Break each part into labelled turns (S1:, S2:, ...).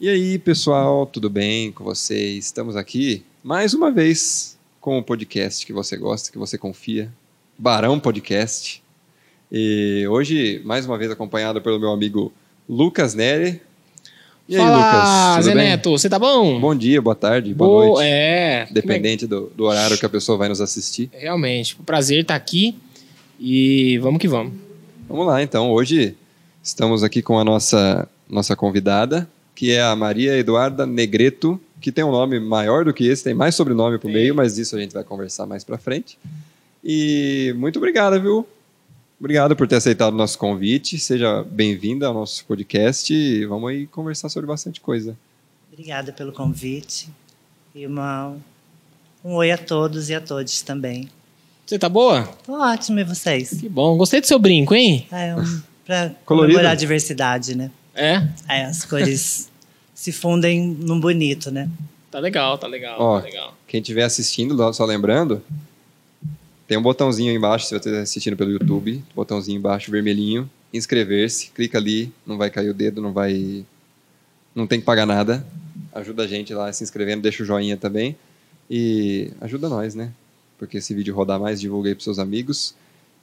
S1: E aí, pessoal, tudo bem com vocês? Estamos aqui mais uma vez com o podcast que você gosta, que você confia, Barão Podcast. E hoje, mais uma vez, acompanhado pelo meu amigo Lucas Neri. E aí,
S2: Fala,
S1: Lucas?
S2: Zé
S1: Tudo bem?
S2: Neto, você tá bom?
S1: Bom dia, boa tarde, boa, noite.
S2: É,
S1: Dependente do, do horário que a pessoa vai nos assistir.
S2: realmente. um Prazer estar aqui e vamos que vamos.
S1: Vamos lá, então. Hoje estamos aqui com a nossa, nossa convidada, que é a Maria Eduarda Negreto, que tem um nome maior do que esse, tem mais sobrenome por
S2: Tem.
S1: meio, mas isso a gente vai conversar mais pra frente. E muito obrigada, viu? Obrigado por ter aceitado o nosso convite. Seja bem-vinda ao nosso podcast e vamos aí conversar sobre bastante coisa.
S3: Obrigada pelo convite. E uma, um oi a todos e a todas também.
S2: Você tá boa?
S3: Tô ótimo, e vocês?
S2: Que bom. Gostei do seu brinco, hein?
S3: É um, para
S1: Colorido.
S3: comemorar a diversidade, né?
S2: É,
S3: É, as cores se fundem num bonito, né?
S2: tá legal, tá legal,
S1: Ó.
S2: tá legal.
S1: Quem estiver assistindo, lá, só lembrando, tem um botãozinho aí embaixo, se você estiver assistindo pelo YouTube, botãozinho embaixo, vermelhinho, inscrever-se, clica ali, não vai cair o dedo, não vai... não tem que pagar nada. Ajuda a gente lá se inscrevendo, deixa o joinha também e ajuda nós, né? Porque esse vídeo rodar mais, divulga aí pros seus amigos.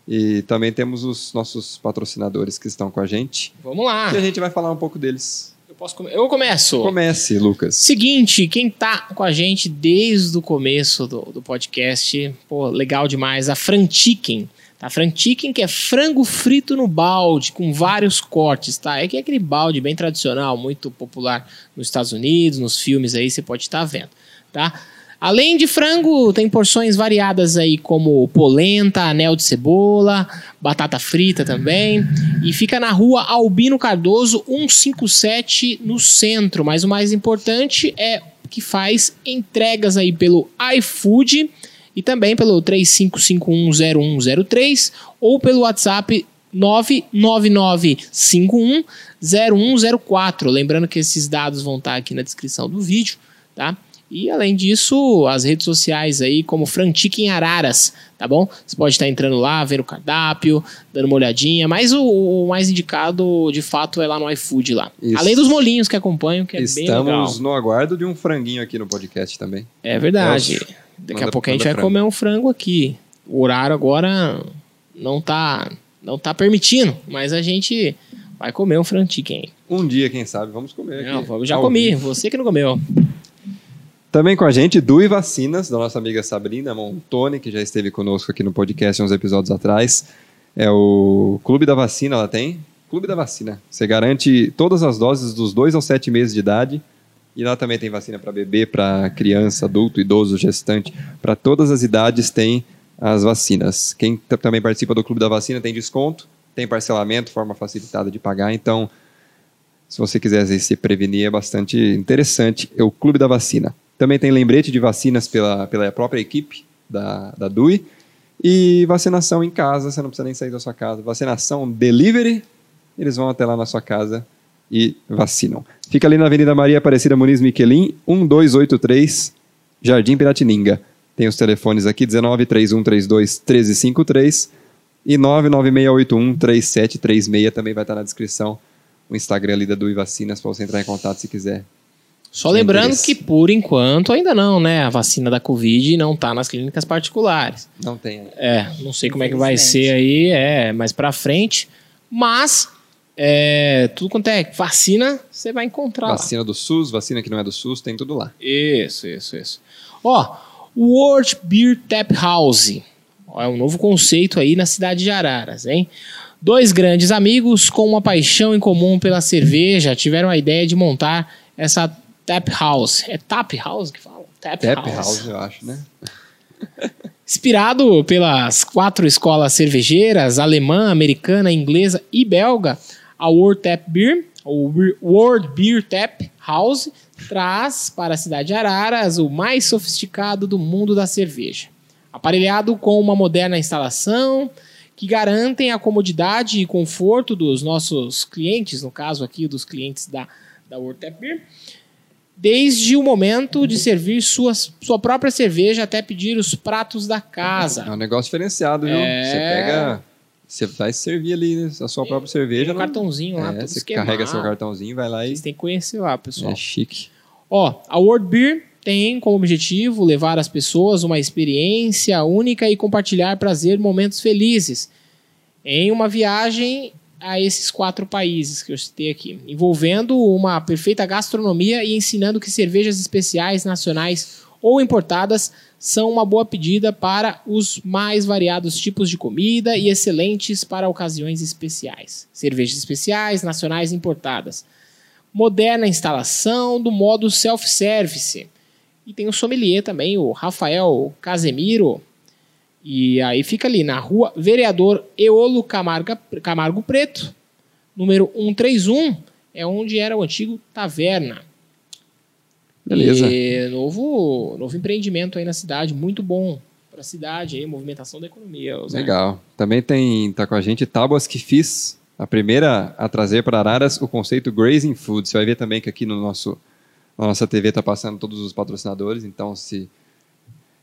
S1: E também temos os nossos patrocinadores que estão com a gente.
S2: Vamos lá.
S1: E a gente vai falar um pouco deles.
S2: Eu, posso come- eu começo.
S1: Comece, Lucas.
S2: Seguinte, quem tá com a gente desde o começo do, do podcast, pô, legal demais, a Frantiken. Tá? Frantiken que é frango frito no balde, com vários cortes, tá? É que é aquele balde bem tradicional, muito popular nos Estados Unidos, nos filmes aí, você pode estar vendo, tá? Além de frango, tem porções variadas aí, como polenta, anel de cebola, batata frita também. E fica na rua Albino Cardoso, 157, no centro. Mas o mais importante é que faz entregas aí pelo iFood e também pelo 35510103 ou pelo WhatsApp 999510104. Lembrando que esses dados vão estar aqui na descrição do vídeo, tá? E além disso, as redes sociais aí, como Frantique em Araras, tá bom? Você pode estar entrando lá, vendo o cardápio, dando uma olhadinha, mas o, o mais indicado, de fato, é lá no iFood lá.
S1: Isso.
S2: Além dos molinhos que acompanham, que é bem legal.
S1: Estamos no aguardo de um franguinho aqui no podcast também.
S2: É verdade.
S1: Elcio,
S2: Daqui
S1: manda-
S2: a pouco a gente
S1: manda
S2: vai
S1: frango.
S2: comer um frango aqui. O horário agora não tá, não tá permitindo, mas a gente vai comer um frango chicken.
S1: Um dia, quem sabe, vamos comer
S2: Não,
S1: aqui.
S2: vamos- já
S1: Ao
S2: comi,
S1: vivo.
S2: você que não comeu.
S1: Também com a gente, Dui Vacinas, da nossa amiga Sabrina Montoni, que já esteve conosco aqui no podcast uns episódios atrás. É o Clube da Vacina, ela tem? Clube da Vacina. Você garante todas as doses dos 2 aos 7 meses de idade. E lá também tem vacina para bebê, para criança, adulto, idoso, gestante. Para todas as idades tem as vacinas. Quem t- também participa do Clube da Vacina tem desconto, tem parcelamento, forma facilitada de pagar. Então, se você quiser se prevenir, é bastante interessante. É o Clube da Vacina. Também tem lembrete de vacinas pela, pela própria equipe da, da DUI. E vacinação em casa, você não precisa nem sair da sua casa. Vacinação delivery, eles vão até lá na sua casa e vacinam. Fica ali na Avenida Maria Aparecida Muniz um Miquelin, 1283, Jardim Piratininga. Tem os telefones aqui, 19-3132-1353 e 99681-3736 também vai estar na descrição o Instagram ali da Dui Vacinas para você entrar em contato se quiser.
S2: Só
S1: Sem
S2: lembrando
S1: interesse.
S2: que por enquanto ainda não, né? A vacina da Covid não tá nas clínicas particulares.
S1: Não tem. né?
S2: É, não sei como é que vai
S3: Infelizmente.
S2: ser aí, é, mais pra frente, mas é, tudo quanto é vacina, você vai encontrar lá.
S1: Vacina do SUS, vacina que não é do SUS, tem tudo lá.
S2: Isso, isso, isso. Ó, World Beer Tap House. Ó, é um novo conceito aí na cidade de Araras, hein? Dois grandes amigos com uma paixão em comum pela cerveja tiveram a ideia de montar essa tap house. É tap house que fala? Tap,
S1: Tap
S2: house.
S1: House, eu acho, né?
S2: Inspirado pelas quatro escolas cervejeiras, alemã, americana, inglesa e belga, a World Tap Beer, ou Beer- World Beer Tap House, traz para a cidade de Araras o mais sofisticado do mundo da cerveja. Aparelhado com uma moderna instalação que garantem a comodidade e conforto dos nossos clientes, no caso aqui dos clientes da, da World Tap Beer, desde o momento de servir suas, sua própria cerveja até pedir os pratos da
S1: É
S2: casa.
S1: um negócio diferenciado, viu?
S2: Tá. É.
S1: Você pega Você vai servir ali né, a sua própria cerveja.
S2: Tem um
S1: não-
S2: cartãozinho lá,
S1: é,
S2: todo
S1: você
S2: esquemado.
S1: carrega seu cartãozinho, vai lá e.
S2: Vocês têm que conhecer lá, pessoal.
S1: É chique.
S2: Ó, a World Beer tem como objetivo levar às pessoas uma experiência única e compartilhar prazer e momentos felizes em uma viagem a esses quatro países que eu citei aqui, envolvendo uma perfeita gastronomia e ensinando que cervejas especiais nacionais ou importadas são uma boa pedida para os mais variados tipos de comida e excelentes para ocasiões especiais. Cervejas especiais, nacionais e importadas moderna instalação do modo self-service. E tem o sommelier também, o Rafael Casemiro. E aí fica ali na rua Vereador Eolo Camarga, Camargo Preto, número 131, é onde era o antigo Taverna.
S1: Beleza.
S2: E novo, novo empreendimento aí na cidade, muito bom para a cidade, aí, movimentação da economia. Zé.
S1: Legal. Também tem, tá com a gente Tábuas que Fiz, a primeira a trazer para Araras o conceito Grazing Food. Você vai ver também que aqui no nosso, na nossa TV está passando todos os patrocinadores, então se,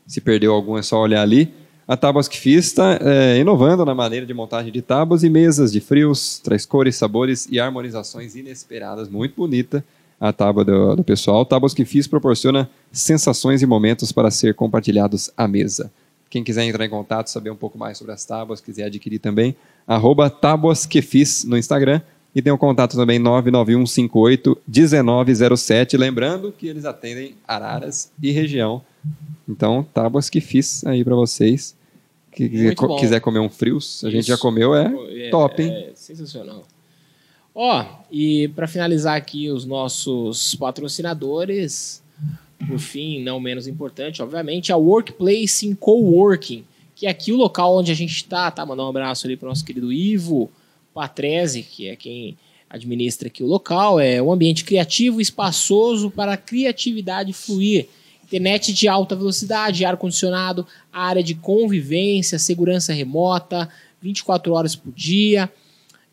S1: se perdeu algum é só olhar ali. A Tábuas que Fiz está é, inovando na maneira de montagem de tábuas e mesas de frios, traz cores, sabores e harmonizações inesperadas. Muito bonita a tábua do, do pessoal. Tábuas que Fiz proporciona sensações e momentos para ser compartilhados à mesa. Quem quiser entrar em contato, saber um pouco mais sobre as tábuas, quiser adquirir também, arroba tabuasquefiz no Instagram. E tem o contato também 991581907. Lembrando que eles atendem Araras e região. Então, tábuas que fiz aí para vocês. Que quiser,
S2: Muito
S1: co-
S2: bom.
S1: quiser comer um frios, a gente
S2: Isso.
S1: já comeu, é.
S2: Pô, é,
S1: top, hein?
S2: É sensacional. Ó, e para finalizar aqui os nossos patrocinadores, por fim, não menos importante, obviamente, a Workplace in Coworking, que é aqui o local onde a gente está, tá? Mandar um abraço ali para nosso querido Ivo Patrese, que é quem administra aqui o local. É um ambiente criativo e espaçoso para a criatividade fluir. Internet de alta velocidade, ar-condicionado, área de convivência, segurança remota, 24 horas por dia,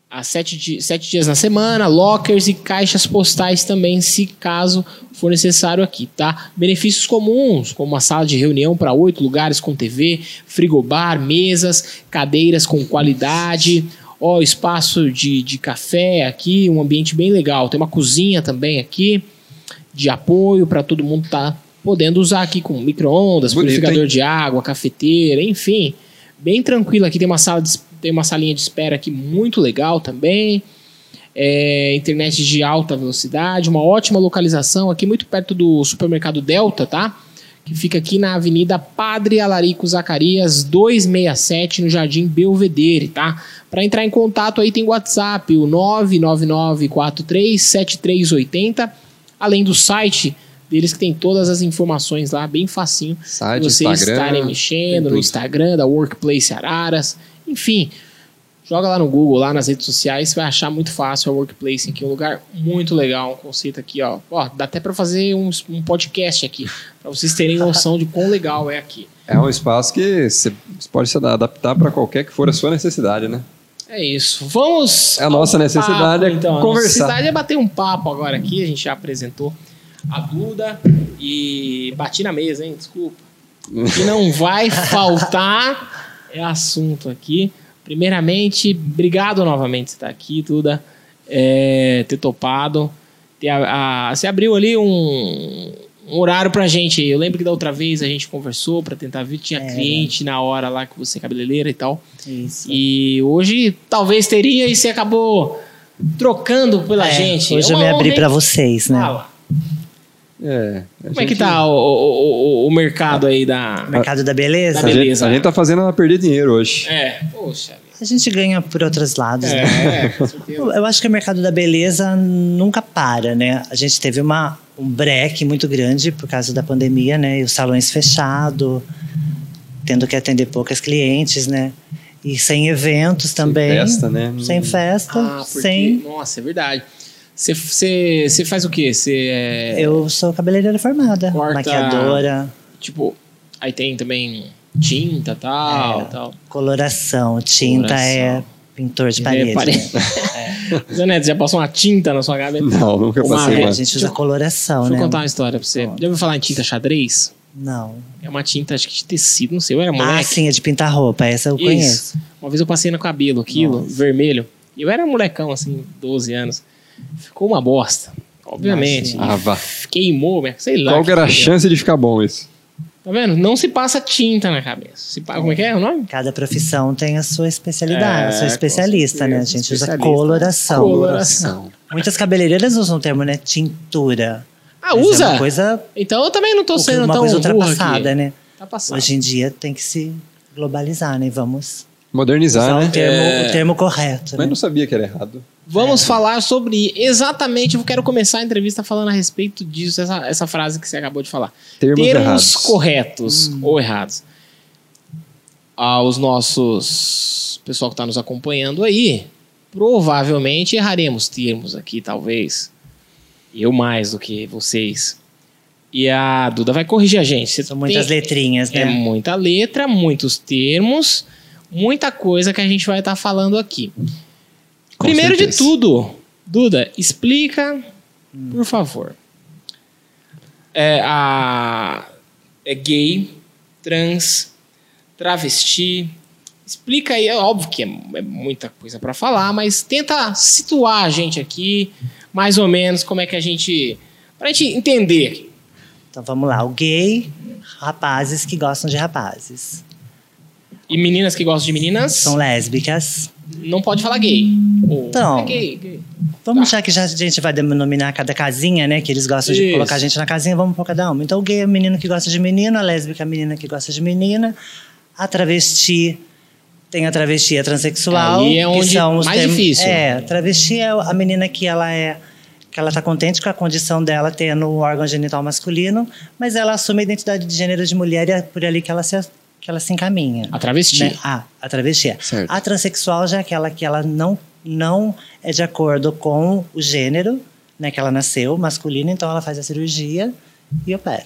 S2: a 7, dias na semana, lockers e caixas postais também, se caso for necessário aqui, tá? Benefícios comuns, como uma sala de reunião para oito lugares com TV, frigobar, mesas, cadeiras com qualidade, ó, espaço de, de café aqui, um ambiente bem legal. Tem uma cozinha também aqui, de apoio para todo mundo tá podendo usar aqui com micro-ondas,
S1: Bonito,
S2: purificador de água, cafeteira, enfim bem tranquilo aqui. Tem uma sala de, tem uma salinha de espera aqui muito legal também. É, internet de alta velocidade, uma ótima localização aqui muito perto do supermercado Delta, tá? Que fica aqui na Avenida Padre Alarico Zacarias 267, no Jardim Belvedere, tá? Para entrar em contato aí tem WhatsApp, o 999437380, além do site deles que tem todas as informações lá, bem facinho
S1: Site,
S2: É, vocês estarem
S1: Instagram. tem
S2: mexendo
S1: tudo.
S2: no Instagram da Workplace Araras, enfim, joga lá no Google, lá nas redes sociais, você vai achar muito fácil a Workplace aqui, um lugar muito legal, um conceito aqui, ó, ó dá até para fazer um, um podcast aqui, para vocês terem noção de quão legal é aqui.
S1: É um espaço que você pode se adaptar para qualquer que for a sua necessidade, né?
S2: É isso. Vamos.
S1: É a nossa
S2: ao
S1: necessidade é
S2: A
S1: conversar.
S2: necessidade é bater um papo agora aqui. A gente já apresentou a Duda e bati na mesa, hein? Desculpa. O que não vai faltar é assunto aqui. Primeiramente, obrigado novamente por estar aqui, Duda. É, ter topado. Ter a- a- você abriu ali um, um horário pra gente. Eu lembro que da outra vez a gente conversou pra tentar vir. Tinha
S3: É.
S2: cliente na hora lá que você é cabeleireira e tal.
S3: Isso.
S2: E hoje talvez teria e você acabou trocando pela
S3: É,
S2: gente.
S3: Hoje
S2: É
S3: eu
S2: uma
S3: me
S2: honra,
S3: abri
S2: hein?
S3: pra vocês, né?
S2: Fala.
S1: É, a
S2: Como é que
S1: gente-
S2: tá o, o- o- o mercado aí da.
S3: Mercado da beleza.
S2: Da
S1: A gente,
S2: beleza.
S1: a gente tá fazendo ela perder dinheiro hoje.
S2: É, poxa.
S3: A gente ganha por outros lados, né?
S2: É, com certeza.
S3: Eu eu acho que o mercado da beleza nunca para, né? A gente teve uma, um break muito grande por causa da pandemia, né? E os salões fechados, tendo que atender poucas clientes, né? E sem eventos também.
S1: festa, né?
S3: Sem festa,
S2: Ah, porque.
S3: Tá sem...
S2: Nossa, é verdade. Você- Você você faz o quê? Você é.
S3: Eu sou cabeleireira formada,
S2: Corta-
S3: maquiadora,
S2: Tipo, aí tem também tinta tal,
S3: É,
S2: tal.
S3: coloração, tinta é
S2: Coloração.
S3: pintor de
S2: É,
S3: parede.
S2: parede.
S3: né?
S2: Zé Neto, já passou uma tinta na sua cabeça?
S1: Não, nunca
S2: Uma
S1: passei
S2: vez,
S1: mano.
S3: A gente usa coloração,
S2: Deixa eu
S3: né?
S2: contar uma história pra você. Já ouviu falar em tinta xadrez?
S3: Não.
S2: É uma tinta, acho que de tecido, não sei, eu era
S3: Ah,
S2: moleque.
S3: sim, é de pintar roupa. Essa eu
S2: Isso.
S3: conheço.
S2: Uma vez eu passei no cabelo, aquilo, vermelho. E eu era molecão, assim, 12 anos. Ficou uma bosta, obviamente.
S3: Nossa.
S1: Ah, vá.
S2: E Queimou, né? sei lá.
S1: Qual
S2: o
S1: que era a
S2: deu.
S1: chance de ficar bom isso?
S2: Tá vendo? Não se passa tinta na cabeça. Se pa- Como é que é o nome?
S3: Cada profissão tem a sua especialidade,
S2: É,
S3: seu especialista,
S2: com
S3: né? A
S2: certeza,
S3: gente usa
S2: especialista.
S3: coloração.
S2: Coloração.
S3: Muitas cabeleireiras usam o termo, né? Tintura.
S2: Ah,
S3: Mas
S2: usa!
S3: É uma coisa,
S2: Então eu também não tô sendo
S3: uma
S2: tão
S3: coisa
S2: burro
S3: ultrapassada,
S2: aqui.
S3: né?
S2: Tá passando.
S3: Hoje em dia tem que se globalizar, né? Vamos usar
S1: Modernizar,
S3: o,
S1: né?
S3: termo,
S2: É.
S3: o termo correto.
S1: Mas
S3: Né?
S1: não sabia que era errado.
S2: Vamos falar sobre exatamente. Eu quero começar a entrevista falando a respeito disso, essa, essa frase que você acabou de falar.
S1: Termos,
S2: Termos
S1: errados.
S2: corretos
S3: Hum.
S2: ou errados. Aos nossos pessoal que está nos acompanhando aí, provavelmente erraremos termos aqui, talvez. Eu mais do que vocês. E a Duda vai corrigir a gente. Você
S3: São muitas
S2: tem-
S3: letrinhas,
S2: É
S3: né?
S2: muita letra, muitos termos, muita coisa que a gente vai estar falando aqui.
S1: Com
S2: Primeiro de
S1: certeza.
S2: tudo, Duda, explica, por favor. É, a, é gay, trans, travesti. Explica aí, é óbvio que é, é muita coisa para falar, mas tenta situar a gente aqui, mais ou menos, como é que a gente. Pra gente entender.
S3: Então vamos lá. O gay, rapazes que gostam de rapazes.
S2: E meninas que gostam de meninas.
S3: São lésbicas.
S2: não pode falar gay. Ou,
S3: Então.
S2: é gay, gay.
S3: Vamos,
S2: Tá.
S3: já que já a gente vai denominar cada casinha, né? Que eles gostam de
S2: Isso.
S3: colocar a gente na casinha, vamos por cada uma. Então, o gay é o menino que gosta de menino, a lésbica é a menina que gosta de menina, a travesti tem a travesti e a transexual.
S2: Aí é onde
S3: que são os
S2: mais
S3: termos-
S2: difícil.
S3: É, a travesti é a menina que ela é. Que ela tá contente com a condição dela tendo o órgão genital masculino, mas ela assume a identidade de gênero de mulher e é por ali que ela se, que ela se encaminha
S2: A travesti.
S3: né? Ah, a travesti. é.
S1: Certo.
S3: A transexual já é aquela que ela não, não é de acordo com o gênero, né? Que ela nasceu masculina, então ela faz a cirurgia e opera.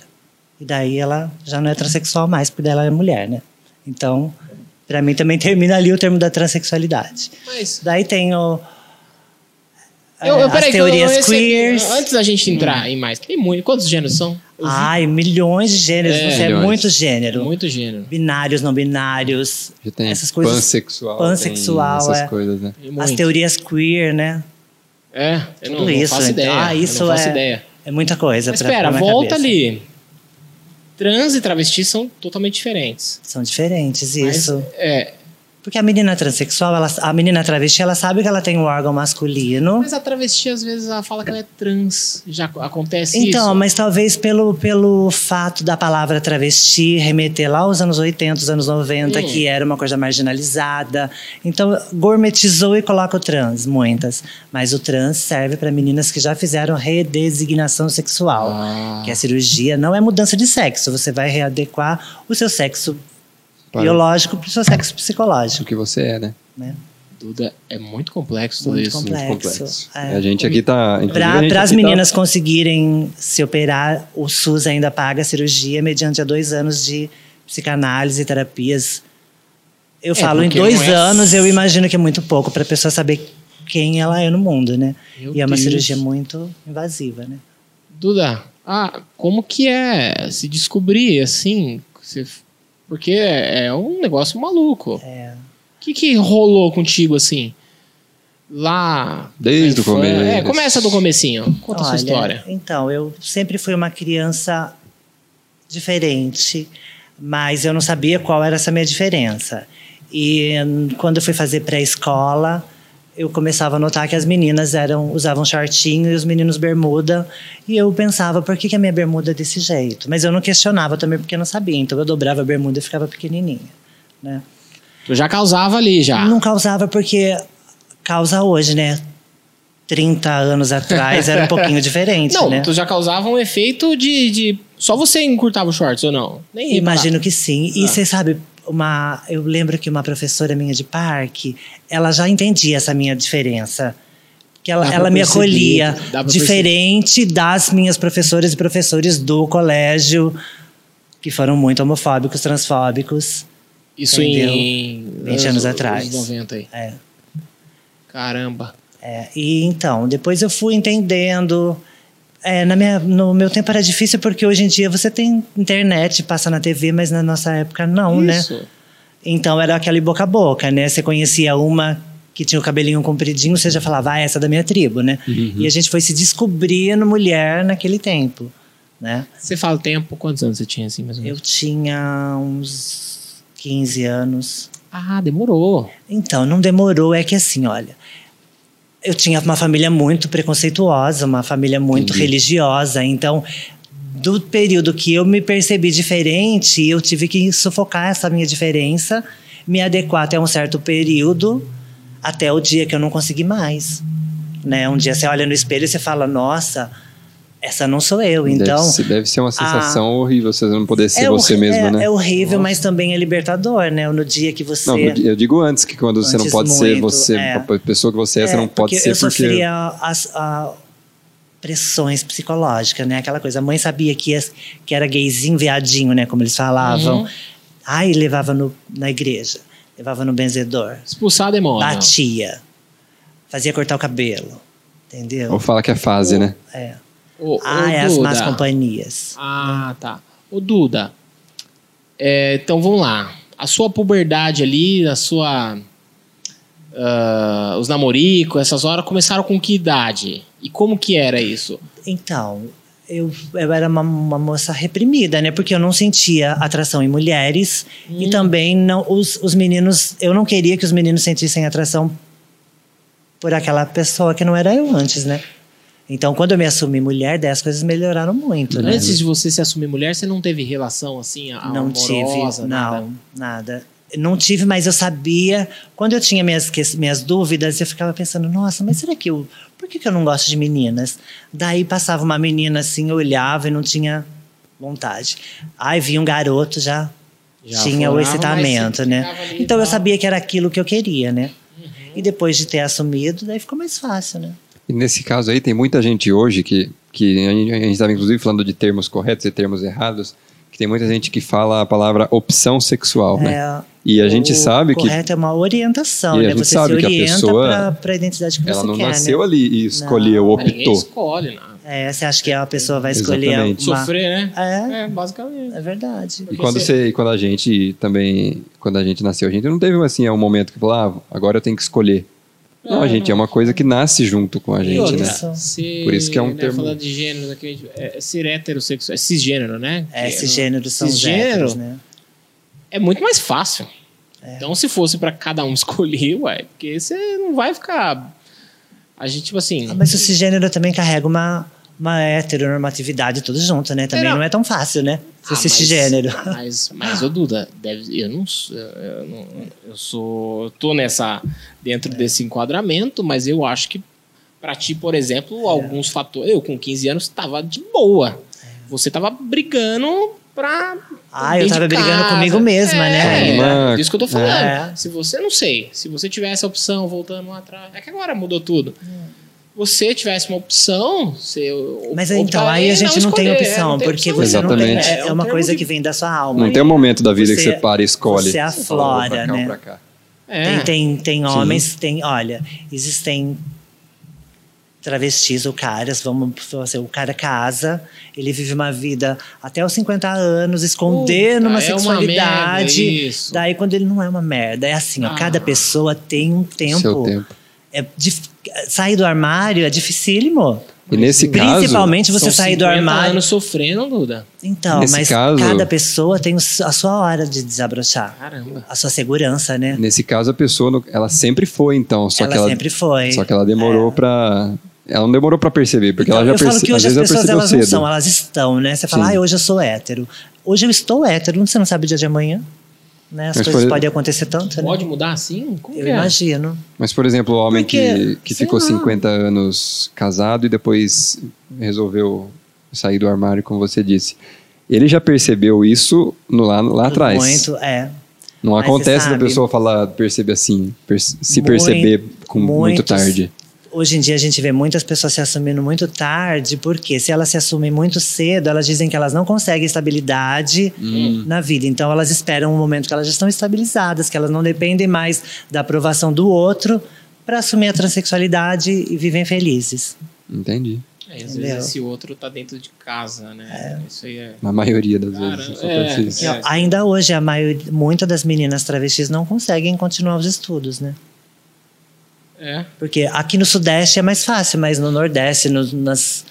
S3: E daí ela já não é transexual mais, porque daí ela é mulher, né? Então, para mim também termina ali o termo da transexualidade.
S2: Mas.
S3: Daí tem o... é,
S2: Eu, eu,
S3: as
S2: peraí, que eu- eu
S3: teorias
S2: recebi-
S3: queers. Hum. Ah,
S2: Antes da gente entrar em mais, tem muito. Quantos gêneros são? Eu vi
S3: Ai, milhões de gêneros.
S2: É,
S3: você é
S1: milhões.
S3: muito gênero.
S2: muito gênero.
S3: Binários, não binários.
S1: Já tem
S3: essas coisas
S1: pansexual.
S3: pansexual,
S1: tem essas
S3: é.
S1: coisas, né?
S2: Tem
S3: As
S2: muito.
S3: teorias queer, né?
S2: É, eu não,
S3: Tudo
S2: não
S3: isso,
S2: faço
S3: então.
S2: ideia.
S3: Ah, isso
S2: eu não faço
S3: é-
S2: ideia.
S3: É muita coisa.
S2: Mas
S3: pra-
S2: espera,
S3: pra minha
S2: volta
S3: cabeça.
S2: ali. Trans e travesti são totalmente diferentes.
S3: São diferentes, isso.
S2: Mas, é,
S3: Porque a menina transexual, ela, a menina travesti, ela sabe que ela tem um órgão masculino.
S2: mas a travesti, às vezes, ela fala que ela é trans. Já ac- acontece
S3: Então,
S2: isso.
S3: mas talvez pelo, pelo fato da palavra travesti remeter lá aos anos 80, os anos 90,
S2: Hum.
S3: que era uma coisa marginalizada. Então, gourmetizou e coloca o trans, muitas. Mas o trans serve para meninas que já fizeram redesignação sexual.
S1: Ah.
S3: Que a cirurgia não é mudança de sexo, você vai readequar o seu sexo
S1: Para
S3: biológico para o seu sexo psicológico.
S1: o que você é, né?
S3: Né?
S2: Duda, é muito complexo tudo
S3: Muito
S2: isso.
S1: Muito
S3: Complexo,
S1: complexo.
S3: é.
S1: A gente aqui tá... inclusive, a gente
S3: Para as
S1: aqui tá-
S3: meninas conseguirem se operar, o SUS ainda paga a cirurgia mediante a dois anos de psicanálise e terapias. Eu
S2: É,
S3: falo em
S2: porque
S3: dois
S2: não é-
S3: anos, eu imagino que é muito pouco para a pessoa saber quem ela é no mundo, né?
S2: Meu
S3: e é uma
S2: Deus.
S3: cirurgia muito invasiva, né?
S2: Duda, ah, como que é se descobrir assim? Você- porque é um negócio maluco. O
S3: É.
S2: que, que rolou contigo assim? Lá.
S1: Desde
S2: na
S1: o começo.
S2: infância- É, começa do comecinho. Conta a sua
S3: Olha,
S2: história.
S3: Então, eu sempre fui uma criança diferente, mas eu não sabia qual era essa minha diferença. E hum, quando eu fui fazer pré-escola, eu começava a notar que as meninas eram usavam shortinho e os meninos bermuda, e eu pensava por que, que a minha bermuda é desse jeito. Mas eu não questionava também porque eu não sabia, então eu dobrava a bermuda e ficava pequenininha, né?
S2: Tu já causava ali já.
S3: Não causava porque causa hoje, né? 30 anos atrás era um pouquinho diferente,
S2: Não,
S3: né?
S2: tu já causava um efeito de, de- Só você encurtava os shorts ou não? Nem ia
S3: Imagino que sim. E
S2: Ah.
S3: você sabe, uma, eu lembro que uma professora minha de parque, ela já entendia essa minha diferença. Que
S2: Dá
S3: ela,
S2: pra
S3: ela me
S2: perceber,
S3: acolhia,
S2: dá pra
S3: diferente das minhas professoras e professores do colégio, que foram muito homofóbicos, transfóbicos.
S2: parar. Isso em.
S3: 20 anos atrás.
S2: 90 aí.
S3: É.
S2: Caramba.
S3: É, e então, depois eu fui entendendo, É, na minha, no meu tempo era difícil porque hoje em dia você tem internet, passa na TV, mas na nossa época não, né?
S2: Isso.
S3: Então era aquele boca a boca, né? Você conhecia uma que tinha o cabelinho compridinho, você já falava, ah, essa é da minha tribo, né? E a gente foi se descobrindo mulher naquele tempo, né?
S2: Você fala o tempo, quantos anos você tinha assim, mais ou menos?
S3: Eu tinha uns 15 anos.
S2: Ah, demorou.
S3: Então, não demorou, é que assim, olha. Eu tinha uma família muito preconceituosa, uma família muito
S1: Entendi.
S3: religiosa, então do período que eu me percebi diferente, eu tive que sufocar essa minha diferença, me adequar até um certo período, até o dia que eu não consegui mais. Né? Um dia você olha no espelho e você fala: "Nossa, essa não sou eu". Então,
S1: deve, ser, deve ser uma sensação horrível você não poder ser você
S3: horri-
S1: mesmo,
S3: é-
S1: né?
S3: é horrível, mas também é libertador, né? No dia que você
S1: Não, eu digo antes que quando você não
S3: Antes
S1: pode ser
S3: muito,
S1: você,
S3: é.
S1: a pessoa que você é, você
S3: É,
S1: não pode
S3: porque
S1: ser
S3: eu
S1: porque.
S3: sofria as a- pressões psicológicas, né? Aquela coisa. A mãe sabia que, as- que era gayzinho, viadinho, né? Como eles falavam.
S2: Uhum.
S3: Ai, levava no, na igreja, levava no benzedor,
S2: Expulsar a demônio.
S3: batia, fazia cortar o cabelo, entendeu?
S1: Ou fala que é fase, né?
S3: É.
S2: Ô, ô,
S3: Ai, é as
S2: Duda.
S3: más companhias.
S2: Ah, tá. Ô, Duda, é, então vamos lá. A sua puberdade ali, a sua. ah, os namoricos, essas horas começaram com que idade? E como que era isso?
S3: Então, eu, eu era uma, uma moça reprimida, né? Porque eu não sentia atração em mulheres e também não os, os meninos. Eu não queria que os meninos sentissem atração por aquela pessoa que não era eu antes, né? Então, quando eu me assumi mulher, daí as coisas melhoraram muito, né?
S2: Antes de você se assumir mulher, você não teve relação assim, a-
S3: não
S2: amorosa,
S3: tive,
S2: nada?
S3: não, nada. Não tive, mas eu sabia. Quando eu tinha minhas, que- minhas dúvidas, eu ficava pensando: nossa, mas será que eu. Por que, que eu não gosto de meninas? Daí passava uma menina assim, eu olhava e não tinha vontade. Aí vinha um garoto, já,
S2: Já
S3: tinha
S2: aflorava,
S3: o
S2: mas
S3: excitamento,
S2: você
S3: né?
S2: ficava ali Uhum. e
S3: Então eu
S2: tal.
S3: sabia que era aquilo que eu queria, né? E depois de ter assumido, daí ficou mais fácil, né?
S1: E nesse caso aí, tem muita gente hoje que, que a gente estava inclusive falando de termos corretos e termos errados, que tem muita gente que fala a palavra opção sexual, né?
S3: É,
S1: E a gente
S3: o
S1: sabe que
S3: correto é uma orientação,
S1: E a
S3: né?
S1: gente
S3: Você
S1: sabe
S3: se
S1: que a pessoa-
S3: orienta para a identidade que
S1: ela
S3: você
S1: não
S3: quer, né?
S1: nasceu ali e escolheu,
S3: Não.
S2: Mas Ninguém
S1: optou.
S2: escolhe, nada.
S3: É, você acha que a pessoa vai escolher
S1: Exatamente.
S3: uma...
S2: Sofrer, né?
S3: É,
S2: É, basicamente.
S3: é verdade.
S1: E quando, você, e quando a gente também, quando a gente nasceu, a gente não teve assim um momento que falou, ah, agora eu tenho que escolher. Não,
S2: Não,
S1: gente, é uma coisa que nasce junto com a
S2: E
S1: gente,
S2: outra,
S1: né?
S3: Isso.
S2: se-
S1: Por isso que é um
S2: né,
S1: termo-
S2: Falando de gêneros aqui, é, é ser heterossexual, é cisgênero, né?
S3: É,
S2: Que
S3: esses gêneros são
S2: esses
S3: os
S2: gêneros,
S3: héteros, né? É.
S2: É muito mais fácil. Então, se fosse pra cada um escolher, ué, porque você não vai ficar. A gente, tipo assim.
S3: Ah, Mas esse gênero também carrega uma, uma heteronormatividade tudo junto, né? Também
S2: É, não.
S3: não, é tão fácil, né?
S2: ah,
S3: Esse gênero.
S2: Mas, mas ô Duda, deve, eu não, sou- eu não. Eu sou. Eu tô nessa. Dentro desse enquadramento, mas eu acho que pra ti, por exemplo, alguns fatores. Eu, com 15 anos, tava de boa. Você tava brigando pra.
S3: Ah, eu
S2: dentro
S3: tava
S2: de
S3: brigando
S2: casa.
S3: comigo mesma, né?
S2: É,
S1: Uma-
S2: isso que eu tô falando.
S3: É.
S2: Se você, não sei, se você tivesse a opção voltando lá atrás. É que agora mudou tudo. Você tivesse uma opção, você.
S3: Mas
S2: optaria
S3: então, aí a
S2: em
S3: gente não,
S2: escolher,
S3: tem
S2: é,
S3: opção,
S2: não tem
S3: porque
S2: opção,
S3: você não tem.
S1: Exatamente.
S3: É,
S2: um
S3: uma
S2: termo
S3: coisa
S2: de-
S3: que vem da sua alma. né?
S1: Não tem um momento da vida que
S3: Você-
S1: você para e escolhe.
S3: você aflora,
S1: Pra cá ou
S3: né?
S1: pra cá.
S2: É.
S3: Tem, tem, tem homens, tem. Olha, existem travestis ou caras, vamos fazer, o cara casa, ele vive uma vida até os 50 anos escondendo
S2: Puta,
S3: uma
S2: é uma
S3: sexualidade.
S2: merda isso.
S3: daí quando ele não é uma merda, é assim, ó,
S2: Ah.
S3: cada pessoa tem um tempo.
S1: Seu tempo.
S3: É dif- sair do armário é dificílimo.
S1: E nesse caso,
S3: Principalmente você
S2: São
S3: sair do
S2: 50
S3: armário.
S2: anos sofrendo, Duda.
S3: Então,
S1: Nesse
S3: mas
S1: caso-
S3: cada pessoa tem o s- a sua hora de desabrochar,
S2: Caramba.
S3: a sua segurança, né?
S1: nesse caso a pessoa, não- ela sempre foi então, só
S3: ela,
S1: que ela
S3: sempre foi. É.
S1: só que ela demorou pra ela não demorou pra perceber, porque ela já
S3: Então, eu falo
S1: percebeu,
S3: que
S1: às
S3: hoje as
S1: vezes ela
S3: pessoas
S1: percebeu
S3: elas não
S1: cedo.
S3: são, elas estão, né? Você fala,
S1: Sim.
S3: ah, hoje eu sou hétero. Hoje eu estou hétero, você não sabe o dia de amanhã. Né? As
S1: Mas
S3: coisas
S1: foi-
S3: podem acontecer tanto, né?
S2: Pode mudar assim? Como
S3: Eu
S2: que é?
S3: imagino.
S1: Mas por exemplo, o homem
S3: Porque,
S1: que, que
S3: sei
S1: ficou
S3: lá.
S1: 50 anos casado e depois resolveu sair do armário, como você disse. Ele já percebeu isso no lá, lá atrás.
S3: Muito, é.
S1: Não
S3: Mas
S1: acontece
S3: você
S1: da
S3: sabe-
S1: pessoa falar, perceber assim, per- se
S3: Muito-
S1: perceber com muito
S3: muitos-
S1: tarde.
S3: Hoje em dia a gente vê muitas pessoas se assumindo muito tarde, porque se elas se assumem muito cedo, elas dizem que elas não conseguem estabilidade na vida. Então elas esperam um momento que elas já estão estabilizadas, que elas não dependem mais da aprovação do outro para assumir a transexualidade e vivem felizes.
S1: Entendi.
S2: É, às
S3: Entendeu?
S2: vezes esse outro tá dentro de casa, né? Isso aí é.
S1: Na maioria das vezes.
S2: Cara,
S1: eu só
S2: é,
S1: preciso.
S2: é.
S3: Não, ainda hoje, a maioria, muitas das meninas travestis não conseguem continuar os estudos, né?
S2: É.
S3: Porque aqui no Sudeste é mais fácil, mas no Nordeste, no- nas,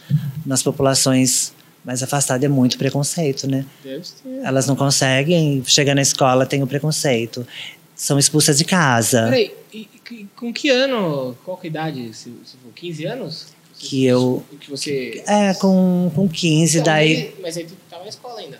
S3: nas populações mais afastadas, é muito preconceito, né?
S2: Deve ser.
S3: Elas não conseguem, chega na escola, tem o preconceito. São expulsas de casa.
S2: Peraí, e, e com que ano? Qual que é a idade? Se, se for 15 anos? Você-
S3: Que eu-
S2: Que você.
S3: É, com, com 15,
S2: Então,
S3: daí.
S2: mas aí- Mas aí tu tava na escola ainda.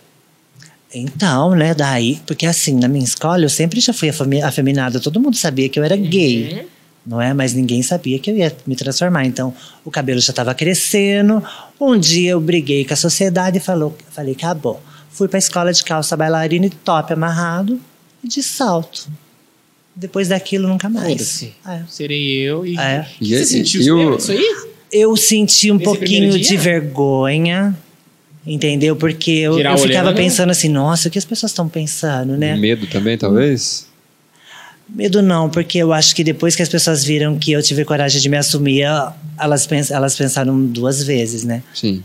S3: Então, né, daí. Porque assim, na minha escola, eu sempre já fui afami- afeminada. Todo mundo sabia que eu era É gay.
S2: Uhum.
S3: não é? Mas ninguém sabia que eu ia me transformar. Então, o cabelo já estava crescendo. Um dia eu briguei com a sociedade e falou, falei, acabou. Fui para a escola de calça bailarina e top amarrado e de salto. Depois daquilo, nunca mais.
S2: Foda-se.
S3: É.
S2: Serei eu e.
S3: É.
S2: E Você
S1: E-
S2: sentiu
S1: e
S2: isso
S1: eu-
S2: mesmo, isso aí?
S3: Eu senti um
S2: Nesse
S3: pouquinho
S2: primeiro
S3: de
S2: dia?
S3: vergonha, entendeu? Porque eu,
S2: Girar
S3: eu ficava
S2: olhando.
S3: pensando assim, nossa, o que as pessoas estão pensando, né?
S1: Medo também, talvez?
S3: Medo não, porque eu acho que depois que as pessoas viram que eu tive coragem de me assumir, elas, pens- elas pensaram duas vezes, né?
S1: Sim.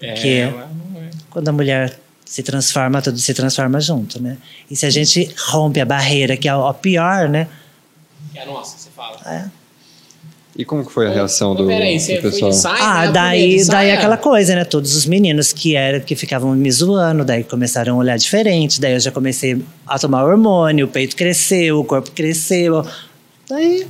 S3: Que-
S2: É, ela não é.
S3: quando a mulher se transforma, tudo se transforma junto, né? E se a gente rompe a barreira, que é o pior, né?
S2: Que é a nossa, você fala.
S3: É.
S1: E como que foi a reação
S2: Ô,
S1: do,
S2: Peraí, você
S1: do pessoal?
S2: foi de saia?
S3: ah,
S2: Tava
S3: daí,
S2: primeiro de
S3: daí
S2: saia?
S3: aquela coisa, né? Todos os meninos que era, que ficavam me zoando, daí começaram a olhar diferente, daí eu já comecei a tomar hormônio, o peito cresceu, o corpo cresceu. Daí.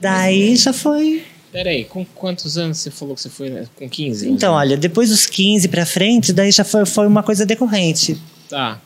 S3: Daí já foi.
S2: Peraí, com quantos anos você falou que você foi? né? Com 15?
S3: Então, olha, depois dos 15 pra frente, daí já foi, foi uma coisa decorrente.
S2: Tá.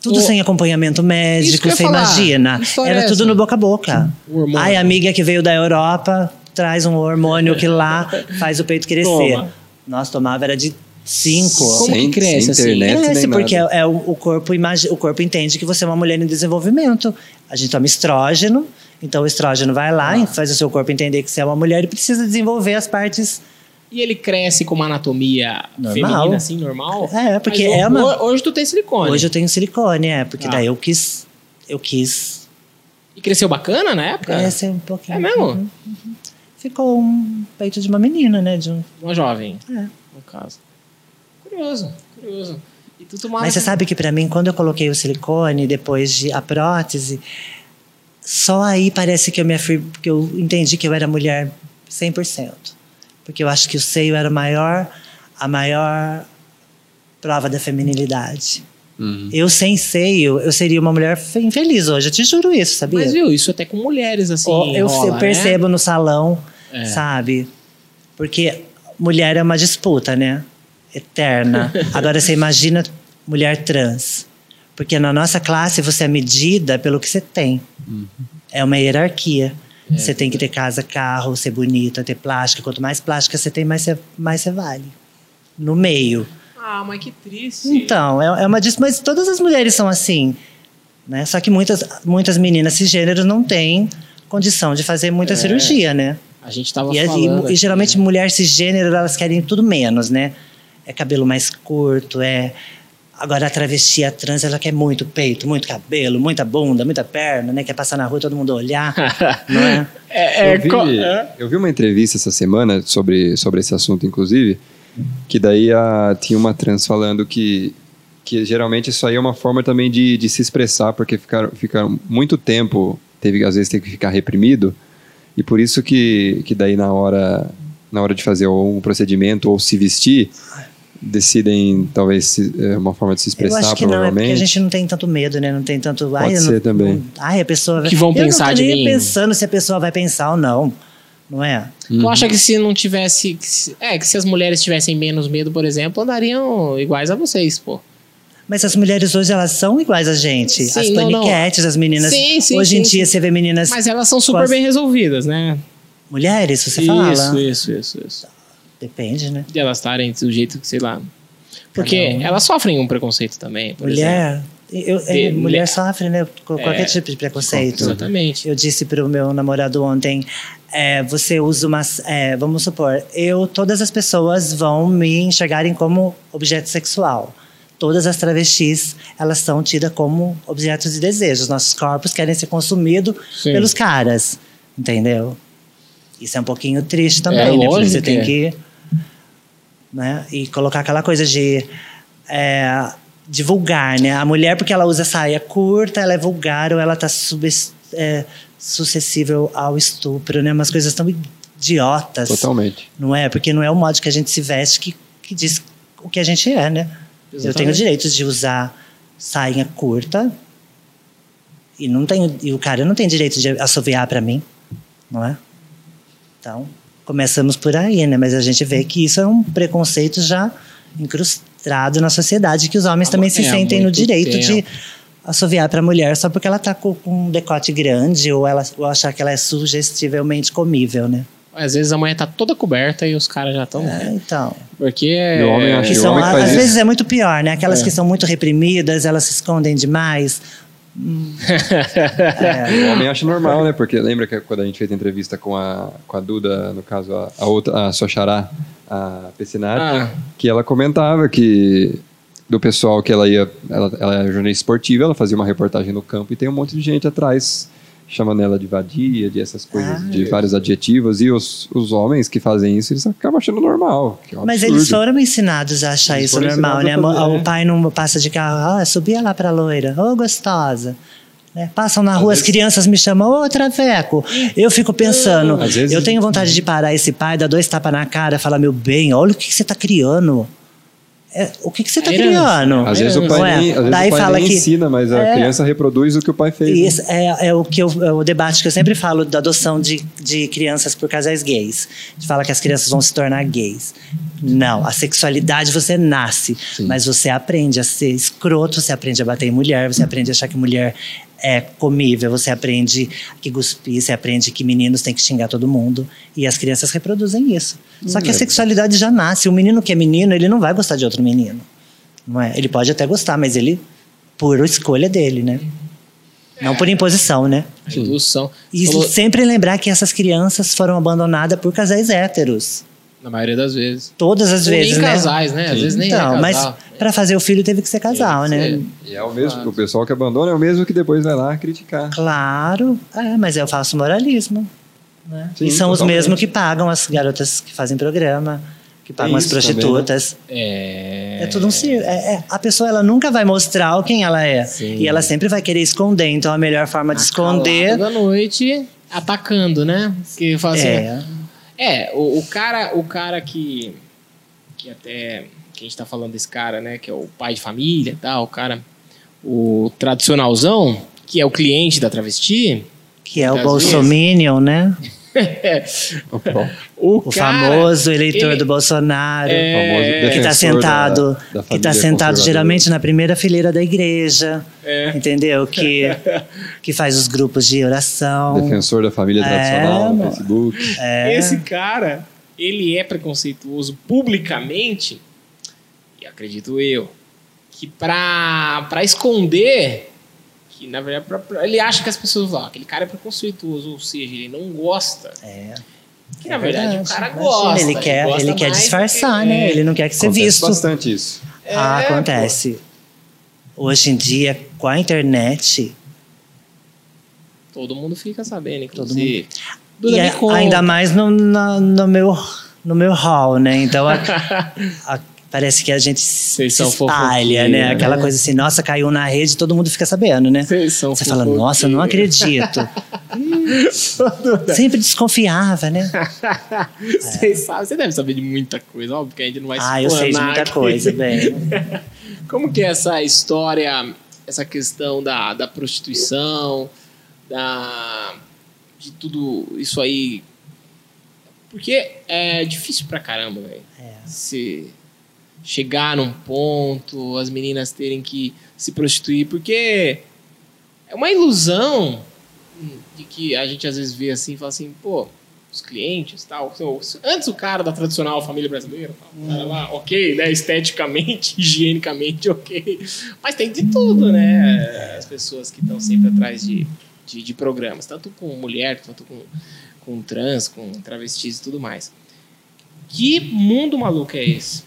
S3: Tudo
S2: O-
S3: sem acompanhamento
S2: Isso que
S3: médico,
S2: eu ia
S3: você
S2: falar.
S3: imagina.
S2: Que história
S3: Era
S2: é
S3: tudo
S2: essa?
S3: no boca a boca.
S2: O hormônio.
S3: Ai, amiga que veio da Europa, traz um hormônio que lá faz o peito crescer.
S2: Toma.
S3: Nós tomava era de cinco.
S2: Como
S1: Sem-
S2: que cresce,
S1: sem
S2: assim?
S1: internet,
S3: Cresce,
S1: nem
S3: porque
S1: nada.
S3: é, é o, o corpo imagi- o corpo entende que você é uma mulher em desenvolvimento. A gente toma estrógeno, então o estrógeno vai lá
S2: Ah.
S3: e faz o seu corpo entender que você é uma mulher e precisa desenvolver as partes.
S2: E ele cresce com uma anatomia
S3: Normal.
S2: feminina, assim, normal?
S3: É, porque
S2: Mas
S3: é
S2: ho-
S3: uma-
S2: Hoje tu tem silicone.
S3: Hoje eu tenho silicone, é, porque
S2: Ah.
S3: daí eu quis. Eu quis
S2: E cresceu bacana na época?
S3: crescer um pouquinho.
S2: É mesmo?
S3: Uhum, uhum. Ficou um peito de uma menina, né? De um
S2: Uma jovem,
S3: É.
S2: no caso. Curioso, curioso. E tu tomava...
S3: Mas você sabe que pra mim, quando eu coloquei o silicone, depois de a prótese, só aí parece que eu me afir... que eu entendi que eu era mulher 100%. Porque eu acho que o seio era a maior, a maior prova da feminilidade.
S2: é
S1: Uhum.
S3: Eu sem seio, eu seria uma mulher fe- infeliz hoje, eu te juro isso, sabia?
S2: Mas viu, isso até com mulheres, assim,
S3: Ó, eu,
S2: rola, né?
S3: percebo no salão,
S2: É.
S3: sabe? Porque mulher é uma disputa, né? Eterna. Agora você imagina mulher trans. Porque na nossa classe você é medida pelo que você tem.
S2: Uhum.
S3: É uma hierarquia.
S2: É.
S3: Você tem que ter casa, carro, ser bonita, ter plástica. Quanto mais plástica você tem, mais você, mais você vale. No meio.
S2: Ah, mas que triste.
S3: Então, é, é uma dis- mas todas as mulheres são assim, né? Só que muitas, muitas meninas cisgênero não têm condição de fazer muita
S2: É.
S3: cirurgia, né?
S2: A gente tava
S3: E, as- e-
S2: falando...
S3: e
S2: aqui,
S3: geralmente
S2: né?
S3: mulher cisgênero, elas querem tudo menos, né? É cabelo mais curto, é... Agora a travesti, a trans, ela quer muito peito, muito cabelo, muita bunda, muita perna, né? Quer passar na rua e todo mundo olhar, não é?
S2: né? É, é,
S1: eu, vi,
S2: co- é.
S1: eu vi uma entrevista essa semana sobre, sobre esse assunto, inclusive, que daí a- tinha uma trans falando que, que geralmente isso aí é uma forma também de, de se expressar, porque ficaram, ficaram muito tempo, teve às vezes tem que ficar reprimido, e por isso que, que daí na hora, na hora de fazer ou um procedimento ou se vestir, decidem talvez se- é, uma forma de se
S3: Eu
S1: expressar,
S3: acho que não, é porque
S1: provavelmente.
S3: a gente não tem tanto medo, né? Não tem tanto.
S1: Pode
S3: eu
S1: ser
S3: não-
S1: também.
S3: não- ai, a pessoa vai.
S2: Que vão
S3: eu
S2: pensar
S3: não
S2: de
S3: tô nem
S2: mim.
S3: pensando se a pessoa vai pensar ou não. Não é?
S2: Tu acha que se não tivesse... que se- É, que se as mulheres tivessem menos medo, por exemplo, andariam iguais a vocês, pô.
S3: Mas as mulheres hoje, elas são iguais a gente.
S2: Sim,
S3: as
S2: não, não.
S3: paniquetes, as meninas.
S2: Sim, sim,
S3: hoje em
S2: sim,
S3: dia você vê meninas.
S2: Mas elas são super
S3: Quase-
S2: bem resolvidas, né?
S3: Mulheres, você
S2: isso,
S3: fala. né?
S2: isso, isso, isso.
S3: Depende, né?
S2: de elas estarem do jeito que, sei lá. Porque
S3: Cada um.
S2: elas sofrem um preconceito também. Por exemplo.
S3: Mulher. eu- é,
S2: De- é. mulher-
S3: mulher sofre, né? Com
S2: É.
S3: qualquer tipo de preconceito.
S2: Exatamente.
S3: Eu disse para o meu namorado ontem, é, você usa umas, é, vamos supor, eu todas as pessoas vão me enxergarem como objeto sexual. Todas as travestis, elas são tidas como objetos de desejo. Os nossos corpos querem ser consumidos
S2: Sim.
S3: pelos caras, entendeu? Isso é um pouquinho triste também,
S2: É,
S3: né? Porque
S2: lógico
S3: você tem
S2: que é.
S3: que. Né? E colocar aquela coisa de. é, divulgar, né? A mulher, porque ela usa saia curta, ela é vulgar ou ela tá subes- é, sucessível ao estupro, né? Umas coisas tão idiotas.
S1: Uhum. Totalmente.
S3: Não é? Porque não é o modo que a gente se veste que, que diz o que a gente é, né? Eu tenho o
S2: Exatamente.
S3: direito de usar sainha curta e não tenho e o cara não tem direito de assoviar para mim, não é? Então, começamos por aí, né? Mas a gente vê que isso é um preconceito já incrustado na sociedade que os homens
S2: Há
S3: também
S2: mu-
S3: se
S2: é, há
S3: sentem no
S2: muito
S3: direito de
S2: tempo.
S3: assoviar para a mulher só porque ela tá com com um decote grande ou ela ou achar que ela é sugestivelmente comível, né?
S2: Às vezes a manhã tá toda coberta e os caras já estão.
S3: É, então,
S2: Porque é.
S1: E o homem acha
S3: que
S1: o
S3: são,
S1: homem que faz
S3: às
S1: isso.
S3: vezes é muito pior, né? Aquelas
S2: É.
S3: que são muito reprimidas, elas se escondem demais. Hum. É.
S1: O homem acha normal, né? Porque lembra que quando a gente fez a entrevista com a, com a Duda, no caso, a, a outra, a sua xará, a Pecinari,
S2: Ah,
S1: que ela comentava que do pessoal que ela ia, ela, ela é jornalista esportiva, ela fazia uma reportagem no campo e tem um monte de gente atrás chamando ela de vadia, de essas coisas,
S3: Ah.
S1: de vários adjetivos e os, os homens que fazem isso eles acabam achando normal. que é um
S3: Mas
S1: absurdo.
S3: eles foram ensinados a achar
S1: Eles
S3: isso
S1: foram
S3: normal, né?
S1: ensinados a
S3: Mo-
S1: fazer,
S3: O
S1: né?
S3: pai não passa de carro, ah, subia lá pra loira, ô gostosa. Né? Passam na
S1: Às
S3: rua, as
S1: vezes-
S3: crianças me chamam, ô traveco. Eu fico pensando,
S1: Às vezes-
S3: eu tenho vontade de parar esse pai, dar dois tapas na cara, falar, meu bem, olha o que, que você tá criando. É, o que, que você tá
S2: É herança.
S3: criando?
S1: Às vezes o
S3: Não
S1: pai,
S3: é?
S1: nem, às vezes
S3: Daí
S1: o pai
S3: fala
S1: nem
S3: que
S1: ensina, mas a
S3: É.
S1: criança reproduz o que o pai fez. né?
S3: Isso é, é o que eu- é o debate que eu sempre falo da adoção de, de crianças por casais gays. A gente fala que as crianças vão se tornar gays. Não, a sexualidade você nasce, mas você aprende a ser escroto, você aprende a bater em mulher, você aprende a achar que mulher é comível, você aprende que cuspir, você aprende que meninos têm que xingar todo mundo. E as crianças reproduzem isso. Só que a sexualidade já nasce. O menino que é menino, ele não vai gostar de outro menino. Não é? Ele pode até gostar, mas ele, por escolha dele, né? Não por imposição, né?
S2: a indução.
S3: E
S2: Falou-
S3: sempre lembrar que essas crianças foram abandonadas por casais héteros.
S2: Na maioria das vezes.
S3: Todas as vezes,
S2: nem
S3: né?
S2: casais, né? Às
S1: Sim.
S2: vezes nem
S3: então,
S2: é
S3: mas
S2: casal.
S3: para fazer o filho teve que ser casal,
S2: Tem que
S3: né?
S2: ser.
S1: E é o mesmo, o pessoal que abandona é o mesmo que depois vai lá criticar.
S3: Claro, é, mas eu faço moralismo. Né?
S1: Sim,
S3: e são os
S1: totalmente.
S3: mesmos que pagam as garotas que fazem programa, que pagam
S1: Tem
S3: as
S1: isso também,
S3: prostitutas.
S2: tá É.
S3: É tudo um circo. É- é- a pessoa ela nunca vai mostrar quem ela é.
S2: Sim. Ah,
S3: E ela sempre vai querer esconder. Então a melhor forma de esconder
S2: da noite atacando, né? Que fala assim,
S3: é.
S2: É, o, o cara, o cara que que até que a gente tá falando desse cara, né, que é o pai de família, e tal, o cara o tradicionalzão, que é o cliente da travesti,
S3: que é o
S2: Muitas vezes.
S3: Bolsominion, né?
S1: O famoso
S2: o,
S3: O
S2: cara-
S3: famoso eleitor
S2: ele-
S3: do Bolsonaro.
S2: É,
S3: que
S1: defensor da-
S3: está tá sentado,
S1: da
S3: que tá
S1: família
S3: sentado
S1: conservadora.
S3: geralmente na primeira fileira da igreja,
S2: É.
S3: entendeu? Que, que faz os grupos de oração.
S1: Defensor da família
S3: É,
S1: tradicional, no
S3: mano.
S1: Facebook.
S3: É.
S2: Esse cara, ele é preconceituoso publicamente, e acredito eu, que pra, pra esconder, que na verdade pra- pra- ele acha que as pessoas falam, "Ah, aquele cara é preconceituoso, ou seja, ele não gosta.
S3: É.
S2: Que na verdade,
S3: Verdade,
S2: o cara
S3: imagina,
S2: gosta.
S3: Ele quer,
S2: gosta
S3: ele quer
S2: mais do
S3: disfarçar,
S2: que-
S3: né?
S2: é.
S3: Ele não quer que ser
S1: Acontece
S3: visto.
S1: bastante isso.
S2: É,
S3: Ah,
S2: pô.
S3: acontece. Hoje em dia, com a internet,
S2: Todo mundo fica sabendo,
S3: Todo
S2: inclusive.
S3: e a- ainda mais no, na- no meu, no meu hall, né? Então, a- a- parece que a gente se
S2: Vocês são
S3: espalha, né?
S2: fofoqueiros,
S3: Aquela
S2: né?
S3: coisa assim, nossa, caiu na rede, todo mundo fica sabendo, né? Você fala, nossa, eu não acredito. Sempre desconfiava, né?
S2: Você sabe, você deve saber de muita coisa, óbvio que a gente não vai
S3: É. Ah, eu sei de
S2: explanar
S3: muita
S2: aqui.
S3: coisa, bem.
S2: Como que é essa história, essa questão da, da prostituição, da, de tudo isso aí? Porque é difícil pra caramba, velho.
S3: É.
S2: Se chegar num ponto, as meninas terem que se prostituir, porque é uma ilusão hum, de que a gente às vezes vê assim e fala assim, pô, os clientes tal. então, Antes o cara da tradicional família brasileira, o cara lá, ok, né? Esteticamente, higienicamente, ok. Mas tem de tudo, né? As pessoas que estão sempre atrás de, de, de programas, tanto com mulher, quanto com, com trans, com travestis e tudo mais. Que mundo maluco é esse?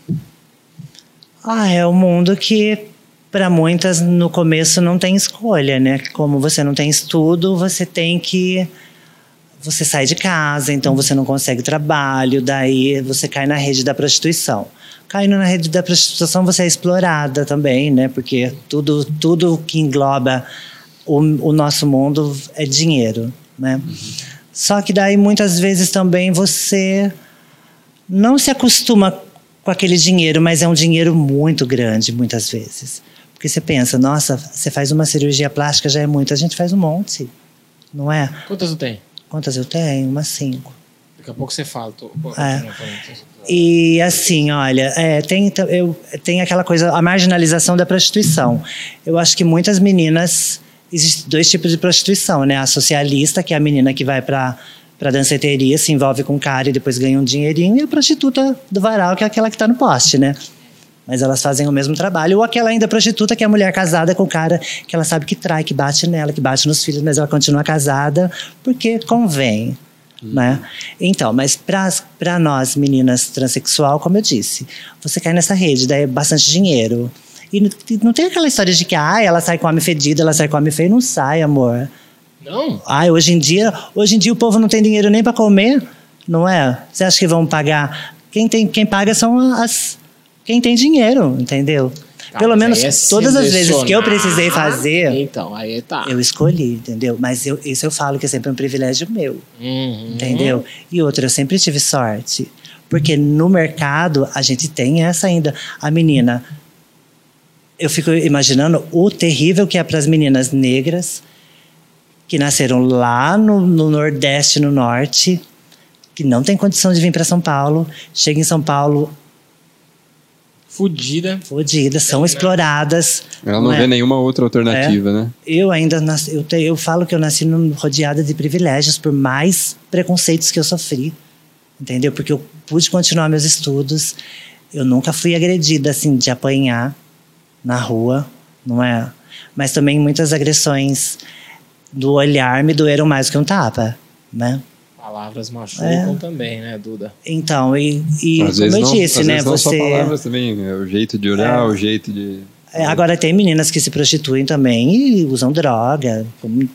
S3: Ah, é um mundo que para muitas no começo não tem escolha, né? Como você não tem estudo, você tem que você sai de casa, então você não consegue trabalho, daí você cai na rede da prostituição. Caindo na rede da prostituição, você é explorada também, né? Porque tudo, tudo que engloba o, o nosso mundo é dinheiro, né? Só que daí muitas vezes também você não se acostuma com aquele dinheiro, mas é um dinheiro muito grande, muitas vezes. Porque você pensa, nossa, você faz uma cirurgia plástica já é muito, a gente faz um monte, não é?
S2: Quantas tu tem?
S3: Quantas eu tenho? Umas cinco.
S2: Daqui a pouco você fala. Tô... pô,
S3: É.
S2: não, pô, não, tô-
S3: E assim, olha, é, tem, t- eu, tem aquela coisa, a marginalização da prostituição. Eu acho que muitas meninas. Existem dois tipos de prostituição, né? A socialista, que é a menina que vai pra, pra danceteria, se envolve com o cara e depois ganha um dinheirinho, e a prostituta do varal, que é aquela que tá no poste, né? Mas elas fazem o mesmo trabalho. Ou aquela ainda prostituta, que é a mulher casada com o cara que ela sabe que trai, que bate nela, que bate nos filhos, mas ela continua casada porque convém. Né? Então, mas para nós, meninas transexual, como eu disse, você cai nessa rede, daí é bastante dinheiro. E n- e não tem aquela história de que ah, ela sai com homem fedido, ela sai com homem feio. Não sai, amor.
S2: Não?
S3: Ai, hoje em dia, hoje em dia o povo não tem dinheiro nem para comer, não é? Você acha que vão pagar? Quem tem, quem paga são as quem tem dinheiro, entendeu?
S2: Ah,
S3: Pelo
S2: mas
S3: menos
S2: aí é
S3: todas as vezes que eu
S2: selecionar.
S3: precisei fazer,
S2: Então, aí tá.
S3: eu escolhi, entendeu? Mas eu- isso eu falo que é sempre um privilégio meu,
S2: Uhum.
S3: entendeu? E outra, eu sempre tive sorte, porque no mercado a gente tem essa ainda, a menina eu fico imaginando o terrível que é para as meninas negras que nasceram lá no, no Nordeste, no Norte, que não tem condição de vir para São Paulo, chega em São Paulo
S2: Fudida.
S3: fodidas, são
S2: né?
S3: exploradas.
S1: É Ela não,
S3: é?
S1: vê nenhuma outra alternativa, né?
S3: Eu ainda nasci, eu, te- eu falo que eu nasci num- rodeada de privilégios por mais preconceitos que eu sofri, entendeu? Porque eu pude continuar meus estudos. Eu nunca fui agredida assim de apanhar na rua, não é? Mas também muitas agressões do olhar me doeram mais que um tapa, né?
S2: Palavras
S3: É.
S2: machucam também, né, Duda?
S3: Então, e, e
S1: às vezes
S3: como eu
S1: não,
S3: disse,
S1: às
S3: né,
S1: vezes não só
S3: você
S1: palavras também, é o jeito de olhar, o jeito de...
S3: É, agora tem meninas que se prostituem também e usam droga. como-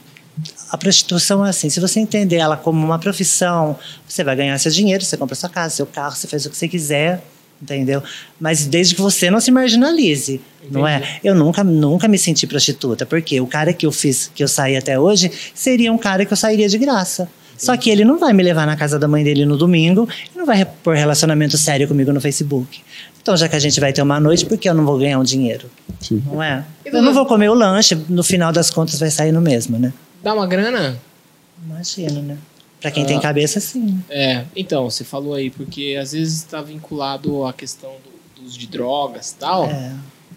S3: A prostituição é assim, se você entender ela como uma profissão, você vai ganhar seu dinheiro, você compra sua casa, seu carro, você faz o que você quiser, entendeu? Mas desde que você não se marginalize, não é? Eu nunca, nunca me senti prostituta, porque o cara que eu fiz, que eu saí até hoje, seria um cara que eu sairia de graça. Só que ele não vai me levar na casa da mãe dele no domingo e não vai pôr relacionamento sério comigo no Facebook. Então, já que a gente vai ter uma noite, por que eu não vou ganhar um dinheiro?
S1: Sim.
S3: Não é? Eu não vou comer o lanche, no final das contas vai sair no mesmo, né?
S2: Dá uma grana?
S3: Imagino, né? Pra quem tem cabeça, sim.
S2: É, então, você falou aí, porque às vezes está vinculado à questão do, dos de drogas e tal,
S3: É.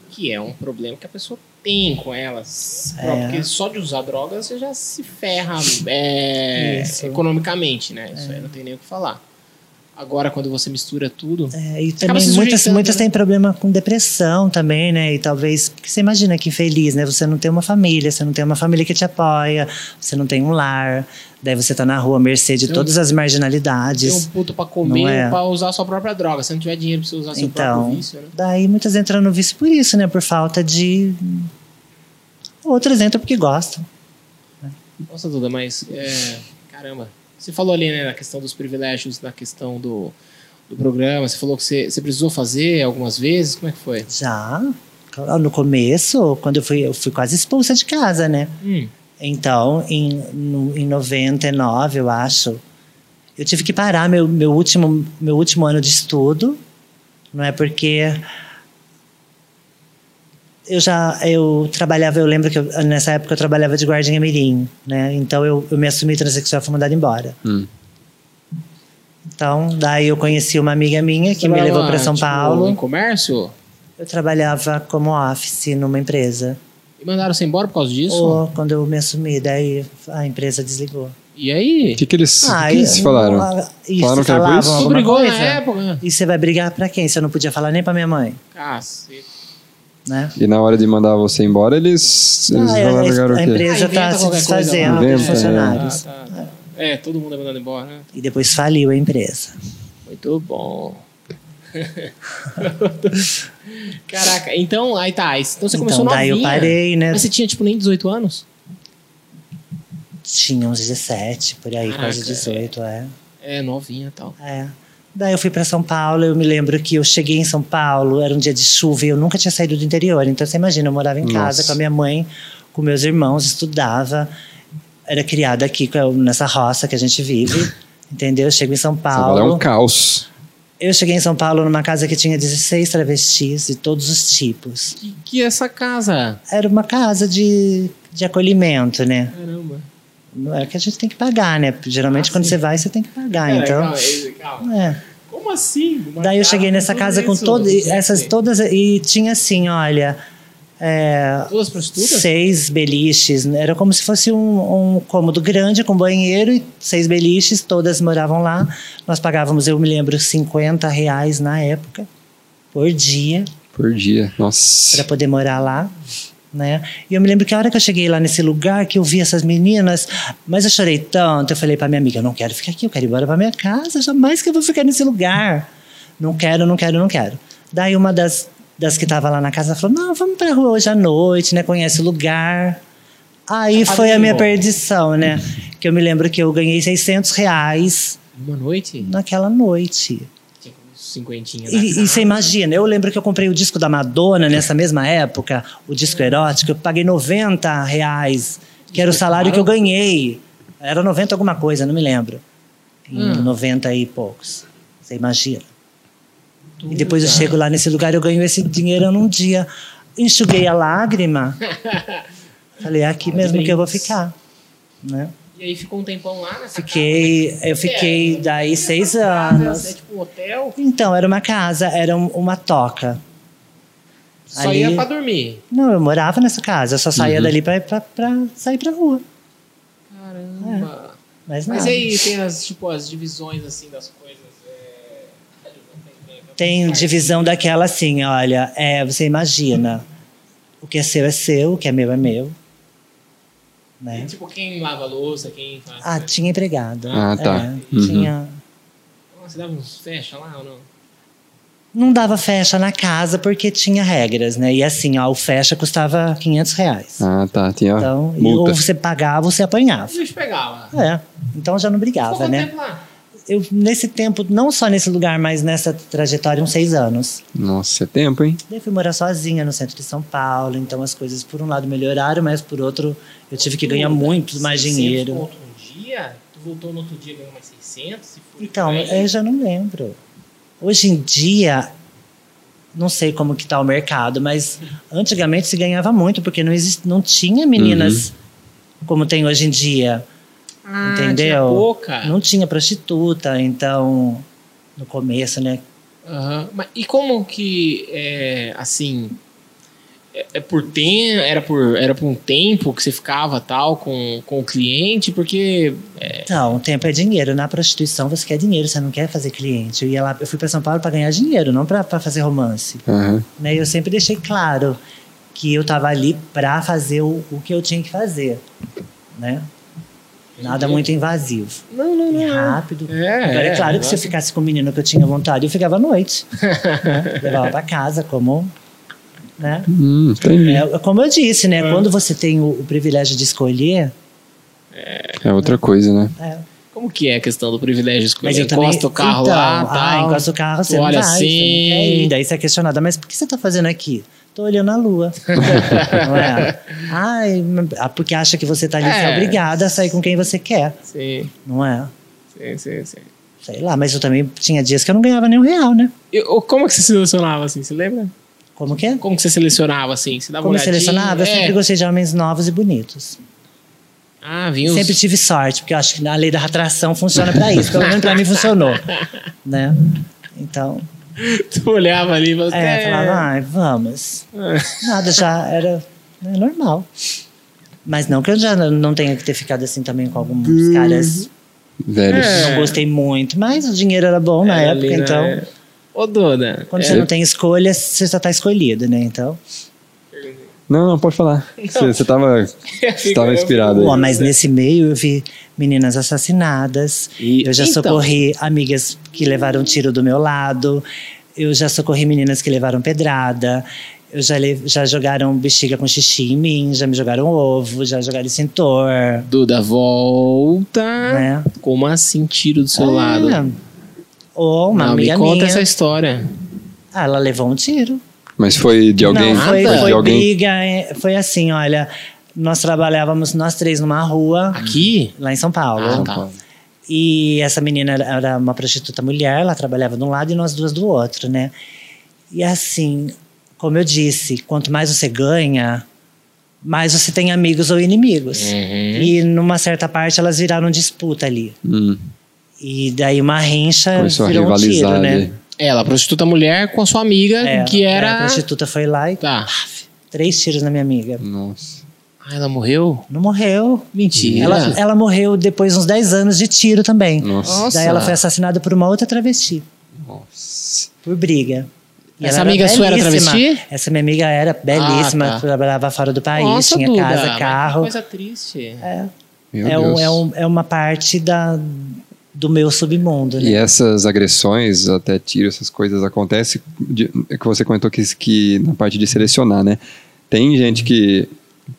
S2: que é um problema que a pessoa tem com elas.
S3: É.
S2: Porque só de usar drogas você já se ferra é,
S3: Isso. É.
S2: economicamente, né? Isso aí não tem nem o que falar. Agora, quando você mistura tudo,
S3: É, e
S2: acaba
S3: também
S2: se
S3: muitas,
S2: sujeitando,
S3: muitas
S2: né?
S3: têm problema com depressão também, né? E talvez, porque você imagina que infeliz, né? Você não tem uma família, você não tem uma família que te apoia, você não tem um lar, daí você tá na rua à mercê de
S2: Tem um-
S3: todas as
S2: tem um
S3: marginalidades.
S2: puto pra
S3: Não
S2: comer
S3: é.
S2: ou pra usar a sua própria droga. Se não tiver dinheiro pra você usar seu
S3: Então,
S2: próprio vício, né?
S3: daí muitas entram no vício por isso, né? Por falta de. Outras entram porque gostam.
S2: Nossa, Duda, mas é, caramba. Você falou ali, né, na questão dos privilégios, na questão do, do programa. Você falou que você, você precisou fazer algumas vezes. Como é que foi?
S3: Já. No começo, quando eu fui, eu fui quase expulsa de casa, né?
S2: Hum,
S3: Então, em, no, em 99, eu acho, eu tive que parar meu, meu, último, meu último ano de estudo, não é porque eu já eu trabalhava, eu lembro que eu- nessa época eu trabalhava de guardinha mirim, né? Então eu, eu me assumi transexual e fui mandada embora.
S1: Hum.
S3: Então, daí eu conheci uma amiga minha É que me
S2: trabalhava,
S3: levou para São
S2: tipo, Em
S3: Paulo.
S2: comércio?
S3: Eu trabalhava como office numa empresa.
S2: E mandaram você embora por causa disso?
S3: Ou quando eu me assumi, daí a empresa desligou.
S2: E aí?
S1: O que, que eles, o que
S3: Ah,
S1: que eles
S3: eu-
S1: falaram?
S3: ah, Isso,
S1: Falaram que era por
S3: falavam
S1: isso?
S2: Você
S3: alguma
S2: brigou
S3: coisa?
S2: na época? né?
S3: E você vai brigar pra quem? Você não podia falar nem pra minha mãe,
S2: Cacete.
S3: né?
S1: E na hora de mandar você embora, eles, eles
S3: Ah, é, a-
S1: largaram o
S3: a
S1: quê?
S3: empresa
S2: Ah, inventa
S3: tá
S2: qualquer
S3: se
S2: coisa
S3: desfazendo
S2: lá.
S1: Inventa,
S3: dos
S1: né?
S3: funcionários.
S2: Ah, tá, tá. É, todo mundo é mandando embora, né?
S3: E depois faliu a empresa.
S2: Muito bom. Caraca, então, aí tá. Então você começou
S3: então, daí
S2: novinha.
S3: eu parei, né?
S2: Mas você tinha, tipo, nem 18 anos?
S3: Tinha uns 17, por aí, quase
S2: Caraca,
S3: 18, é.
S2: É, novinha e tal.
S3: É. Daí eu fui para São Paulo, eu me lembro que eu cheguei em São Paulo, era um dia de chuva e eu nunca tinha saído do interior. Então você imagina, eu morava em casa
S1: Nossa.
S3: com a minha mãe, com meus irmãos, estudava. Era criada aqui com- nessa roça que a gente vive, entendeu? Eu chego em São
S1: São Paulo é
S3: Paulo.
S1: um caos.
S3: Eu cheguei em São Paulo numa casa que tinha 16 travestis de todos os tipos.
S2: Que, que é essa casa?
S3: Era uma casa de, de acolhimento, né?
S2: Caramba.
S3: Não é que a gente tem que pagar, né? Geralmente
S2: Ah,
S3: quando
S2: sim. É,
S3: você vai, você tem que pagar,
S2: Pera,
S3: então.
S2: calma aí, calma.
S3: É.
S2: Como assim? Uma
S3: Daí eu
S2: casa
S3: cheguei nessa
S2: tudo
S3: casa com
S2: é isso?
S3: todas
S2: Não sei
S3: essas
S2: o quê.
S3: todas e tinha assim, olha, é,
S2: Todas prostitutas?
S3: seis beliches. né? Era como se fosse um, um cômodo grande com banheiro e seis beliches. Todas moravam lá. Nós pagávamos, eu me lembro, 50 reais na época por dia
S1: Por dia.
S3: para
S1: Nossa.
S3: poder morar lá. Né? E eu me lembro que a hora que eu cheguei lá nesse lugar, que eu vi essas meninas, mas eu chorei tanto, eu falei pra minha amiga, eu não quero ficar aqui, eu quero ir embora pra minha casa, jamais que eu vou ficar nesse lugar. Não quero, não quero, não quero. Daí uma das, das que tava lá na casa falou, não, vamos pra rua hoje à noite, né, conhece o lugar. Aí foi a minha
S2: Amigo.
S3: perdição, né, que eu me lembro que eu ganhei 600 reais
S2: Uma noite?
S3: naquela noite.
S2: Tinha como cinquentinha na
S3: E, e
S2: casa.
S3: você imagina, eu lembro que eu comprei o disco da Madonna nessa mesma época, o disco erótico, eu paguei 90 reais, que era o salário que eu ganhei. Era 90 alguma coisa, não me lembro. Em
S2: Hum.
S3: 90 e poucos. Você imagina.
S2: Tudo,
S3: E depois eu
S2: cara.
S3: chego lá nesse lugar, eu ganho esse dinheiro num dia. Enxuguei a lágrima. Falei, é aqui mesmo que eu vou ficar. Né?
S2: E aí ficou um tempão lá nessa É,
S3: Fiquei, eu fiquei daí seis
S2: casa?
S3: anos.
S2: É tipo um hotel?
S3: Então, era uma casa, era um- uma toca.
S2: Só
S3: Ali-
S2: ia pra dormir.
S3: Não, eu morava nessa casa, eu só saía
S1: Uhum.
S3: dali pra, pra, pra sair pra rua. É.
S2: Caramba.
S3: Mas não.
S2: Mas aí tem as, tipo, as divisões assim das coisas. é,
S3: Tem divisão daquela assim, olha, é, você imagina, o que é seu é seu, o que é meu é meu. Né?
S2: Tipo, quem lava a louça, quem faz.
S3: Ah, tinha empregada.
S1: Ah, tá.
S3: É,
S1: Uhum.
S3: Tinha. tipo-
S2: Nossa, dava uns fecha lá ou não?
S3: Não dava fecha na casa porque tinha regras, né? E assim, ó, o fecha custava 500 reais.
S1: Ah, tá. Tinha
S3: Então, e ou
S1: multa.
S3: você pagava ou você apanhava.
S2: O bicho pegava.
S3: É, então já não
S2: Ficou
S3: brigava,
S2: quanto
S3: Ah, né?
S2: tempo lá?
S3: Eu, nesse tempo, não só nesse lugar, mas nessa trajetória, uns seis anos.
S1: Nossa, é tempo, hein?
S3: Daí eu fui morar sozinha no centro de São Paulo, então as coisas por um lado melhoraram, mas por outro eu tive que ganhar muito mais
S2: 600
S3: dinheiro.
S2: conto um dia, tu voltou no outro dia e ganhou mais 600. E foi
S3: Então,
S2: pra aí.
S3: eu já não lembro. Hoje em dia, não sei como que tá o mercado, mas antigamente se ganhava muito, porque não, exist, não tinha meninas como tem hoje em dia.
S2: Uhum. Ah,
S3: entendeu?
S2: tinha pouca.
S3: Não tinha prostituta, então no começo, né?
S2: Aham. Mas, e como que, é, assim, é, é por tem, era por era por um tempo que você ficava tal com, com o cliente, porque
S3: Então, o tempo é dinheiro. Na prostituição você quer dinheiro, você não quer fazer cliente. Eu ia lá, eu fui para São Paulo para ganhar dinheiro, não para fazer romance.
S1: Aham.
S3: né? Eu sempre deixei claro que eu estava ali para fazer o, o que eu tinha que fazer, né? Nada muito invasivo.
S2: não, não,
S3: E
S2: não.
S3: rápido.
S2: Uhum. É,
S3: Agora, é claro que se eu ficasse com o menino que eu tinha vontade, eu ficava à noite. né? Levava para casa, como. Né?
S1: Hum, entendi.
S3: É, como eu disse, né?
S2: Uhum. É.
S3: Quando você tem o, o privilégio de escolher.
S1: É outra coisa, né?
S3: é.
S2: Como que é a questão do privilégio escolher?
S3: Mas eu também.
S2: encosta o carro
S3: então,
S2: lá, tal.
S3: Ah, encosta o carro,
S2: Tu
S3: você
S2: olha
S3: não vai,
S2: assim.
S3: Você não quer ir. Daí você é questionada, mas por que você tá fazendo aqui? Tô olhando a lua. não é? Ai, ah, porque acha que você tá ali, você
S2: É.
S3: é obrigada a sair com quem você quer,
S2: Sim,
S3: não é?
S2: sim, sim, sim.
S3: Sei lá, mas eu também tinha dias que eu não ganhava nem um real, né?
S2: E, ou como que você selecionava assim, você lembra?
S3: Como que é?
S2: Como que você selecionava assim? Você dava
S3: Como
S2: uma olhadinha?
S3: selecionava, eu
S2: É.
S3: sempre gostei de homens novos e bonitos.
S2: Ah, vinha os-
S3: Sempre tive sorte, porque eu acho que a lei da atração funciona pra isso. Pelo menos pra mim funcionou, né? Então,
S2: Tu olhava ali e falava,
S3: é,
S2: "É".
S3: falava, ai, vamos.
S2: É.
S3: Nada, já era né, normal. Mas não que eu já não- não tenha que ter ficado assim também com alguns caras.
S1: Velhos.
S2: Uhum. É.
S3: Não gostei muito, mas o dinheiro era bom na
S2: Era
S3: época,
S2: ali, né?
S3: então.
S2: Ô, Duda.
S3: Quando
S2: é,
S3: você não tem escolha, você já tá escolhido, né? Então.
S1: Não, não, pode falar. Você você tava, você tava inspirado
S3: Pô,
S1: aí.
S3: mas nesse meio eu vi meninas assassinadas.
S2: E-
S3: eu já
S2: então.
S3: socorri amigas que levaram tiro do meu lado. Eu já socorri meninas que levaram pedrada. Eu já, le- já jogaram bexiga com xixi em mim, já me jogaram ovo, já jogaram cintor,
S2: Duda, volta.
S3: né?
S2: Como assim tiro do seu
S3: É.
S2: lado?
S3: Ou uma
S2: Não, me
S3: amiga
S2: conta
S3: minha.
S2: essa história.
S3: Ah, ela levou um tiro.
S1: Mas foi de alguém?
S3: Não, foi,
S2: Nada?
S1: de
S3: foi
S1: alguém?
S3: briga. é, Foi assim, olha. Nós trabalhávamos nós três numa rua
S2: Aqui?
S3: lá em São Paulo.
S2: Ah,
S1: São
S2: tá.
S1: Paulo.
S3: E essa menina era- era uma prostituta mulher, ela trabalhava de um lado e nós duas do outro, né? E assim, como eu disse, quanto mais você ganha, mais você tem amigos ou inimigos.
S2: Uhum.
S3: E numa certa parte elas viraram disputa ali.
S1: Hum,
S3: E daí uma rincha
S1: começou a
S3: virou um
S1: rivalizar
S3: tiro, né?
S1: ali.
S2: Ela, prostituta mulher com a sua amiga,
S3: É,
S2: que era.
S3: A prostituta foi lá e
S2: Tá.
S3: três tiros na minha amiga.
S1: Nossa.
S2: Ah, ela morreu?
S3: Não morreu.
S2: Mentira.
S3: Ela, tá ela morreu depois de uns 10 anos de tiro também.
S1: Nossa.
S3: Daí ela foi assassinada por uma outra travesti.
S1: Nossa.
S3: por briga.
S2: Essa
S3: ela
S2: amiga sua era
S3: belíssima.
S2: travesti?
S3: Essa minha amiga era belíssima,
S2: Ah, tá.
S3: trabalhava fora do país,
S2: Nossa,
S3: tinha
S2: Duda, mas
S3: casa,
S2: que
S3: carro.
S2: coisa triste.
S1: Meu
S3: É, um,
S1: Deus.
S3: é, um, é uma parte da, do meu submundo, né?
S1: E essas agressões, até tiro, essas coisas acontecem, de- é que você comentou que, que na parte de selecionar, né? Tem gente que,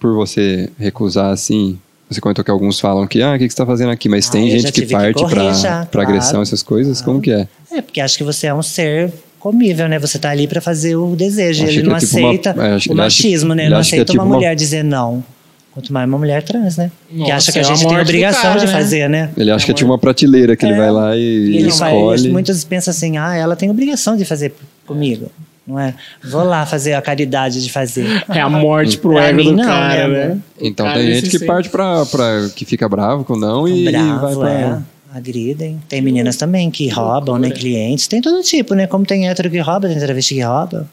S1: por você recusar assim, você comentou que alguns falam que, ah, o que, que você tá fazendo aqui? Mas
S3: Ah,
S1: tem
S3: eu já
S1: gente que
S3: tive que
S1: parte
S3: correr
S1: para
S3: já,
S1: pra
S3: claro,
S1: agressão, essas coisas? Como que é?
S3: É, porque acho que você é um ser comível, né? Você tá ali para fazer o desejo.
S1: Acho
S3: Ele
S1: que
S3: não
S1: é tipo uma- é,
S3: aceita
S1: acho-
S3: o
S1: ele acha-
S3: machismo, né?
S1: ele
S3: Ele não
S1: acha que é
S3: aceita uma
S1: tipo uma-
S3: mulher dizer não. Quanto mais uma mulher trans, né? que
S2: Nossa,
S3: acha que a
S2: é uma
S3: gente tem
S2: morte do
S3: obrigação
S2: cara,
S3: de
S2: né?
S3: fazer, né?
S1: Ele acha que é
S2: Amor.
S1: tipo uma prateleira que ele
S3: É.
S1: vai lá e,
S3: E ele vai,
S1: escolhe.
S3: muitos pensam assim, ah, ela tem obrigação de fazer comigo, não é? Vou lá fazer a caridade de fazer.
S2: É a morte pro
S3: Pra
S2: ego
S3: mim,
S2: do
S3: não,
S2: cara,
S3: né,
S2: né?
S3: amor?
S1: Então
S2: Cara,
S1: tem
S2: ele
S1: gente
S2: se
S1: que
S2: sente.
S1: parte pra, pra. que fica bravo com não
S3: Então,
S1: e, e vai
S3: bravo,
S1: pra.
S3: é. Agridem. Tem meninas também que roubam, né? Clientes. Tem todo tipo, né? Como tem hétero que rouba, tem travesti que rouba.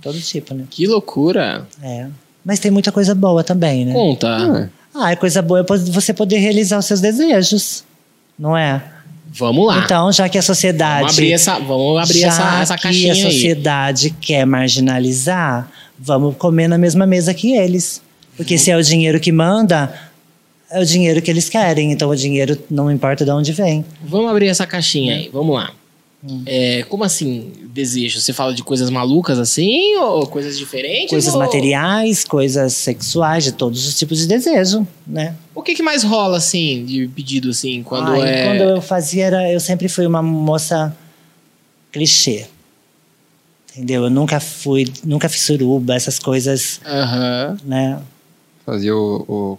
S3: Todo tipo, né?
S2: Que loucura.
S3: É. Mas tem muita coisa boa também, né?
S2: Conta.
S1: Ah,
S3: Ah, é coisa boa é po- você poder realizar os seus desejos, não é?
S2: Ah. Vamos lá.
S3: Então, já que a sociedade.
S2: vamos abrir essa, vamos abrir
S3: já
S2: essa, essa
S3: que
S2: caixinha
S3: a
S2: aí.
S3: sociedade quer marginalizar, vamos comer na mesma mesa que eles.
S2: Uhum.
S3: Porque se é o dinheiro que manda, é o dinheiro que eles querem. Então, o dinheiro não importa de onde vem.
S2: Vamos abrir essa caixinha aí. Vamos lá.
S3: Hum.
S2: É, como assim, desejo? Você fala de coisas malucas assim? Ou coisas diferentes?
S3: coisas
S2: ou-
S3: materiais, coisas sexuais, de todos os tipos de desejo, né?
S2: O que, que mais rola assim, de pedido assim? Quando
S3: Ai,
S2: é.
S3: quando eu fazia, era, eu sempre fui uma moça clichê. Entendeu? Eu nunca fui, nunca fiz suruba, essas coisas,
S2: Aham.
S3: né?
S1: fazia o. o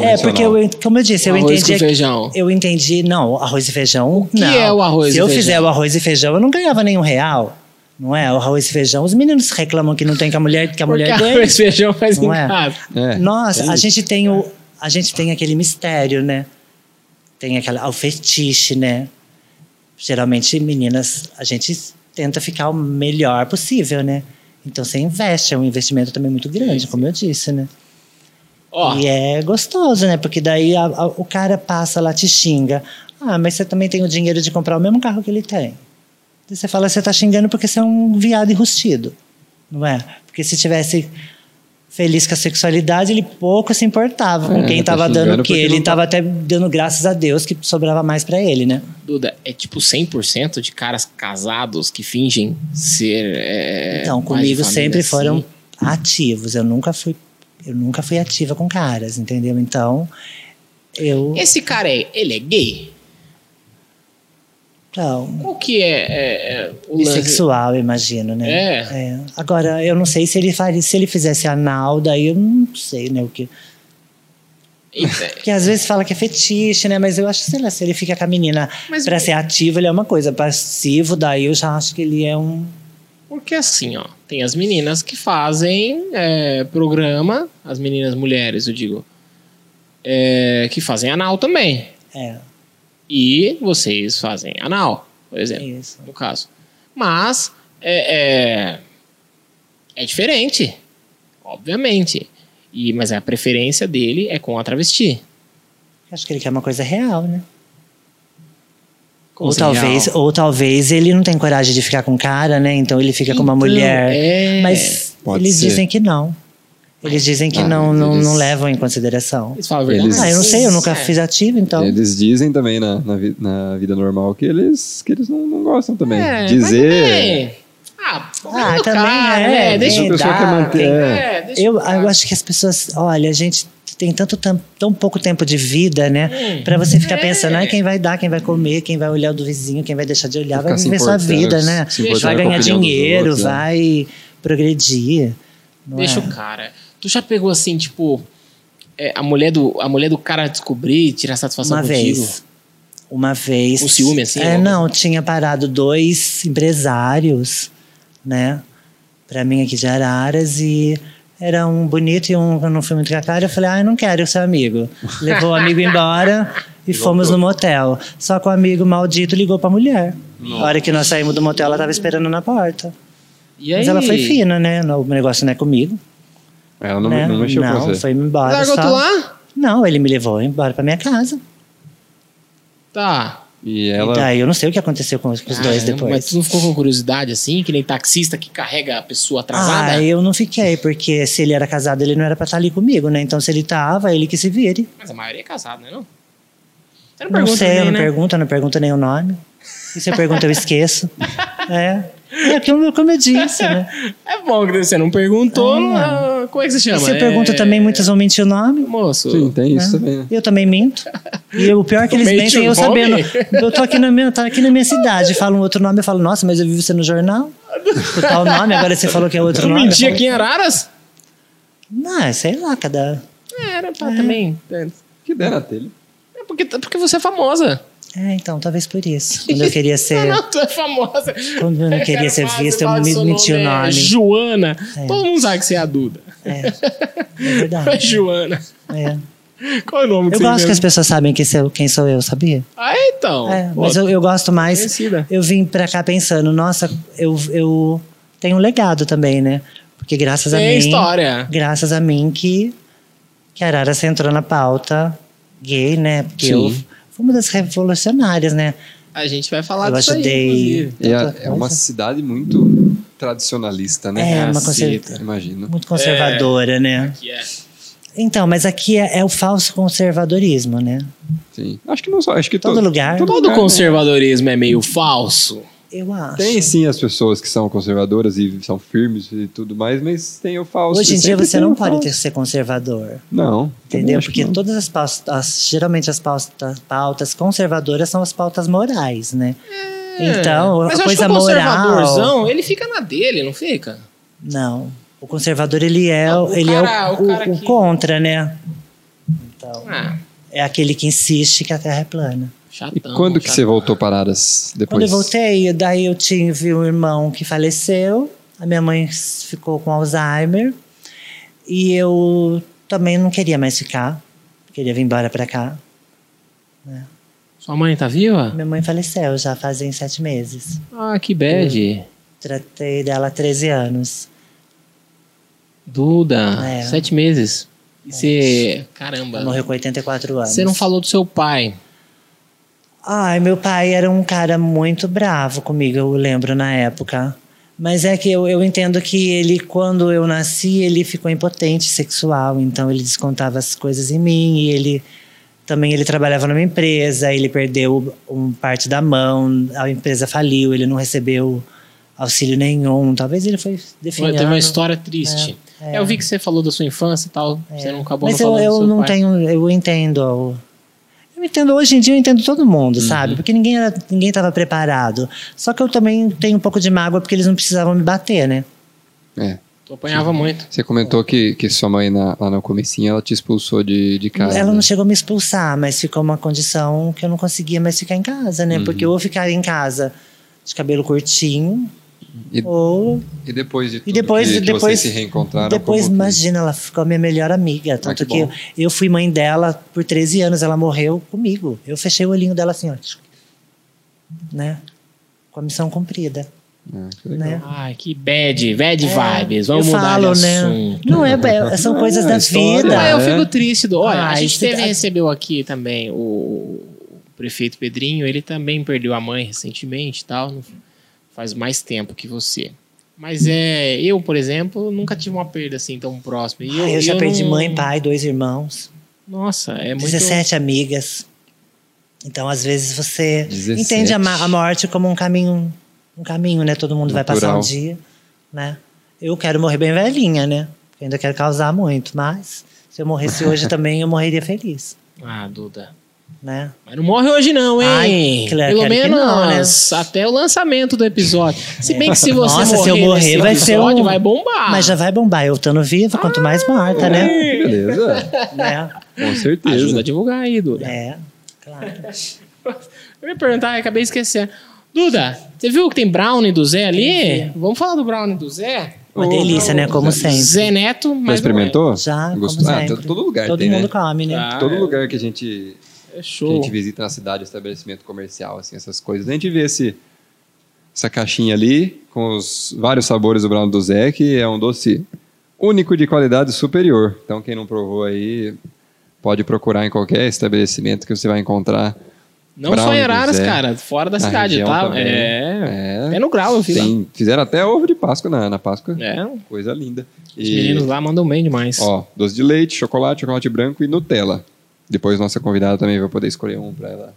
S3: É,
S1: convencional.
S3: porque eu, como eu disse, eu
S2: Arroz com
S3: entendi
S2: feijão.
S3: eu entendi, não, arroz e feijão. O
S2: que é o arroz
S3: Se
S2: e
S3: eu
S2: feijão?
S3: fizer o arroz e feijão, eu não ganhava nenhum real. Não é? O arroz e feijão. Os meninos reclamam que não tem que a mulher, que a
S2: Porque
S3: mulher tem.
S2: arroz e feijão faz em
S3: Não é?
S2: casa.
S1: É,
S3: Nossa,
S1: tem
S3: a gente tem o a gente tem aquele mistério, né? Tem aquela o fetiche, né? Geralmente meninas, a gente tenta ficar o melhor possível, né? Então você investe, é um investimento também muito grande, como eu disse, né?
S2: Ó,
S3: E é gostoso, né? Porque daí a- a- o cara passa lá, te xinga. Ah, mas você também tem o dinheiro de comprar o mesmo carro que ele tem. Daí você fala, você tá xingando porque você é um viado enrustido. Não é? Porque se tivesse feliz com a sexualidade, ele pouco se importava com
S1: É,
S3: quem
S1: tá
S3: tava dando
S1: xingando
S3: o quê.
S1: porque
S3: Ele
S1: não tá-
S3: tava até dando graças a Deus que sobrava mais para ele, né?
S2: Duda, é tipo 100% de caras casados que fingem ser. é,
S3: então,
S2: pais de
S3: comigo
S2: família,
S3: sempre
S2: assim.
S3: foram ativos. Eu nunca fui eu nunca fui ativa com caras, entendeu? Então, eu
S2: Esse cara, é, ele é gay?
S3: então,
S2: Qual que é, é, é o lance?
S3: bissexual, eu imagino, né?
S2: É.
S3: Agora, eu não sei se ele faria, se ele fizesse anal, daí eu não sei, né? O que...
S2: Eita,
S3: Porque às vezes fala que é fetiche, né? Mas eu acho, sei lá, se ele fica com a menina
S2: Mas-
S3: pra ser ativo, ele é uma coisa. Passivo, daí eu já acho que ele é um.
S2: Porque assim, ó, tem as meninas que fazem é, programa, as meninas mulheres, eu digo, é, que fazem anal também.
S3: É,
S2: E vocês fazem anal, por
S3: é
S2: exemplo,
S3: isso.
S2: no caso. Mas é, é, é diferente, obviamente. E, mas a preferência dele é com a travesti.
S3: Acho que ele quer uma coisa real, né?
S2: Como
S3: ou
S2: assim,
S3: talvez,
S2: real?
S3: ou talvez ele não tem coragem de ficar com um cara, né? Então ele fica com uma
S2: Então,
S3: mulher.
S2: é.
S3: Mas
S1: Pode
S3: eles
S1: ser.
S3: dizem que não. Eles dizem que
S1: Ah,
S3: não, não,
S1: eles-
S3: não levam em consideração.
S2: Eles falam a verdade.
S1: Eles-
S3: Ah, eu não sei, eu nunca
S2: É.
S3: fiz ativo, então.
S1: Eles dizem também na, na, vi- na vida normal que eles, que eles não, não gostam também.
S2: É, mas
S1: Dizer.
S2: também. Ah,
S3: Ah,
S2: do
S3: também
S2: cara,
S3: é,
S2: né? Deixa
S1: Essa
S3: é,
S2: o
S1: pessoa
S3: dá,
S1: quer manter.
S2: tem-
S1: é.
S2: é, deixa
S3: Eu,
S2: o cara.
S3: eu acho que as pessoas. Olha, a gente tem tanto tam- tão pouco tempo de vida, né?
S2: Hum.
S3: Pra você ficar
S2: É.
S3: pensando, ai, quem vai dar, quem vai comer, quem vai olhar o do vizinho, quem vai deixar de olhar, vai
S1: Ficar se
S3: viver sua
S1: importando,
S3: vida, né?
S1: se
S2: Deixa-
S1: importando
S3: Vai
S1: com a
S3: ganhar
S1: opinião dos
S3: dinheiro,
S1: outros, né?
S3: vai progredir. não
S2: Deixa
S3: é?
S2: o cara. Tu já pegou assim, tipo, é, a, mulher do, a mulher do cara descobrir, tirar satisfação
S3: Uma
S2: contigo?
S3: vez. Uma vez.
S2: Com ciúme, assim,
S3: É,
S2: ou-
S3: não, tinha parado dois empresários, né? Pra mim aqui de Araras e era um bonito e um que eu não fui muito com a cara. Eu falei, ah, eu não quero ser amigo. Levou o amigo embora e fomos no motel. Só que o amigo maldito ligou pra mulher. Na hora que nós saímos do motel, ela tava esperando na porta.
S2: E aí?
S3: Mas ela foi fina, né? O negócio não é comigo.
S1: Ela não,
S3: né?
S1: não mexeu
S3: não,
S1: com você.
S3: foi embora.
S2: Largou
S3: só-
S2: tu lá?
S3: Não, ele me levou embora pra minha casa.
S2: Tá.
S1: E ela.
S3: Daí Ah, eu não sei o que aconteceu com os, com os dois
S2: Caramba, Mas
S3: depois.
S2: tu não ficou com curiosidade assim, que nem taxista que carrega a pessoa atrasada?
S3: Ah, eu não fiquei, porque se ele era casado, ele não era pra estar ali comigo, né? Então se ele tava, ele que se vire.
S2: Mas a maioria é casada, né? Não? Você não,
S3: Não,
S2: pergunta
S3: sei, eu
S2: ninguém,
S3: não
S2: né?
S3: pergunto, eu não pergunto nem o nome. E se eu pergunto, eu esqueço. É. É como, como eu disse, né?
S2: É bom que você não perguntou. ah, Como é que você
S3: E
S2: chama?
S3: se eu
S2: É-
S3: pergunto também, muitos vão mentir o nome.
S2: Moço.
S1: Sim, tem isso
S3: né?
S1: também, né?
S3: Eu também minto. E o pior é que eles
S2: Mente
S3: mentem
S2: o
S3: eu sabendo.
S2: nome?
S3: Eu tô aqui, na minha, tô aqui na minha cidade, falo um outro nome, eu falo, nossa, mas eu vi você no jornal. Por tal nome, agora você falou que é outro
S2: Tu
S3: nome. eu
S2: mentia
S3: falo,
S2: aqui em Araras?
S3: Não, sei lá, cada.
S2: É, Era pra também. É
S1: Que der na telha.
S2: porque, porque você é famosa.
S3: É, então, talvez por isso. Quando eu queria ser.
S2: Não, não, tu é famosa.
S3: Quando eu não
S2: É,
S3: queria
S2: cara,
S3: ser
S2: fala,
S3: vista,
S2: você
S3: eu
S2: fala que
S3: me
S2: seu
S3: meti o
S2: nome é
S3: nome.
S2: Joana.
S3: É.
S2: Todo mundo sabe que você é a Duda.
S3: É, é
S2: É
S3: verdade.
S2: Joana.
S3: é.
S2: Qual é o nome que
S3: Eu
S2: você
S3: gosto que as
S2: inventa?
S3: pessoas sabem quem sou, quem sou eu, sabia?
S2: Ah, então.
S3: É,
S2: Pô,
S3: mas eu, eu gosto mais.
S2: Conhecida.
S3: Eu vim pra cá pensando, nossa, eu, eu tenho um legado também, né? Porque graças a
S2: Tem
S3: mim.
S2: É história.
S3: Graças a mim que, que Araras entrou na pauta gay, né? Porque
S1: Sim.
S3: eu fui uma das revolucionárias, né?
S2: A gente vai falar
S3: eu
S2: disso
S3: ajudei.
S2: aí, inclusive.
S1: É, a-
S3: tanta
S1: é uma
S3: coisa.
S1: cidade muito tradicionalista, né?
S3: É, uma
S1: Caceta,
S3: conserva-
S1: Imagino.
S3: Muito conservadora, né?
S2: Que é.
S3: Então, mas aqui é, é o falso conservadorismo, né?
S1: Sim. Acho que não só. Acho que
S3: Todo lugar.
S2: Todo
S1: lugar, né?
S2: conservadorismo é meio falso.
S3: Eu acho.
S1: Tem sim as pessoas que são conservadoras e são firmes e tudo mais, mas tem o falso.
S3: Hoje em dia
S1: Sempre
S3: você
S1: tem
S2: um
S3: não
S1: o
S3: pode
S1: falso.
S3: ter, ser
S2: Tá
S3: conservador,
S1: Não. também
S3: entendeu?
S1: acho que
S3: Porque
S1: não.
S3: todas as pautas, as- geralmente as pautas, pautas conservadoras são as pautas morais, né? Então,
S2: É, Mas eu
S3: a
S2: acho que
S3: coisa
S2: o
S3: moral.
S2: conservadorzão, ele fica na dele, não fica?
S3: Não. O conservador, ele é
S2: Ah,
S3: o,
S2: o
S3: ele é
S2: cara-
S3: o,
S2: o cara
S3: o- o
S2: que-
S3: contra, né? Então,
S2: Ah,
S3: é aquele que insiste que a Terra é plana.
S2: chatão.
S1: E quando que
S2: chatão.
S1: você voltou para Araras depois?
S3: Quando eu voltei, daí eu tive um irmão que faleceu, a minha mãe ficou com Alzheimer e eu também não queria mais ficar, queria vir embora pra cá.
S2: Sua mãe tá viva?
S3: Minha mãe faleceu já fazem sete meses.
S2: Ah, que
S3: É.
S2: bad.
S3: Tratei dela há 13 anos.
S2: Duda,
S3: É.
S2: sete meses. E você.
S3: Ela
S2: Caramba.
S3: morreu com 84 anos.
S2: Você não falou do seu pai.
S3: Ai, meu pai era um cara muito bravo comigo, eu lembro na época. Mas é que eu, eu entendo que ele, quando eu nasci, ele ficou impotente sexual, então ele descontava as coisas em mim e ele também ele trabalhava numa empresa, ele perdeu um parte da mão, a empresa faliu, ele não recebeu auxílio nenhum. Talvez ele foi definido.
S2: Teve uma história triste.
S3: É, é.
S2: Eu vi que você falou da sua infância e tal. Você não acabou
S3: Mas
S2: não
S3: eu,
S2: falando do
S3: eu
S2: seu
S3: não
S2: pai.
S3: tenho, eu entendo. o- Eu entendo, hoje em dia eu entendo todo mundo,
S2: Uhum.
S3: sabe? Porque ninguém era, ninguém estava preparado. Só que eu também tenho um pouco de mágoa porque eles não precisavam me bater, né?
S1: É.
S2: Tu apanhava muito.
S1: Você comentou que, que sua mãe na- lá no comecinho ela te expulsou de, de casa.
S3: Ela
S1: né?
S3: não chegou a me expulsar, mas ficou uma condição que eu não conseguia mais ficar em casa, né?
S2: Uhum.
S3: Porque ou eu ficava em casa de cabelo curtinho,
S1: E-
S3: ou
S1: E depois de tudo
S3: depois-
S1: que, que
S3: depois-
S1: vocês se reencontraram. como
S3: Depois,
S1: que- Ah,
S3: imagina, ela ficou a minha melhor amiga. Tanto
S1: que
S3: que,
S1: bom.
S3: eu fui mãe dela por 13 anos, ela morreu comigo. Eu fechei o olhinho dela assim, ó. Né? Com a missão cumprida.
S1: Ah, que legal.
S3: Né?
S2: Ai, que bad, bad vibes. Vamos
S3: É. eu
S2: mudar
S3: falo,
S2: de
S3: né?
S2: assunto.
S3: Não é, é- são
S1: Ah,
S3: coisas da
S1: história.
S3: vida.
S2: Ah, eu
S1: É.
S2: fico triste. Do... Olha, a
S3: Ah,
S2: gente
S3: isso-
S2: teve,
S3: a-
S2: recebeu aqui também o, o prefeito Pedrinho. Ele também perdeu a mãe recentemente e tal. não- Faz mais tempo que você. Mas é, eu, por exemplo, nunca tive uma perda assim tão próxima. E
S3: Ah, eu já perdi
S2: não-
S3: mãe, pai, dois irmãos,
S2: Nossa, é muito.
S3: 17 amigas. Então, às vezes, você
S1: 17.
S3: entende a, ma- a morte como um caminho um caminho, né? Todo mundo vai
S1: Natural.
S3: passar um dia, né? Eu quero morrer bem velhinha, né? Eu ainda quero causar muito, mas se eu morresse hoje também, eu morreria feliz,
S2: Ah, Duda.
S3: né?
S2: Mas não morre hoje não, hein?
S3: Ai, claro,
S2: Pelo
S3: quero que
S2: menos
S3: não, né?
S2: até o lançamento do episódio. Se bem que se você
S3: Nossa,
S2: morrer,
S3: se eu morrer,
S2: nesse
S3: vai ser
S2: episódio,
S3: um-
S2: vai bombar.
S3: Mas já vai bombar, eu estando viva, quanto mais morta, né?
S1: Beleza,
S3: né?
S1: com certeza.
S2: Ajuda a divulgar aí, Duda.
S3: É, claro.
S2: Eu ia perguntar, eu acabei esquecendo. Duda, você viu que tem brownie do Zé ali? Vamos falar do brownie do Zé?
S3: Uma
S1: Ô,
S3: delícia, né? Como sempre.
S2: Zé Neto,
S1: Já
S2: mas
S1: experimentou?
S3: Já,
S1: Gostou?
S3: como
S1: Ah,
S3: sempre.
S1: todo- todo lugar
S3: Todo
S1: tem,
S3: mundo
S1: né?
S3: come, né?
S2: Ah,
S1: Todo
S2: é.
S1: lugar que a gente
S2: não é. É
S1: que a
S2: show.
S1: gente visita na cidade, estabelecimento comercial, assim, essas coisas. A gente vê esse, essa caixinha ali, com os vários sabores do Brown do Zé, que é um doce único de qualidade superior. Então, quem não provou aí, pode procurar em qualquer estabelecimento que você vai encontrar.
S2: Não só
S1: brownie
S2: em
S1: do
S2: Araras,
S1: Zé.
S2: cara, fora da
S1: Na
S2: cidade,
S1: região
S2: tá?
S1: também.
S2: É,
S1: É,
S2: é no grau, eu vi lá.
S1: tem- fizeram até ovo de Páscoa na, na Páscoa.
S2: É,
S1: Coisa linda.
S2: os
S1: E-
S2: meninos lá mandam bem demais.
S1: Ó, doce de leite, chocolate, chocolate branco e Nutella. Depois nossa convidada também vai poder escolher um pra ela.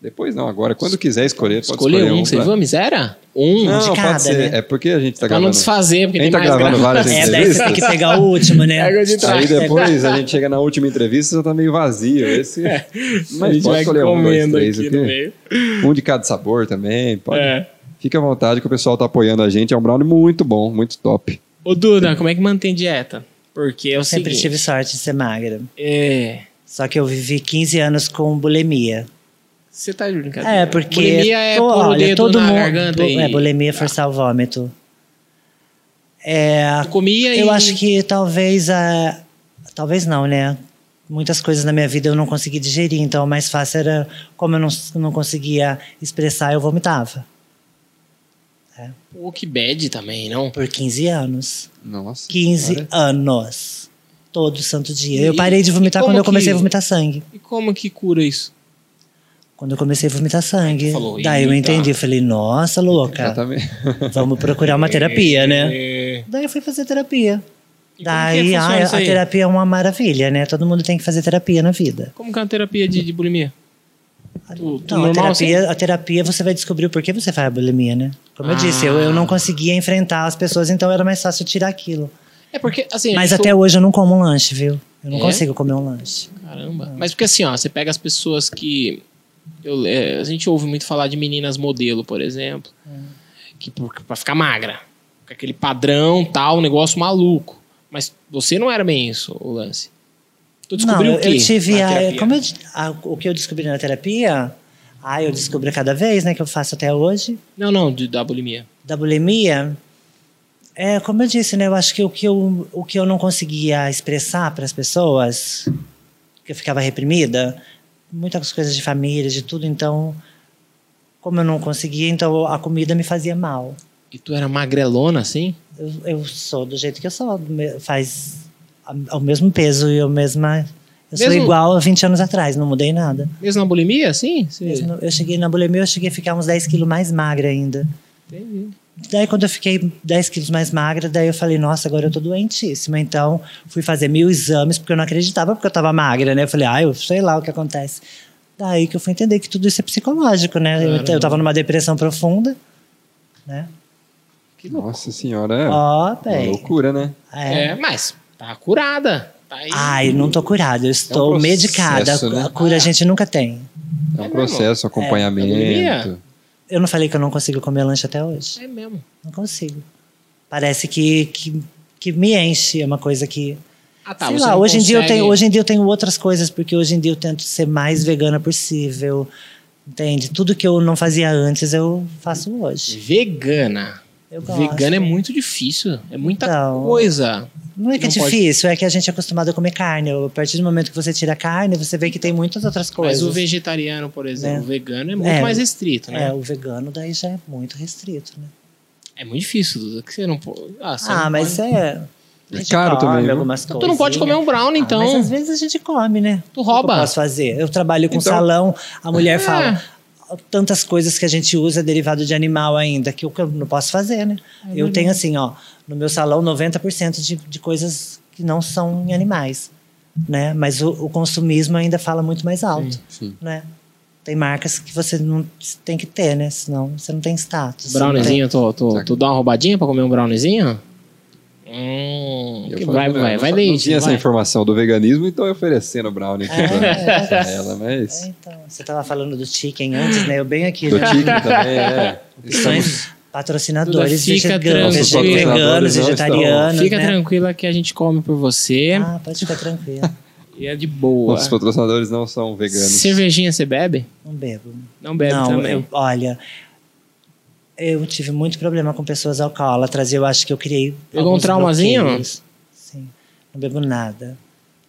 S1: Depois não, agora. Quando quiser escolher, pode
S2: Escolher
S1: escolher
S2: um, você
S1: pra-
S2: viu a miséria? Um,
S1: Não,
S3: de
S1: pode
S3: cada,
S1: ser.
S3: né?
S1: É porque a gente tá
S2: pra não
S1: gravando.
S2: desfazer, porque
S1: A gente
S2: tem
S1: tá
S2: mais
S1: gravando
S2: grau.
S1: várias
S3: É, daí você
S1: entrevistas.
S3: tem que pegar o último, né?
S2: Pega o de trás.
S1: Aí depois a gente chega na última entrevista e já tá meio vazio. Esse...
S2: É. a
S1: Mas
S2: gente
S1: pode
S2: vai
S1: escolher um, dois,
S2: comendo
S1: três,
S2: aqui
S1: o quê?
S2: no meio.
S1: um de cada sabor também. Pode.
S2: É.
S1: Fica à vontade que o pessoal tá apoiando a gente. É um brownie muito bom, muito top.
S2: Ô Duda, como é que mantém dieta? Porque eu
S3: Eu sempre tive sorte de ser magra.
S2: É.
S3: Só que eu vivi 15 anos com bulimia.
S2: Você tá de brincadeira.
S3: É, porque.
S2: Bulimia é
S3: pô,
S2: pôr o dedo na garganta
S3: bu-
S2: e...
S3: É, bulimia é forçar o vômito. É,
S2: Eu comia e...
S3: eu acho que talvez. a- talvez não, né? Muitas coisas na minha vida eu não consegui digerir, então o mais fácil era. Como eu não, não conseguia expressar, eu vomitava.
S2: Pô, que bad também, não?
S3: Por 15 anos.
S1: Nossa.
S3: 15
S1: Olha.
S3: anos. Todo santo dia. eu
S2: E-
S3: parei de vomitar
S2: e como
S3: quando eu comecei
S2: que-
S3: a vomitar sangue.
S2: E como que cura isso?
S3: Quando eu comecei a vomitar sangue.
S2: Falou,
S3: Daí eu
S2: "Eita." tá
S3: entendi. Eu falei, nossa, louca.
S1: Exatamente.
S3: Vamos procurar uma terapia, né?
S2: É.
S3: Daí eu fui fazer
S2: E
S3: terapia.
S2: como que
S3: Daí
S2: funciona
S3: ai, a,
S2: isso aí?
S3: terapia é uma maravilha, né? Todo mundo tem que fazer terapia na vida.
S2: Como que é uma terapia de, de bulimia? Tu, tu
S3: Não, Então, a
S2: normal, assim?
S3: terapia, a terapia você vai descobrir o porquê você faz bulimia, né? Como
S2: Ah.
S3: eu disse, eu, eu não conseguia enfrentar as pessoas, então era mais fácil tirar aquilo.
S2: assim? É porque, assim...
S3: Mas
S2: eu sou-
S3: até hoje eu não como um lanche, viu? Eu não
S2: É?
S3: consigo comer um lanche.
S2: Caramba. Mas porque assim, ó, você pega as pessoas que. eu- é, a gente ouve muito falar de meninas modelo, por exemplo.
S3: É.
S2: Que por, pra ficar magra. Com aquele padrão tal, um negócio maluco. Mas você não era bem isso, o lance. Tu descobriu
S3: não,
S2: o quê?
S3: Eu tive
S2: na
S3: a,
S2: terapia?
S3: como é eu- a- o que eu descobri na terapia, ah, eu descubro a cada vez, né, que eu faço até hoje,
S2: Não, não, de, da bulimia.
S3: da bulimia. É, como eu disse, né, eu acho que o que eu, o que eu não conseguia expressar para as pessoas, que eu ficava reprimida, muitas coisas de família, de tudo, então como eu não conseguia, então a comida me fazia mal.
S2: E tu era magrelona, assim?
S3: Eu, eu sou do jeito que eu sou, do me- faz a- o mesmo peso e eu mesma eu
S2: Mesmo-
S3: sou igual a 20 anos atrás, não mudei nada.
S2: Mesmo na bulimia, assim? Você-
S3: Mesmo- Eu cheguei na bulimia, eu cheguei a ficar uns 10 quilos mais magra ainda.
S2: Entendi.
S3: Daí, quando eu fiquei 10 quilos mais magra, daí eu falei, nossa, agora eu tô doentíssima. Então, fui fazer mil exames, porque eu não acreditava porque eu tava magra, né? Eu falei, ah, eu sei lá o que acontece. Daí que eu fui entender que tudo isso é psicológico, né? Eu,
S2: Caramba.
S3: eu tava numa depressão profunda, né?
S1: Nossa senhora. é
S3: Ó,
S1: Uma
S3: bem.
S1: loucura, né?
S3: É.
S2: É. mas tá curada. Tá aí.
S3: Ai, não tô curada, eu estou
S1: É um processo,
S3: medicada.
S1: né?
S3: A cura a gente nunca tem.
S1: É um
S2: É mesmo?
S1: processo, acompanhamento.
S2: bulimia?
S3: Eu não falei que eu não consigo comer lanche até hoje.
S2: É mesmo.
S3: Não consigo. Parece que, que, que me enche, é uma coisa que.
S2: Ah, tá.
S3: sei
S2: você
S3: lá,
S2: não
S3: hoje em, dia eu
S2: consegue-
S3: tenho, hoje em dia eu tenho outras coisas, porque hoje em dia eu tento ser mais vegana possível. Entende? Tudo que eu não fazia antes, eu faço hoje.
S2: Vegana.
S3: Eu gosto.
S2: Vegano é muito difícil. É muita
S3: Então,
S2: coisa.
S3: Não é que é
S2: não pode-
S3: difícil, é que a gente é acostumado a comer carne. A partir do momento que você tira a carne, você vê que tem muitas outras coisas.
S2: Mas o vegetariano, por exemplo,
S3: Né?
S2: o vegano é muito
S3: É.
S2: mais restrito,
S3: É,
S2: né?
S3: o vegano daí já é muito restrito, né?
S2: É, muito difícil, Duda. Que você não pode. Ah, você
S3: Ah,
S2: não
S3: mas
S2: pode...
S3: é.
S1: É caro também, viu?
S2: né? Tu não pode comer um brownie, então.
S3: Ah, mas às vezes a gente come, né?
S2: Tu rouba.
S3: O que eu posso fazer? Eu trabalho com
S1: Então-
S3: salão, a mulher
S2: É.
S3: fala tantas coisas que a gente usa derivado de animal ainda, que eu que eu não posso fazer, né?
S2: É
S3: eu tenho assim, ó, no meu salão 90% de, de coisas que não são em animais, né? Mas o, o consumismo ainda fala muito mais alto,
S1: Sim.
S3: né? Tem marcas que você não tem que ter, né? Senão você não tem status. Então,
S2: Browniezinho,
S3: né?
S2: tu, tu, tu dá uma roubadinha pra comer um browniezinho? Hum,
S1: Eu
S2: que
S1: falei,
S2: vai,
S1: não,
S2: vai,
S1: não
S2: vai,
S1: sa-
S2: leite.
S1: Não tinha essa informação do veganismo, então eu oferecendo brownie aqui
S3: É, é.
S1: pra, pra ela,
S3: É,
S1: mas...
S3: então, você tava falando do chicken antes, né? Eu bem aqui,
S1: Do
S3: né?
S1: tigre também, é. Estamos,
S3: Patrocinadores
S2: Duda, fica
S3: veganos,
S2: tranquilo.
S3: vege- veganos,
S1: Patrocinadores não
S3: vegetarianos,
S2: Fica
S3: né?
S2: tranquila que a gente come por você
S3: Ah, pode ficar tranquilo.
S2: e é de boa.
S1: nossos patrocinadores não são veganos.
S2: Cervejinha você bebe?
S3: Não bebo.
S2: Não bebe
S3: não,
S2: também.
S3: eu- olha, eu tive muito problema com pessoas alcoólatras e eu acho que eu criei.
S2: Pegou um
S3: alguns
S2: traumazinho?
S3: bloqueios. Sim. Não bebo nada.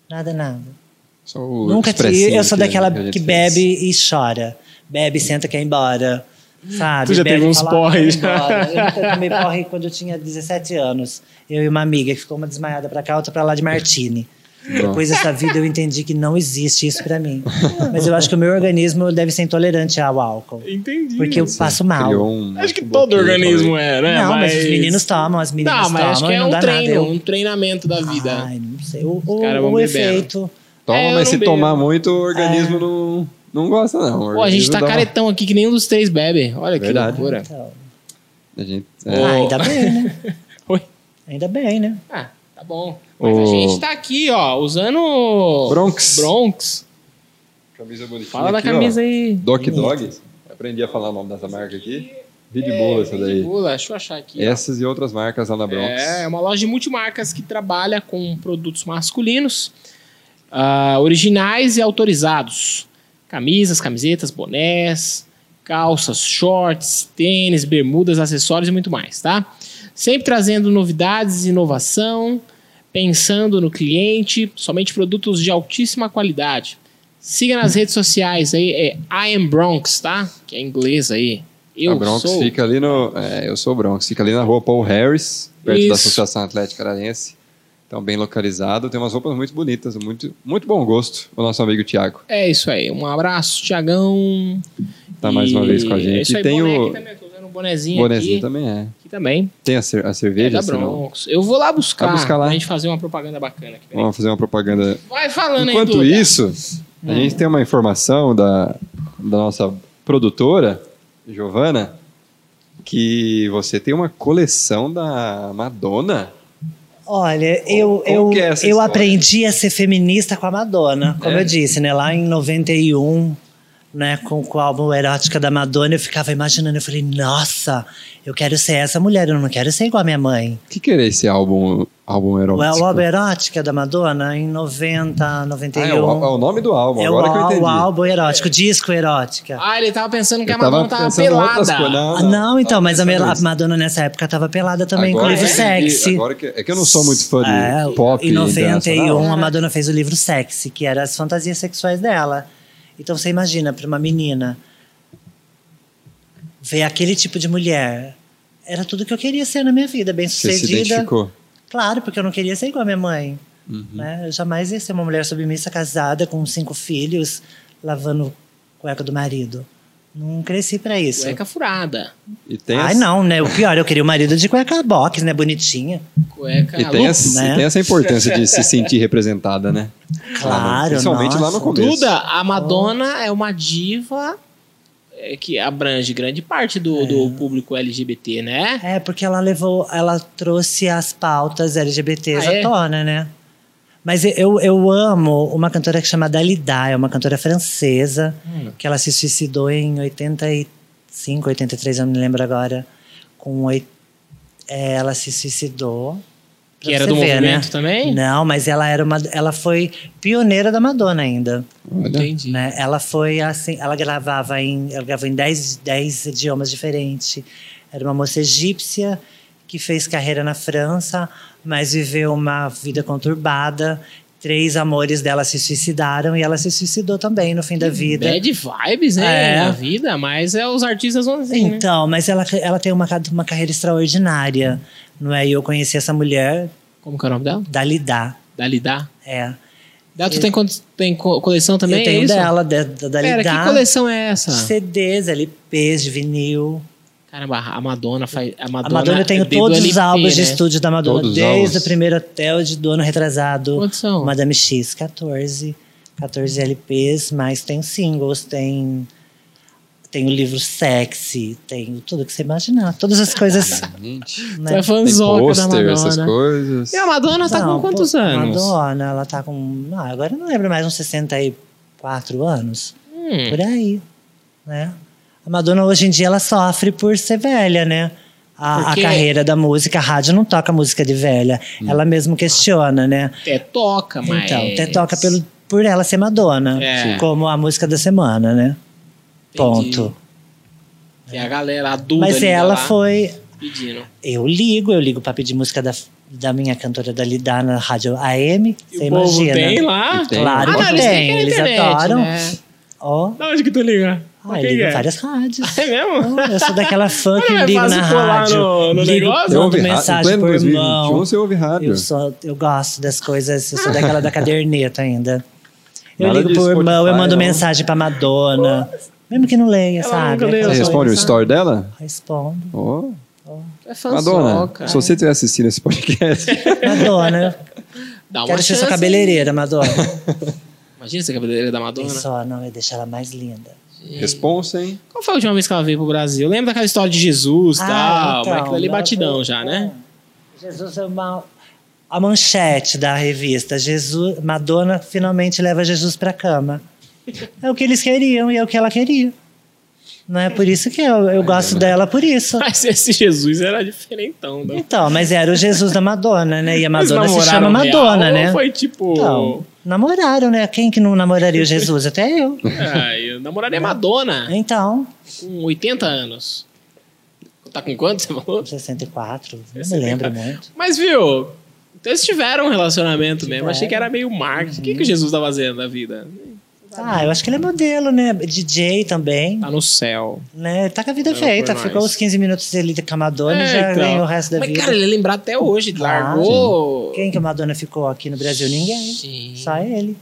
S3: Nada, nada.
S1: Só o
S3: Nunca tive.
S1: expressinho
S2: né,
S3: Eu sou
S1: que a-
S3: daquela
S1: que a gente
S3: que
S1: fez.
S3: bebe e chora. Bebe, senta, quer ir embora. Sabe?
S2: Tu já
S3: Bebe
S2: teve
S3: e
S2: uns
S3: fala,
S2: porre
S3: "Ah, quero ir
S2: já."
S3: embora. Eu nunca tomei porre quando eu tinha 17 anos. Eu e uma amiga que ficou uma desmaiada pra cá, outra pra lá de Martini.
S1: Não.
S3: Depois dessa vida eu entendi que não existe isso pra mim. Mas eu acho que o meu organismo deve ser intolerante ao álcool.
S2: Entendi.
S3: Porque eu passo mal.
S1: Criou um-
S2: Acho que
S1: um
S2: todo
S1: bloqueio,
S2: organismo é, né?
S3: Não, mas... os meninos tomam, as meninas
S2: Não, mas
S3: tomam.
S2: acho que
S3: e
S2: é
S3: não
S2: um
S3: dá
S2: treino, Ah,
S3: nada. Eu...
S2: um treinamento da vida.
S3: Ai, não sei. O, o,
S2: caras vão
S3: o
S2: bebendo.
S3: efeito.
S1: Toma,
S2: É, eu
S1: mas
S2: não
S1: se
S2: bebo.
S1: tomar muito, o organismo não, não gosta, não. O
S2: É. Pô, a gente
S1: organismo
S2: tá
S1: dá uma-
S2: caretão aqui que nenhum dos três bebe. Olha que
S1: Verdade.
S2: loucura.
S3: Então,
S1: A gente,
S2: Ô.
S1: é,
S3: ah, ainda bem, né?
S2: Oi.
S3: Ainda bem, né?
S2: Ah, tá bom. Mas a
S1: Ô.
S2: gente tá aqui, ó, usando.
S1: Bronx.
S2: Bronx.
S1: Camisa bonitinha
S2: Fala da
S1: aqui,
S2: camisa
S1: ó.
S2: aí.
S1: Doc Dog. Aprendi a falar o nome dessa marca aqui.
S2: É,
S1: Vide boa essa daí.
S2: Pitbull, deixa eu achar aqui. ó.
S1: Essas e outras marcas lá na Bronx.
S2: É, é uma loja de multimarcas que trabalha com produtos masculinos, ah, originais e autorizados. Camisas, camisetas, bonés, calças, shorts, tênis, bermudas, acessórios e muito mais, tá? Sempre trazendo novidades, inovação, pensando no cliente, somente produtos de altíssima qualidade. Siga nas redes sociais aí, é I am Bronx, tá? Que é inglês aí. Eu
S1: a É Bronx
S2: sou.
S1: fica ali no. É, eu sou o Bronx, fica ali na rua Paul Harris, perto
S2: Isso.
S1: da Associação Atlética Ararense. Então, bem localizado. Tem umas roupas muito bonitas, muito, muito bom gosto. O nosso amigo Tiago
S2: É isso aí. Um abraço, Tiagão.
S1: tá mais uma vez com a
S2: E É
S1: gente.
S2: isso aí,
S1: E tem
S2: boné
S1: o
S2: aqui também, eu tô usando um bonezinho,
S1: bonezinho
S2: aqui.
S1: também, é.
S2: Aqui também.
S1: Tem a, cer- a
S2: É
S1: cerveja?
S2: da
S1: se não-
S2: Bronx. Eu vou lá buscar,
S1: Vai buscar lá.
S2: pra gente fazer uma propaganda bacana aqui. peraí.
S1: Vamos fazer uma propaganda
S2: Vai Tá falando aí, tá?
S1: Enquanto
S2: Duda.
S1: isso, a gente tem uma informação da, da nossa produtora, Giovana, que você tem uma coleção da Madonna.
S3: Olha, eu,
S1: como
S3: eu,
S1: que é essa
S3: eu
S1: história?
S3: aprendi a ser feminista com a Madonna, como
S1: É?
S3: eu disse, né? Lá em 91, né, com, com o álbum Erótica da Madonna, eu ficava imaginando, eu falei, nossa, eu quero ser essa mulher, eu não quero ser igual a minha mãe.
S1: O que, que era esse álbum, álbum
S3: É O,
S1: erótico?
S3: o álbum Erótica da Madonna, em 90, 91.
S1: Ah, é, o, é o nome do álbum,
S3: é o
S1: agora que eu
S3: al-
S1: entendi.
S3: o álbum erótico, disco erótica.
S2: Ah, ele tava pensando que
S1: Eu
S2: a Madonna tava, pelada.
S1: coisas. né?
S3: Ah, não, então,
S1: tava
S3: mas a,
S1: pensando
S3: Mel- a
S1: nisso.
S3: Madonna nessa época tava pelada também
S1: Agora
S3: com o livro
S1: que eu entendi,
S3: sexy.
S1: Agora que, é que eu não sou muito fã de
S3: É,
S1: pop.
S3: em 91,
S1: internacional.
S3: a Madonna fez o livro Sexy, que era as fantasias sexuais dela. Então você imagina, para uma menina ver aquele tipo de mulher. Era tudo que eu queria ser na minha vida, bem
S1: Você se
S3: sucedida.
S1: identificou.
S3: Claro, porque eu não queria ser igual a minha mãe.
S1: Uhum.
S3: Né? Eu jamais ia ser uma mulher submissa, casada, com cinco filhos, lavando cueca do marido. Não cresci para isso.
S2: Cueca furada.
S1: E tem
S3: Ai,
S1: essa-
S3: não, né? O pior, eu queria o marido de cueca box, né? Bonitinha.
S2: Cueca
S1: E tem,
S2: louca.
S1: essa,
S3: né?
S1: e tem essa importância de se sentir representada, né?
S3: Claro,
S1: Principalmente lá
S3: nossa.
S1: no começo.
S2: Duda, a Madonna é uma diva é, que abrange grande parte do, do público LGBT, né?
S3: É, porque ela levou, ela trouxe as pautas LGBTs
S2: Ah, é?
S3: à tona, né? Mas eu, eu amo uma cantora que chama Dalida, é uma cantora francesa,
S2: Hum.
S3: que ela se suicidou em 85, 83, eu não me lembro agora. Com oit... é, ela se suicidou. pra
S2: Que era
S3: você
S2: do
S3: ver, né?
S2: movimento também?
S3: Não, mas ela era uma, ela foi pioneira da Madonna ainda.
S1: Olha.
S2: Entendi.
S3: Né? Ela foi assim, ela gravava em, ela gravou em 10, 10 idiomas diferentes. Era uma moça egípcia que fez carreira na França, mas viveu uma vida conturbada. Três amores dela se suicidaram e ela se suicidou também no fim
S2: Uhum.
S3: da vida.
S2: Bad vibes, né?
S3: É.
S2: Na vida, mas é os artistas vão assim, né?
S3: Então, mas ela, ela tem uma, ca- uma carreira extraordinária, não é? E eu conheci essa mulher
S2: Como que é o nome dela?
S3: Dalida.
S2: Dalida.
S3: É.
S2: Dá, tu tem, co- tem co- coleção também?
S3: eu tenho
S2: é isso?
S3: dela, tá da, da Dalida.
S2: Pera, que coleção é essa?
S3: de CDs, LPs, de vinil.
S2: Caramba, a Madonna faz. A
S3: A
S2: Madonna,
S3: Madonna eu tenho
S2: é dedo
S3: todos os
S2: LP,
S3: álbuns de
S2: né?
S3: estúdio da Madonna,
S1: Todos os
S3: desde
S1: álbuns?
S3: o primeiro até o de do ano retrasado.
S2: Quantos são?
S3: Madame X, 14. 14 LPs, mas tem singles, tem Tem o livro sexy, tem tudo que você imaginar. Todas as coisas,
S1: Gente.
S2: Você é
S3: né?
S1: Tem
S2: fanzoca da
S1: pôster,
S2: Madonna. né?
S1: essas coisas.
S2: E a Madonna tá
S3: Não,
S2: com quantos
S3: pô,
S2: anos?
S3: Madonna, ela tá com... Ah, agora eu não lembro mais, uns 64 anos.
S2: Hum,
S3: Por aí, né? A Madonna hoje em dia ela sofre por ser velha, né? A, a
S2: Porque-
S3: carreira da música, a rádio não toca música de velha. Ela mesmo questiona, né?
S2: até toca, mas...
S3: Então, até toca pelo, por ela ser Madonna,
S2: É.
S3: como a música da semana, né?
S2: Entendi.
S3: Ponto.
S2: Tem a galera, a Duda
S3: Mas
S2: liga
S3: ela
S2: lá
S3: foi.
S2: Pedindo.
S3: Eu ligo, eu ligo pra pedir música da, da minha cantora da Lidá na rádio AM.
S2: E
S3: Você
S2: o povo
S3: imagina?
S2: tem lá?
S1: E tem.
S3: Claro
S2: Ah,
S3: que
S2: não, eles
S3: tem,
S2: têm
S3: eles
S2: internet,
S3: adoram.
S2: né?
S3: Ó,
S2: Da onde que tu liga? Pra
S3: ah, eu
S2: quem
S3: ligo
S2: é?
S3: em várias rádios.
S2: É mesmo?
S3: Eu sou daquela fã que
S2: Olha, é
S3: ligo
S2: fácil
S3: na
S2: colar
S3: rádio.
S2: no- no
S3: ligo,
S2: negócio?
S1: ra-
S3: mando
S1: em
S3: mensagem
S1: pleno
S3: por
S1: 2021
S3: irmão.
S1: você ouve rádio.
S3: Eu, sou, eu gosto das coisas, eu sou daquela da caderneta ainda. Eu
S1: Nada
S3: ligo
S1: de
S3: pro irmão, eu
S1: Spotify,
S3: mando
S1: não.
S3: mensagem pra Madonna. Mesmo que não leia,
S2: Ela
S3: sabe?
S2: nunca leu,
S1: Você
S2: Eu sou
S1: responde o
S2: isso.
S1: story dela?
S3: Respondo.
S1: Ó.
S2: É
S1: Madonna,
S2: fanzoca.
S1: se você estiver assistindo esse podcast,
S3: Madonna,
S2: Dá uma
S3: quero ser
S2: chance.
S3: sua cabeleireira, Madonna.
S2: Imagina ser cabeleireira da
S3: Tem
S2: Madonna.
S3: só, não, eu deixo ela mais linda.
S1: responsa, hein?
S2: Qual foi a última vez que ela veio pro Brasil? Lembra daquela história de
S3: Ah, então,
S2: Jesus e tal? Tá, mas aquilo ali é
S3: ela
S2: batidão
S3: foi-
S2: já, né?
S3: É. Jesus é uma... A manchete da revista, Jesus, Madonna finalmente leva Jesus pra cama. É o que eles queriam e é o que ela queria. Não é por isso que eu, eu gosto dela, por isso.
S2: Mas esse Jesus era diferentão. Né?
S3: Então, mas era o Jesus da Madonna, né? E a Madonna
S2: Eles
S3: se chama
S2: namoraram real
S3: Madonna,
S2: ou
S3: né?
S2: Foi tipo.
S3: Então, namoraram, né? Quem que não namoraria o Jesus? Até eu.
S2: Ah, eu namoraria Madonna
S3: Então,
S2: com 80 anos. Tá com quanto, você falou?
S3: 64, não me lembro muito.
S2: Mas viu, então eles tiveram um relacionamento mesmo. Achei que era meio marketing. O que,
S3: Uhum.
S2: que Jesus tá fazendo na vida?
S3: Ah, eu acho que ele é modelo, né? DJ também,
S2: Tá no céu.
S3: né? Tá com a vida
S2: Não,
S3: feita.
S2: por nós.
S3: Ficou os 15 minutos dele com a Madonna e
S2: É,
S3: já
S2: então.
S3: ganhou o resto da
S2: Mas,
S3: vida. Ah,
S2: cara, ele é lembrado até hoje. Largou.
S3: Quem que a Madonna ficou aqui no Brasil? Ninguém.
S2: Sim.
S3: Só ele.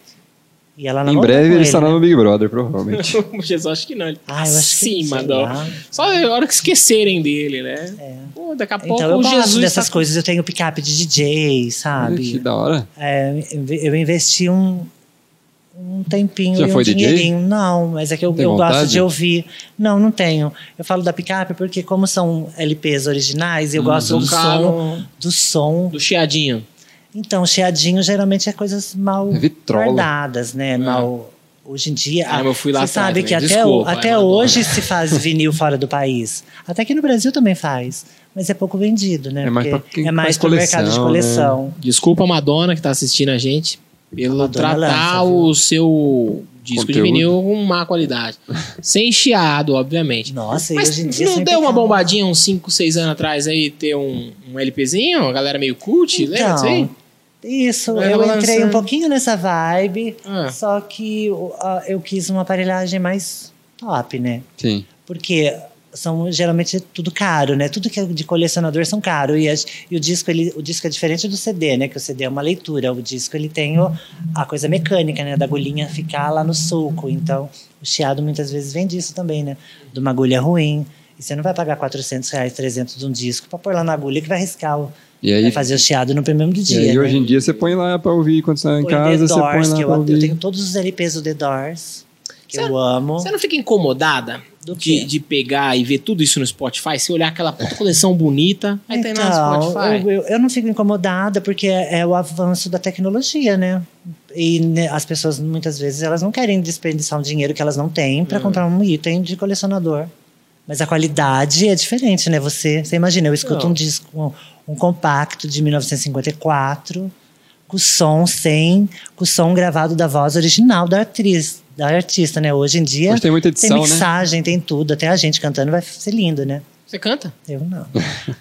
S3: E ela
S1: Em
S3: namorou
S1: breve
S3: com
S1: ele
S3: ele
S1: estará
S3: né?
S1: no Big Brother, provavelmente.
S2: Jesus, acho que não. Ele tá
S3: Ah, eu acho que ah. sei
S2: acima da-
S3: lá.
S2: Só a hora que esquecerem dele, né?
S3: É.
S2: Pô, daqui a pouco
S3: Então eu
S2: o
S3: gosto
S2: Jesus.
S3: dessas
S2: tá...
S3: coisas. Eu tenho picape de DJ,
S1: Olha Que
S3: sabe?
S1: da hora.
S3: É, eu investi um, um tempinho
S1: Já
S3: e
S1: foi
S3: um
S1: DJ?
S3: dinheirinho. Não, mas é que eu,
S1: Tem
S3: eu gosto
S1: vontade?
S3: de ouvir. Não, não tenho. Eu falo da picape porque como são LPs originais,
S1: Hum,
S3: eu gosto do som,
S2: Tocaram
S3: do som.
S2: do chiadinho.
S3: Então, cheadinho geralmente é coisas mal
S1: É vitrola. É. um
S3: guardadas, né? Mal... Hoje em dia,
S2: Ah, mas eu fui lá
S3: você
S2: atrás
S3: sabe
S1: né?
S2: também.
S3: que até,
S2: Desculpa,
S3: o-
S1: é
S3: até
S2: Madonna.
S3: hoje se faz vinil fora do país. Até que no Brasil também faz, mas é pouco vendido, né?
S1: É mais
S3: Porque
S1: pra quem
S3: é mais
S1: faz
S3: pro mercado de
S1: coleção, né?
S3: coleção.
S2: Desculpa a Madonna que tá assistindo a gente pelo
S3: Madonna é
S2: tratar
S3: lança, viu?
S2: o seu disco de
S1: Conteúdo.
S2: vinil com má qualidade. Sem chiado, obviamente.
S3: Nossa,
S2: Mas
S3: e hoje em dia
S2: não
S3: sempre
S2: deu uma
S3: tá-
S2: bombadinha uns 5, 6 anos atrás aí ter um, um LPzinho? A galera meio cult, lembra disso
S3: Então.
S2: aí?
S3: Isso,
S2: Vai
S3: eu
S2: balançando.
S3: entrei um pouquinho nessa vibe,
S2: Ah.
S3: só que uh, eu quis uma aparelhagem mais top, né?
S1: Sim.
S3: Porque são geralmente tudo caro, né? Tudo que é de colecionador são caro e, as- e o disco ele, o disco é diferente do CD, né? Que o CD é uma leitura, o disco ele tem o- a coisa mecânica, né? Da agulhinha ficar lá no sulco, então o chiado muitas vezes vem disso também, né? De uma agulha ruim. E você não vai pagar 400 reais, 300 de um disco pra pôr lá na agulha que vai riscar, o,
S1: E aí,
S3: vai fazer o chiado no primeiro
S1: e
S3: dia.
S1: aí
S3: né?
S1: hoje em dia você põe lá pra ouvir quando você tá em
S3: Põe
S1: casa, você
S3: The
S1: põe
S3: Doors,
S1: lá
S3: que eu,
S1: pra
S3: eu
S1: ouvir.
S3: tenho todos os LPs do The Doors, que
S2: Você-
S3: eu amo.
S2: Você não fica incomodada
S3: Do
S2: de,
S3: quê?
S2: de pegar e ver tudo isso no Spotify? Se olhar aquela puta coleção bonita, aí tem lá no
S3: Então,
S2: Spotify.
S3: eu, eu- eu não fico incomodada porque é, é o avanço da tecnologia, né? E né, as pessoas muitas vezes elas não querem desperdiçar um dinheiro que elas não têm
S2: Hum.
S3: para comprar um item de colecionador. Mas a qualidade é diferente, né? Você, você imagina, eu escuto
S2: Não.
S3: um disco, um, um compacto de 1954, com som sem, com som gravado da voz original da atriz, da artista, né? Hoje em dia
S1: Hoje tem muita
S3: tem
S1: edição, né?
S3: mixagem, tem tudo, até a gente cantando vai ser lindo, né?
S2: Você canta?
S3: Eu não.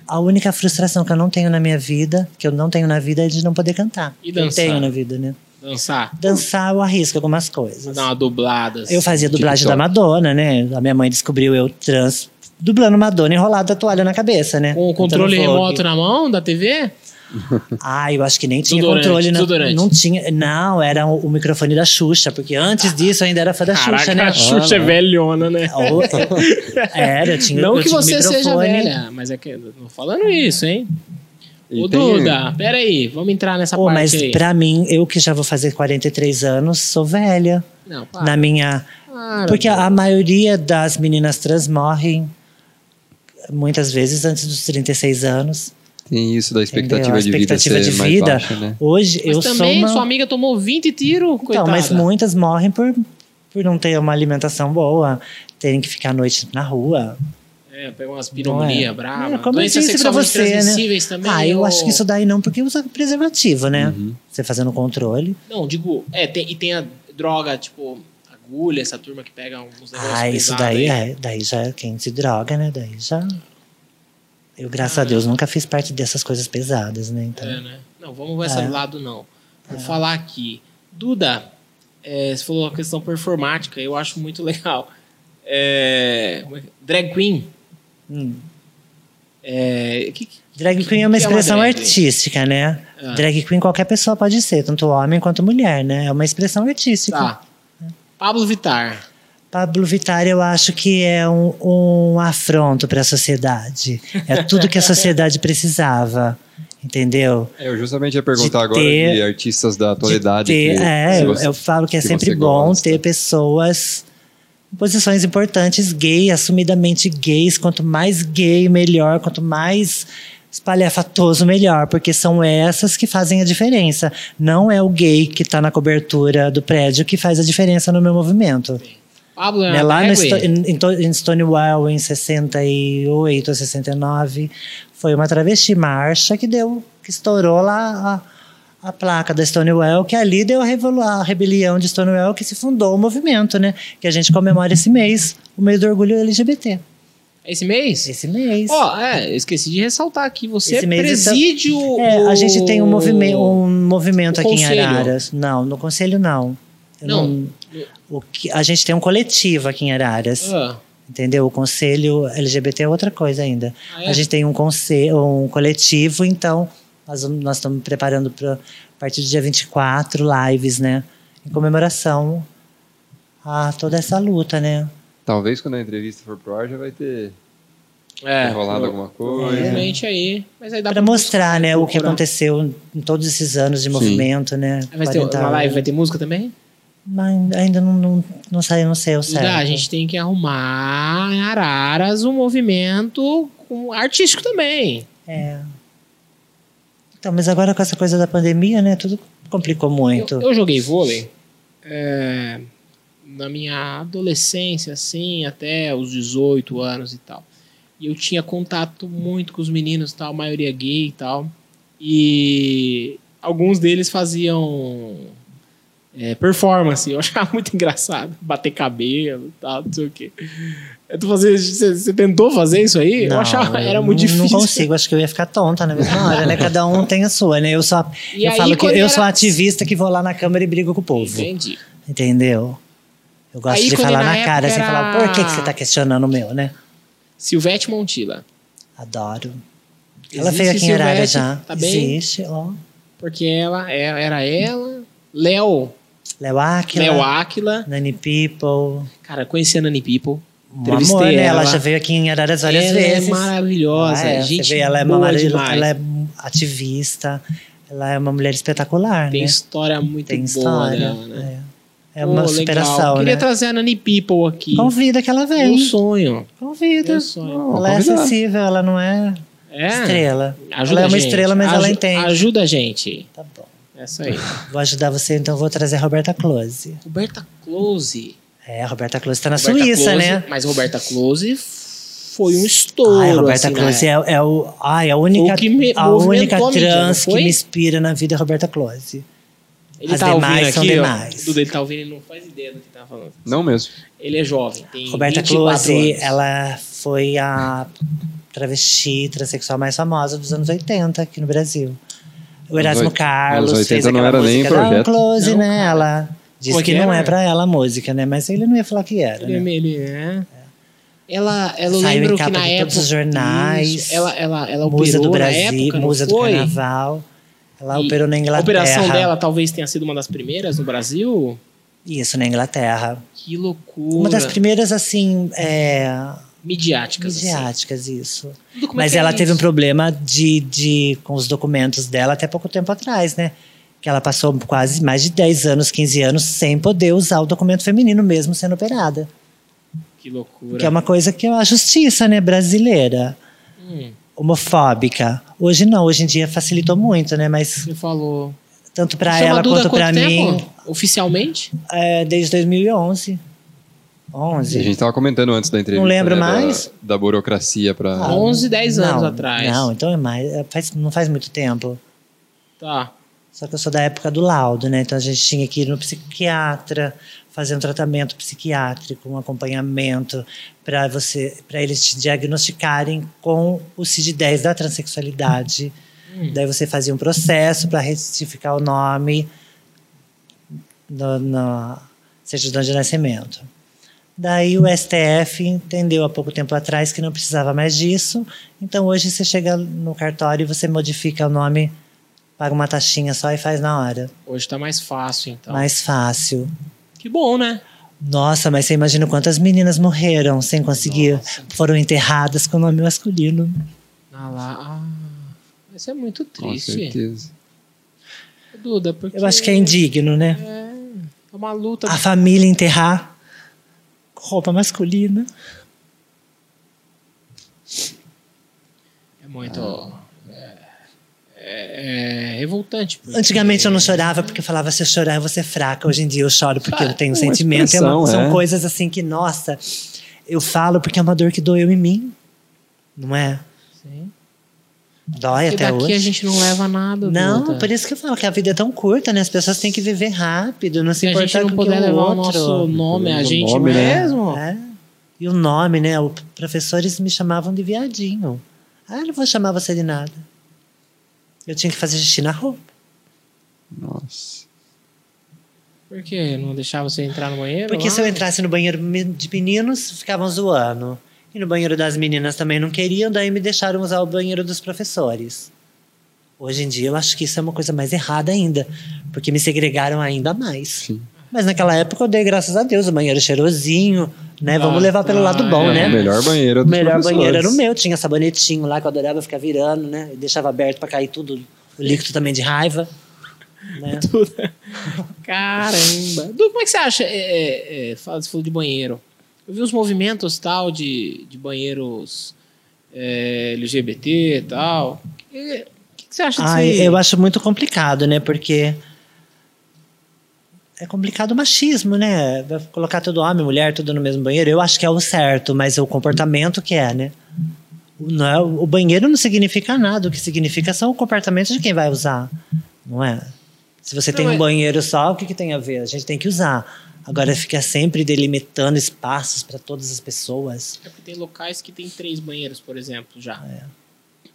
S3: A única frustração que eu não tenho na minha vida, que eu não tenho na vida, é de não poder cantar.
S2: E dançar?
S3: Eu tenho na vida, né?
S2: Dançar?
S3: Dançar eu arrisco algumas coisas.
S2: Dar uma dublada. assim.
S3: Eu fazia dublagem
S1: TikTok.
S3: da Madonna, né? A minha mãe descobriu eu trans dublando Madonna enrolada a toalha na cabeça, né?
S2: Com o
S3: Cantando
S2: controle
S3: Vogue.
S2: remoto na mão da TV?
S3: Ah, eu acho que nem tinha
S2: Desodorante,
S3: controle, não.
S2: desodorante.
S3: Não tinha, não, era o, o microfone da Xuxa, porque antes disso eu ainda era fã da Xuxa, né?
S2: a Xuxa é velhona, né?
S3: Ou- Era, eu tinha
S2: Não
S3: eu
S2: que
S3: tinha um
S2: você seja
S3: microfone.
S2: velha, mas é que eu tô falando isso, hein?
S1: E
S2: Ô,
S1: tem-
S2: Duda, peraí, vamos entrar nessa
S3: Pô,
S2: parte
S3: mas
S2: aí.
S3: pra mim, eu que já vou fazer 43 anos, sou velha.
S2: Não, para.
S3: na minha
S2: Maravilha.
S3: Porque a maioria das meninas trans morrem muitas vezes antes dos 36 anos.
S1: Tem isso da expectativa,
S3: Entendeu? A
S1: de,
S3: expectativa
S1: vida ser
S3: de
S1: mais
S3: vida.
S1: baixa, né?
S3: Hoje
S2: Mas
S3: eu
S2: também
S3: sou uma...
S2: sua amiga tomou 20 tiros, coitada.
S3: Então, mas muitas morrem por, por não ter uma alimentação boa, terem que ficar à noite na rua.
S2: É, pegou umas pneumonia
S3: Não é.
S2: brava.
S3: É, como eu
S2: Doenças
S3: disse pra
S2: sexualmente
S3: você, né?
S2: transmissíveis também.
S3: ah, eu
S2: ou-
S3: acho que isso daí não, porque usa preservativo, né?
S1: Uhum.
S3: Você fazendo controle.
S2: Não, digo, é, tem, e tem a droga, tipo, agulha, essa turma que pega uns negócios
S3: Ah, isso
S2: pesados
S3: daí
S2: aí.
S3: é, daí já é quem se droga, né? Daí já. Eu, graças
S2: Ah.
S3: a Deus, nunca fiz parte dessas coisas pesadas, né? Então,
S2: É, né? Não, vamos ver esse
S3: É.
S2: lado, não. Vou falar aqui. Duda, é, você falou a questão performática, eu acho muito legal. É, como é que- drag queen.
S3: hum.
S2: É, que- que-
S3: Drag queen é uma
S2: que é uma
S3: expressão
S2: drag?
S3: artística, né?
S2: Ah.
S3: Drag queen qualquer pessoa pode ser, tanto homem quanto mulher, né? É uma expressão artística.
S2: tá.
S3: é?
S2: Pablo Vittar.
S3: Pablo Vittar, eu acho que é um, um afronto para a sociedade. É tudo que a sociedade precisava, entendeu?
S1: É, eu justamente ia perguntar
S3: De
S1: agora
S3: ter-
S1: de artistas da atualidade.
S3: De ter-
S1: que,
S3: é,
S1: se
S3: eu,
S1: você-
S3: eu falo que é
S1: que
S3: sempre
S1: você
S3: bom
S1: gosta.
S3: ter pessoas em posições importantes, gay, assumidamente gays. Quanto mais gay, melhor. Quanto mais espalhafatoso, melhor. Porque são essas que fazem a diferença. Não é o gay que está na cobertura do prédio que faz a diferença no meu movimento.
S2: Pablo é
S3: Né,
S2: uma
S3: lá no
S2: drag
S3: Sto-
S2: queen.
S3: em, em To- em Stonewall, em 68 ou 69, foi uma travesti marcha que deu, que estourou lá a, a placa da Stonewall, que ali deu a, revolu- a rebelião de Stonewall, que se fundou o movimento, né? Que a gente comemora esse mês, o mês do orgulho LGBT.
S2: É Esse mês?
S3: Esse mês.
S2: Ó, é, eu esqueci de ressaltar aqui. Você
S3: Esse mês,
S2: preside o-
S3: É, a gente tem um, movime- um movimento
S2: o
S3: aqui
S2: conselho.
S3: em Araras. Não, no conselho não. Eu
S2: Não.
S3: o que, a gente tem um coletivo aqui em Araras.
S2: Ah,
S3: Entendeu? O conselho LGBT é outra coisa ainda.
S2: Ah, é?
S3: A gente tem um conselho, um coletivo, então nós, vamos- nós estamos preparando para a partir do dia 24 lives, né? Em comemoração a toda essa luta, né?
S1: Talvez quando a entrevista for pro ar já vai ter
S2: é,
S1: rolado
S2: pro-
S1: alguma coisa.
S2: Provavelmente aí. Mas aí dá
S3: Para mostrar, né, o que
S2: procurar.
S3: aconteceu em todos esses anos de
S1: Sim.
S3: movimento, né?
S2: Aí Vai ter
S3: 40
S2: uma live, vai
S3: anos.
S2: ter música também?
S3: Mas ainda não, não, não saiu, não sei o certo.
S2: Dá, a gente tem que arrumar em Araras um movimento com- artístico também.
S3: É. Então, mas agora com essa coisa da pandemia, né? Tudo complicou
S2: Eu,
S3: muito.
S2: eu joguei vôlei é, na minha adolescência, assim, até os 18 anos e tal. E eu tinha contato muito com os meninos, e tal, a maioria gay e tal. E alguns deles faziam é, performance. Eu achava muito engraçado. Bater cabelo e tal, não sei o quê. É, tu fazia- Você você tentou fazer isso aí? eu
S3: Não,
S2: achava,
S3: eu
S2: era muito
S3: não-
S2: difícil.
S3: Não consigo, acho que eu ia ficar tonta na mesma hora, né? Cada um tem a sua, né? Eu sou, a-
S2: E
S3: eu
S2: aí,
S3: falo que
S2: quando
S3: eu
S2: era-
S3: sou a ativista que vou lá na câmera e brigo com o povo,
S2: Entendi.
S3: entendeu? Eu gosto
S2: Aí,
S3: de
S2: quando
S3: falar
S2: na
S3: na cara,
S2: época
S3: sem falar,
S2: era-
S3: por que, que você tá questionando o meu, né?
S2: Silvete Montila.
S3: Adoro. Ela
S2: Existe
S3: veio aqui em Arara
S2: Silvete,
S3: já.
S2: Tá bem?
S3: Existe, ó.
S2: Porque ela era, era ela, Léo,
S3: Léo Aquila,
S2: Léo Áquila.
S3: Nani People.
S2: Cara, conheci a Nani People.
S3: Um
S2: Entrevistei
S3: amor, né?
S2: ela.
S3: Ela já veio aqui em Araras várias
S2: ela
S3: vezes.
S2: é maravilhosa,
S3: Ah, é, você
S2: gente.
S3: vê, ela é
S2: boa
S3: maravilhosa,
S2: demais.
S3: ela é ativista, ela é uma mulher espetacular,
S2: Tem
S3: né?
S2: história muito
S3: Tem
S2: boa
S3: história.
S2: dela, né?
S3: É, é uma
S2: Pô, legal.
S3: superação,
S2: Queria
S3: né?
S2: trazer a Nani People aqui.
S3: Convida que ela
S2: Meu
S3: vem.
S2: sonho.
S3: Convida.
S2: Meu sonho.
S1: Não,
S3: ela é
S1: convidar.
S3: acessível, ela não é,
S2: É.
S3: estrela.
S2: Ajuda
S3: ela é uma
S2: a gente.
S3: estrela, mas ela
S2: Aju-
S3: entende.
S2: Ajuda a gente.
S3: Tá bom.
S2: É isso aí.
S3: Vou ajudar você, então vou trazer a Roberta Close.
S2: Roberta Close.
S3: É, a Roberta Close tá na
S2: Roberta
S3: Suíça,
S2: Close,
S3: né?
S2: Mas Roberta Close foi um estouro.
S3: Ai, a Roberta
S2: assim, né?
S3: Close é, é o, ai, a única,
S2: O que me
S3: a
S2: movimentou
S3: única
S2: a mídia,
S3: trans
S2: não
S3: que
S2: foi?
S3: me inspira na vida é a Roberta Close.
S2: Ele
S3: As
S2: tá
S3: demais
S2: ouvindo
S3: são
S2: aqui, ó.
S3: demais.
S2: Duda, ele tá ouvindo, ele não faz ideia do que tá falando.
S1: Não mesmo.
S2: Ele é jovem, tem
S3: Roberta
S2: 24
S3: Close,
S2: anos.
S3: ela foi a travesti transexual mais famosa dos anos 80 aqui no Brasil. O Erasmo
S1: oit-
S3: Carlos
S1: anos
S3: fez
S1: 80 não
S3: aquela
S1: era nem
S3: música da
S1: projeto.
S3: Close,
S2: Não,
S3: né?
S2: cara.
S3: Ela disse
S2: Como é
S3: que
S2: que
S3: não
S2: era?
S3: é pra ela a música, né? Mas ele não ia falar que era, né?
S2: Ele, ele é... Ela, ela eu
S3: Saiu
S2: lembro
S3: em
S2: que
S3: capa
S2: na
S3: de
S2: época...
S3: todos os jornais.
S2: Isso, ela, ela, ela operou
S3: Musa do
S2: na
S3: Brasil,
S2: época, não
S3: musa do
S2: foi?
S3: carnaval. Ela
S2: E
S3: operou na
S2: A
S3: Inglaterra.
S2: operação dela talvez tenha sido uma das primeiras no Brasil.
S3: Isso, na Inglaterra.
S2: Que loucura.
S3: Uma das primeiras, assim, é,
S2: Midiáticas, assim.
S3: midiáticas, isso.
S2: Duda, como é
S3: Mas
S2: que é
S3: ela um
S2: isso?
S3: teve um problema de, de, com os documentos dela até pouco tempo atrás, né? que ela passou quase mais de 10 anos, 15 anos sem poder usar o documento feminino mesmo sendo operada.
S2: Que loucura.
S3: Que é uma coisa que é a justiça, né, brasileira,
S2: Hum,
S3: homofóbica. Hoje não, hoje em dia facilitou muito, né, mas
S2: você falou.
S3: tanto para
S2: Você é uma
S3: ela
S2: Duda há
S3: quanto
S2: quanto
S3: para
S2: tempo?
S3: mim,
S2: Oficialmente?
S3: é, desde 2011.
S1: A
S3: 11.
S1: gente tava comentando antes da entrevista.
S3: Não lembro
S1: né, da-
S3: mais.
S1: Da, burocracia pra.
S2: Ah. 11, 10 anos atrás.
S3: Não, então é mais, é, faz- não faz muito tempo.
S2: Tá.
S3: Só que eu sou da época do laudo, né? Então a gente tinha que ir no psiquiatra, fazer um tratamento psiquiátrico, um acompanhamento para você, para eles te diagnosticarem com o CID-10 da transexualidade. Daí você fazia um processo para retificar o nome no- na certidão de é nascimento. Daí o STF entendeu há pouco tempo atrás que não precisava mais disso. Então hoje você chega no cartório e você modifica o nome, paga uma taxinha só e faz na hora.
S2: Hoje tá mais fácil, então.
S3: Mais fácil.
S2: Que bom, né?
S3: Nossa, mas você imagina quantas meninas morreram sem conseguir,
S2: Nossa.
S3: foram enterradas com nome masculino.
S2: Ah lá. Ah, isso é muito
S1: Com
S2: triste.
S1: certeza.
S2: Duda, porque.
S3: Eu acho que é Ah. indigno, né?
S2: É uma luta.
S3: A família enterrar com roupa masculina.
S2: É muito. É, é revoltante. porque-
S3: Antigamente eu não chorava porque eu falava se eu chorar eu vou ser fraca. Hoje em dia eu choro porque eu tenho um sentimento. É uma-
S1: expressão,
S3: são
S1: é.
S3: coisas assim que, nossa, eu falo porque é uma dor que doeu em mim. Não é?
S2: Sim.
S3: Dói
S2: Porque
S3: até
S2: daqui
S3: hoje.
S2: a gente não leva nada.
S3: Não,
S2: Duda.
S3: por isso que eu falo que a vida é tão curta, né? As pessoas têm que viver rápido, não se
S2: se a gente
S3: importar
S2: não
S3: com o é que
S2: puder
S3: o
S2: levar o
S3: outro.
S2: nosso nome, a
S1: O
S2: gente
S1: nome, né?
S2: mesmo.
S3: É. E o nome, né? Os professores me chamavam de viadinho. Ah, eu não vou chamar você de nada. Eu tinha que fazer xixi na roupa.
S1: Nossa.
S2: Por quê? Não deixava você entrar no banheiro? Ah.
S3: Porque
S2: lá?
S3: se eu entrasse no banheiro me- de meninos, ficavam zoando. E no banheiro das meninas também não queriam, daí me deixaram usar o banheiro dos professores. Hoje em dia eu acho que isso é uma coisa mais errada ainda, porque me segregaram ainda mais.
S1: Sim.
S3: Mas naquela época eu dei graças a Deus, o banheiro cheirosinho, né?
S2: Ah,
S3: Vamos levar pelo
S2: ah,
S3: lado bom,
S2: é.
S1: O
S3: né?
S1: melhor banheiro
S3: O
S1: dos
S3: melhor
S1: professores.
S3: banheiro era o meu, tinha sabonetinho lá que eu adorava ficar virando, né? Eu deixava aberto pra cair tudo, o líquido também de raiva. Né?
S2: Caramba. Du, como é que você acha? É, é, é, fala- você falou de banheiro. Eu vi os movimentos tal de, de banheiros é, LGBT e tal. O que, que que você acha disso
S3: Ai,
S2: aí?
S3: Ah, eu acho muito complicado, né? Porque é complicado o machismo, né? Vai Colocar todo homem, mulher, tudo no mesmo banheiro. Eu acho que é o certo, mas é o comportamento que é, né? O- Não é, o banheiro não significa nada. O que significa são o comportamento de quem vai usar, não é? Se você
S2: Não,
S3: tem um
S2: é-
S3: banheiro só, o que, que tem a ver? A gente tem que usar. Agora, ficar sempre delimitando espaços para todas as pessoas.
S2: É porque tem locais que tem três banheiros, por exemplo, já.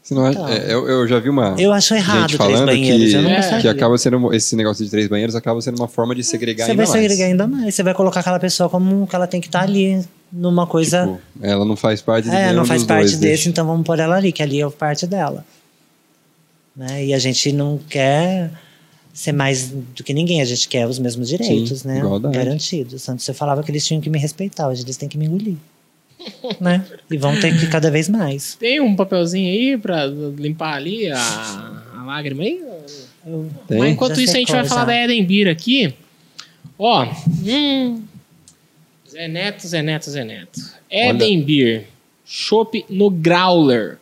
S1: Você não acha-
S3: Então.
S1: é, eu, eu já vi uma.
S3: Eu acho errado
S1: gente
S3: três
S1: falando
S3: banheiros.
S1: que,
S3: eu não
S2: É.
S1: que
S3: gostaria.
S1: acaba sendo um, esse negócio de três banheiros acaba sendo uma forma de segregar
S3: Você
S1: ainda
S3: vai
S1: mais.
S3: segregar ainda mais. Você vai colocar aquela pessoa como que ela tem que estar ali, numa coisa.
S1: Tipo, ela não faz parte de
S3: é,
S1: nenhum
S3: não faz
S1: dos
S3: parte
S1: Tipo, dois,
S3: desse,
S1: deixa.
S3: então vamos pôr ela ali, que ali é parte dela. Né? E a gente não quer ser mais do que ninguém, a gente quer os mesmos direitos, né?
S1: igualdade.
S3: Garantidos. Antes eu falava que eles tinham que me respeitar, hoje eles têm que me engolir. né? E vão ter que cada vez mais.
S2: Tem um papelzinho aí pra limpar ali a, a lágrima aí?
S3: Eu-
S1: Tem?
S2: Mas enquanto
S3: Já
S2: isso, a gente
S3: secou,
S2: vai falar
S3: já.
S2: da Edembira aqui. Ó. Hum, Zé Neto, Zé Neto, Zé Neto. Edembir. Chopp no Growler.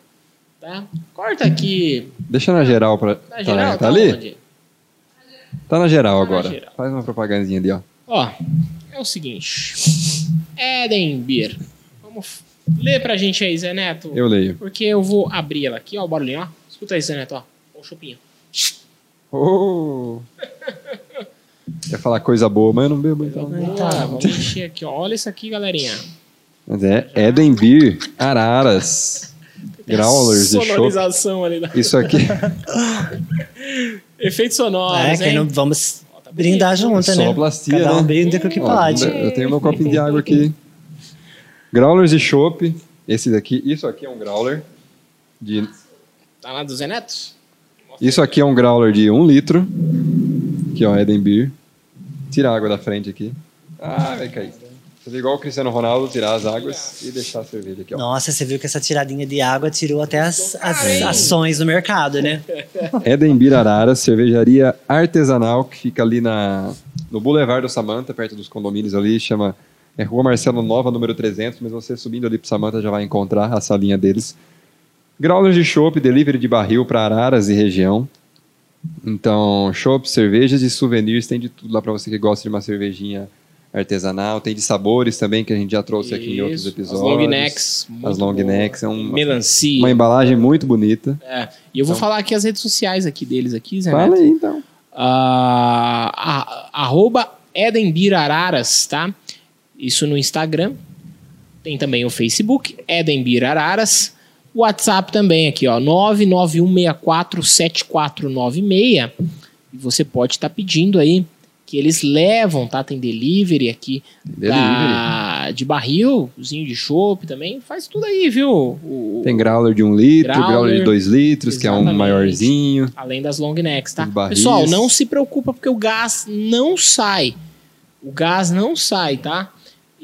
S2: Tá? Corta aqui.
S1: Deixa na geral pra.
S2: Tá geral?
S1: tá, ali?
S2: onde?
S1: Tá na geral
S2: Tá na
S1: agora.
S2: geral.
S1: Faz uma propagandinha ali, ó.
S2: Ó. É o seguinte. Edembir. Vamos ler pra gente aí, Zé Neto.
S1: Eu leio.
S2: Porque eu vou abrir ela aqui, ó. O barulhinho, ó. Escuta aí, Zé Neto, ó. Ó O chopinho.
S1: Oh! Ia falar coisa boa, mas eu não bebo então.
S2: Boa, vamos encher aqui, ó. Olha isso aqui, galerinha.
S1: Mas é Eden Beer, Araras,
S2: Tem a
S1: Growlers de Chopp.
S2: sonorização ali da...
S1: Isso aqui
S2: Efeitos sonoros,
S3: é, que
S2: hein?
S3: não vamos
S2: Ó, tá bonito.
S3: brindar junto, né?
S1: sonoplastia,
S3: cada um
S1: né?
S3: brinda com o que
S1: Ó,
S3: pode.
S1: Eu tenho meu copinho de água aqui. Growlers e Chopp. Esse daqui, isso aqui é um growler. De,
S2: Tá lá do Zé Neto?
S1: isso aqui é um growler de 1 um litro. é um Aqui, ó, Eden Beer. Tira a água da frente aqui. Ah, vai cair. Fazer igual o Cristiano Ronaldo, tirar as águas e deixar servir aqui, ó.
S3: Nossa, você viu que essa tiradinha de água tirou até as, as ações do mercado, né?
S1: Eden Birarara, cervejaria artesanal que fica ali na, no Boulevard do Samanta, perto dos condomínios ali, chama é Rua Marcelo Nova, número 300, mas você subindo ali pro Samanta já vai encontrar a salinha deles. Growlers de chopp, delivery de barril para Araras e região. Então, chopp, cervejas e souvenirs, tem de tudo lá para você que gosta de uma cervejinha artesanal, tem de sabores também que a gente já trouxe aqui em outros
S2: Isso,
S1: episódios.
S2: As long necks.
S1: As
S2: muito
S1: long
S2: boa.
S1: necks, é um-
S2: Melancia.
S1: uma embalagem muito bonita.
S2: É. E eu vou falar aqui as redes sociais aqui deles aqui, Zé
S1: Fala
S2: Neto.
S1: aí então.
S2: Ah, a- arroba Edembiraras, tá? Isso no Instagram. Tem também o Facebook, Edembiraras. WhatsApp também aqui, ó, 991647496. E você pode estar pedindo aí que eles levam, tá? Tem delivery aqui
S1: Delivery.
S2: da- de barril, cozinho de chopp também. Faz tudo aí, viu? O-
S1: Tem growler de um litro, growler,
S2: Growler.
S1: de dois litros, que é um
S2: Exatamente.
S1: maiorzinho.
S2: Além das long necks, tá?
S1: Os barris.
S2: Pessoal, não se preocupa porque o gás não sai. O gás não sai, tá?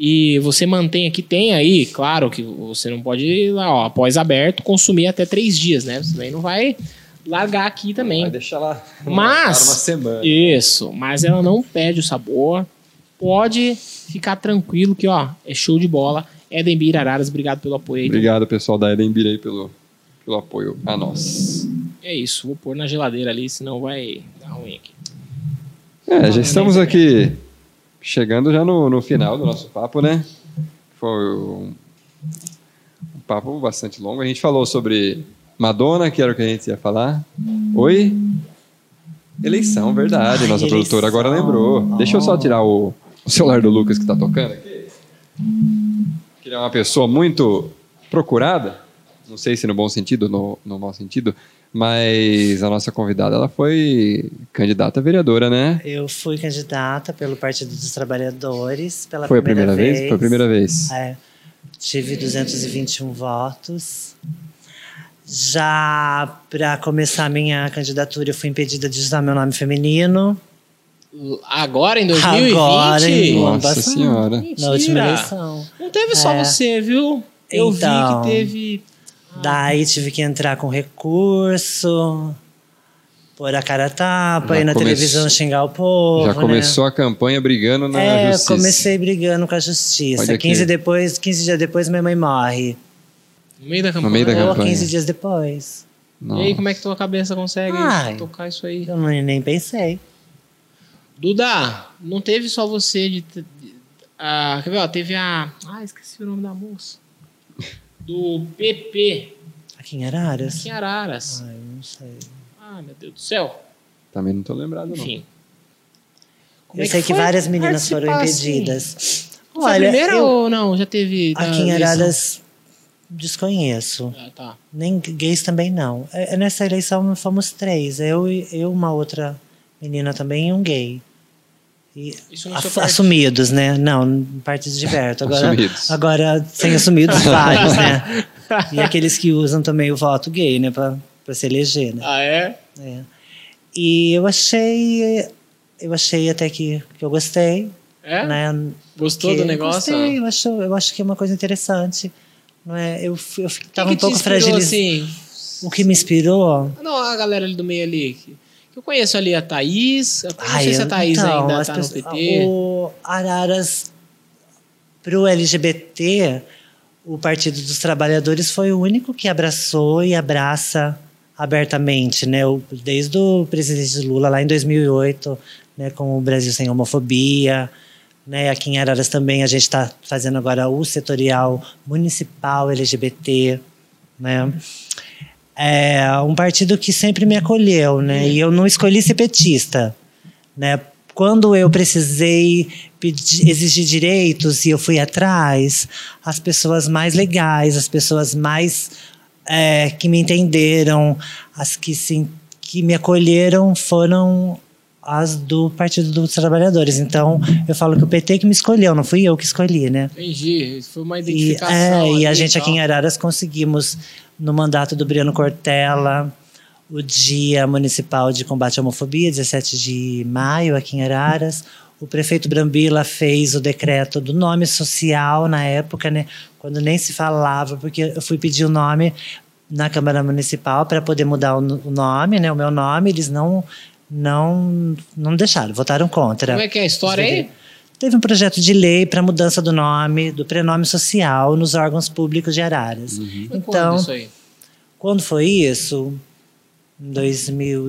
S2: E você mantém aqui, tem aí, claro que você não pode ir lá, ó, após aberto, consumir até três dias, né? Você também não vai largar aqui
S1: Vai
S2: também.
S1: deixar lá.
S2: Mas-
S1: Uma semana.
S2: Isso, mas ela não perde o sabor. Pode ficar tranquilo que, ó, é show de bola. Edembir Araras, obrigado pelo apoio aí.
S1: Obrigado, pessoal da Edembir aí pelo, pelo apoio a nós.
S2: É isso, vou pôr na geladeira ali, senão vai dar ruim aqui.
S1: É, já estamos aqui chegando já no, no final do nosso papo, né? Foi um, um papo bastante longo. A gente falou sobre Madonna, que era o que a gente ia falar. Oi? Eleição, verdade.
S3: Ai,
S1: Nossa
S3: eleição.
S1: produtora agora lembrou. Deixa eu só tirar o, o celular do Lucas que tá tocando aqui. Que ele é uma pessoa muito procurada. Não sei se no bom sentido ou no, no mau sentido. Mas a nossa convidada, ela foi candidata a vereadora, né?
S3: Eu fui candidata pelo Partido dos Trabalhadores pela
S1: Foi a
S3: primeira,
S1: primeira vez? Foi a primeira vez.
S3: É, tive 221 votos. Já para começar minha candidatura, eu fui impedida de usar meu nome feminino
S2: Agora em 2020.
S3: Agora, hein? ano
S1: Nossa
S3: passado.
S1: senhora.
S3: na última
S2: Mentira.
S3: eleição.
S2: Não teve só
S3: É.
S2: você, viu? Eu
S3: Então.
S2: vi que teve.
S3: Daí tive que entrar com recurso, pôr a cara a tapa,
S1: Já
S3: ir na
S1: come-
S3: televisão xingar o povo.
S1: Já
S3: né?
S1: começou a campanha brigando na
S3: É, eu
S1: justiça.
S3: comecei brigando com a justiça.
S1: Olha aqui.
S3: 15, depois, 15 dias depois, minha mãe morre.
S2: No meio da campanha.
S1: meio da
S3: Ou
S1: campanha.
S3: 15 dias depois.
S1: Não.
S2: E aí, como é que tua cabeça consegue
S3: Ai.
S2: tocar isso aí?
S3: Eu não- nem pensei.
S2: Duda, não teve só você de. de- ah, quer ver? ó, teve a. Ah, esqueci o nome da moça. Do PP,
S3: Aqui em Araras?
S2: aqui em Araras.
S3: Ai, não sei.
S2: Ah, meu Deus do céu.
S1: Também não tô lembrado, não.
S2: Enfim. Como
S3: eu
S2: é
S3: sei que,
S2: foi
S3: várias meninas foram
S2: participar, assim?
S3: impedidas.
S2: Foi a
S3: Olha,
S2: primeira
S3: eu,
S2: ou não? Já teve. da
S3: aqui em
S2: eleição?
S3: Araras desconheço.
S2: Ah, tá.
S3: Nem gays também não. É- é Nessa eleição fomos três. Eu, e- eu uma outra menina também e um gay. E
S2: Isso no
S3: a-
S2: seu partido.
S3: assumidos, né? Não, partidos de perto. Agora,
S1: Assumidos.
S3: agora sem assumidos, vários, né?
S2: Ah,
S3: E aqueles que usam também o voto gay, né? Pra, pra se eleger, né?
S2: Ah, é?
S3: É. E eu achei... Eu achei até que, que eu gostei,
S2: É?
S3: né?
S2: Gostou
S3: que-
S2: do negócio?
S3: Gostei, eu acho, eu acho que é uma coisa interessante. Não é? Eu, f- eu
S2: O que
S3: tava
S2: que
S3: um
S2: te
S3: pouco
S2: inspirou,
S3: fragilizada.
S2: Assim?
S3: O que me inspirou?
S2: Não, a galera ali do meio ali. Que que eu conheço ali a Thaís. Eu não
S3: Ai,
S2: sei se a
S3: eu-
S2: Thaís
S3: então,
S2: ainda
S3: as
S2: tá
S3: pessoas- ah,
S2: no PT.
S3: O Araras, pro LGBT, o Partido dos Trabalhadores foi o único que abraçou e abraça abertamente, né? O- Desde o presidente Lula lá em 2008, né? Com o Brasil sem homofobia, né? Aqui em Araras também a gente está fazendo agora o setorial municipal LGBT, né? É um partido que sempre me acolheu, né? E eu não escolhi ser petista, né? Quando eu precisei pedir, exigir direitos e eu fui atrás, as pessoas mais legais, as pessoas mais é, que me entenderam, as que, se, que me acolheram foram as do Partido dos Trabalhadores. Então, eu falo que o PT que me escolheu, não fui eu que escolhi, né?
S2: Entendi. Foi uma
S3: E,
S2: identificação.
S3: é,
S2: ali
S3: e a gente
S2: tal.
S3: aqui em Araras conseguimos, no mandato do Briano Cortella, o Dia Municipal de Combate à Homofobia, 17 de maio, aqui em Araras, O prefeito Brambila fez o decreto do nome social na época, né? Quando nem se falava, porque eu fui pedir o nome na Câmara Municipal para poder mudar o n- o nome, né? O meu nome, eles não não não deixaram, votaram contra.
S2: Como é que é a história aí?
S3: Teve um projeto de lei para mudança do nome, do prenome social nos órgãos públicos de Araras.
S2: Foi quando
S3: Então,
S2: isso aí?
S3: quando foi isso? Em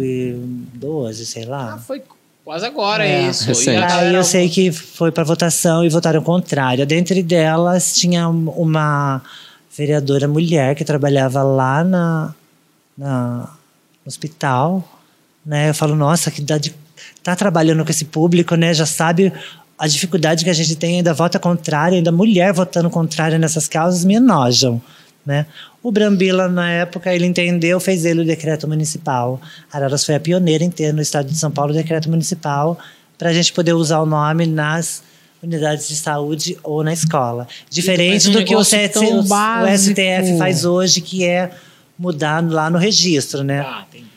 S3: 2012, sei lá.
S2: Ah, foi quase agora
S3: É.
S2: isso.
S1: Recente.
S2: a
S3: Aí
S2: galera-
S3: eu sei que foi para votação e votaram contrária. Dentre delas tinha um- uma vereadora mulher que trabalhava lá na, na- no hospital, né? Eu falo, nossa, que dá de, tá trabalhando com esse público, né? Já sabe a dificuldade que a gente tem, ainda vota contrária, ainda mulher votando contrária nessas causas, me enojam. Né? O Brambila, na época, ele entendeu, fez ele o decreto municipal. Araras foi a pioneira em ter no estado de São Paulo o decreto municipal para a gente poder usar o nome nas unidades de saúde ou na escola.
S2: Mas
S3: Diferente
S2: um
S3: do que o,
S2: negócio
S3: CT
S2: tão
S3: o STF
S2: básico.
S3: faz hoje, que é mudar lá no registro, né?
S2: Ah, entendi.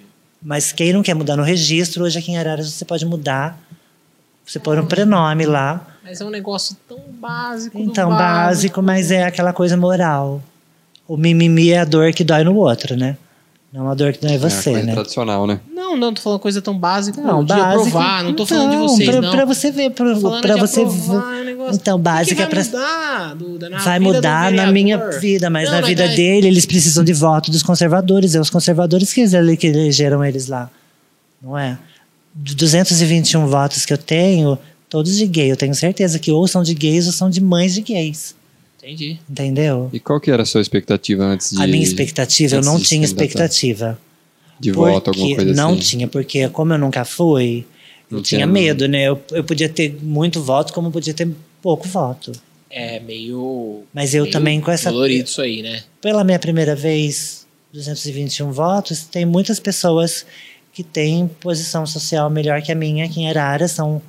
S3: Mas quem não quer mudar no registro, hoje aqui em Araras você pode mudar. Você pôr um prenome lá.
S2: Mas é um negócio tão básico. do
S3: Então, básico, mas é aquela coisa moral. O mimimi é a dor que dói no outro, né? Não a dor que dói em você,
S1: é uma coisa
S3: né?
S1: tradicional, né?
S2: Não, não, tô falando coisa tão básica.
S3: Não,
S2: Não, de
S3: básico.
S2: aprovar, não tô falando de
S3: Então,
S2: vocês,
S3: pra,
S2: não.
S3: Pra você ver, pra,
S2: Tô falando
S3: pra
S2: de
S3: você ver.
S2: aprovar, é um negócio-
S3: Então,
S2: O que que
S3: básico é
S2: vai
S3: pra.
S2: mudar, Duda, na vida
S3: Vai
S2: do
S3: mudar na
S2: vereador?
S3: minha vida, mas
S2: Não, é-
S3: na vida
S2: na-
S3: dele eles precisam de voto dos conservadores. É os conservadores que ele- que elegeram eles lá. Não é? De 221 votos que eu tenho, todos de gay. Eu tenho certeza que ou são de gays ou são de mães de gays.
S2: Entendi.
S3: Entendeu?
S1: E qual que era a sua expectativa antes de,
S3: A minha expectativa, eu
S1: antes
S3: não
S1: de se
S3: tinha
S1: candidatar.
S3: expectativa.
S1: de
S3: Porque
S1: voto, alguma coisa
S3: não
S1: assim?
S3: tinha, porque como eu nunca fui, eu
S1: Não tinha-
S3: tinha medo, né? Eu, eu podia ter muito voto, como eu podia ter pouco voto.
S2: É meio.
S3: Mas eu
S2: meio
S3: também com essa-
S2: Dolorido isso aí, né?
S3: Pela minha primeira vez, 221 votos, tem muitas pessoas que têm posição social melhor que a minha aqui em Arara, são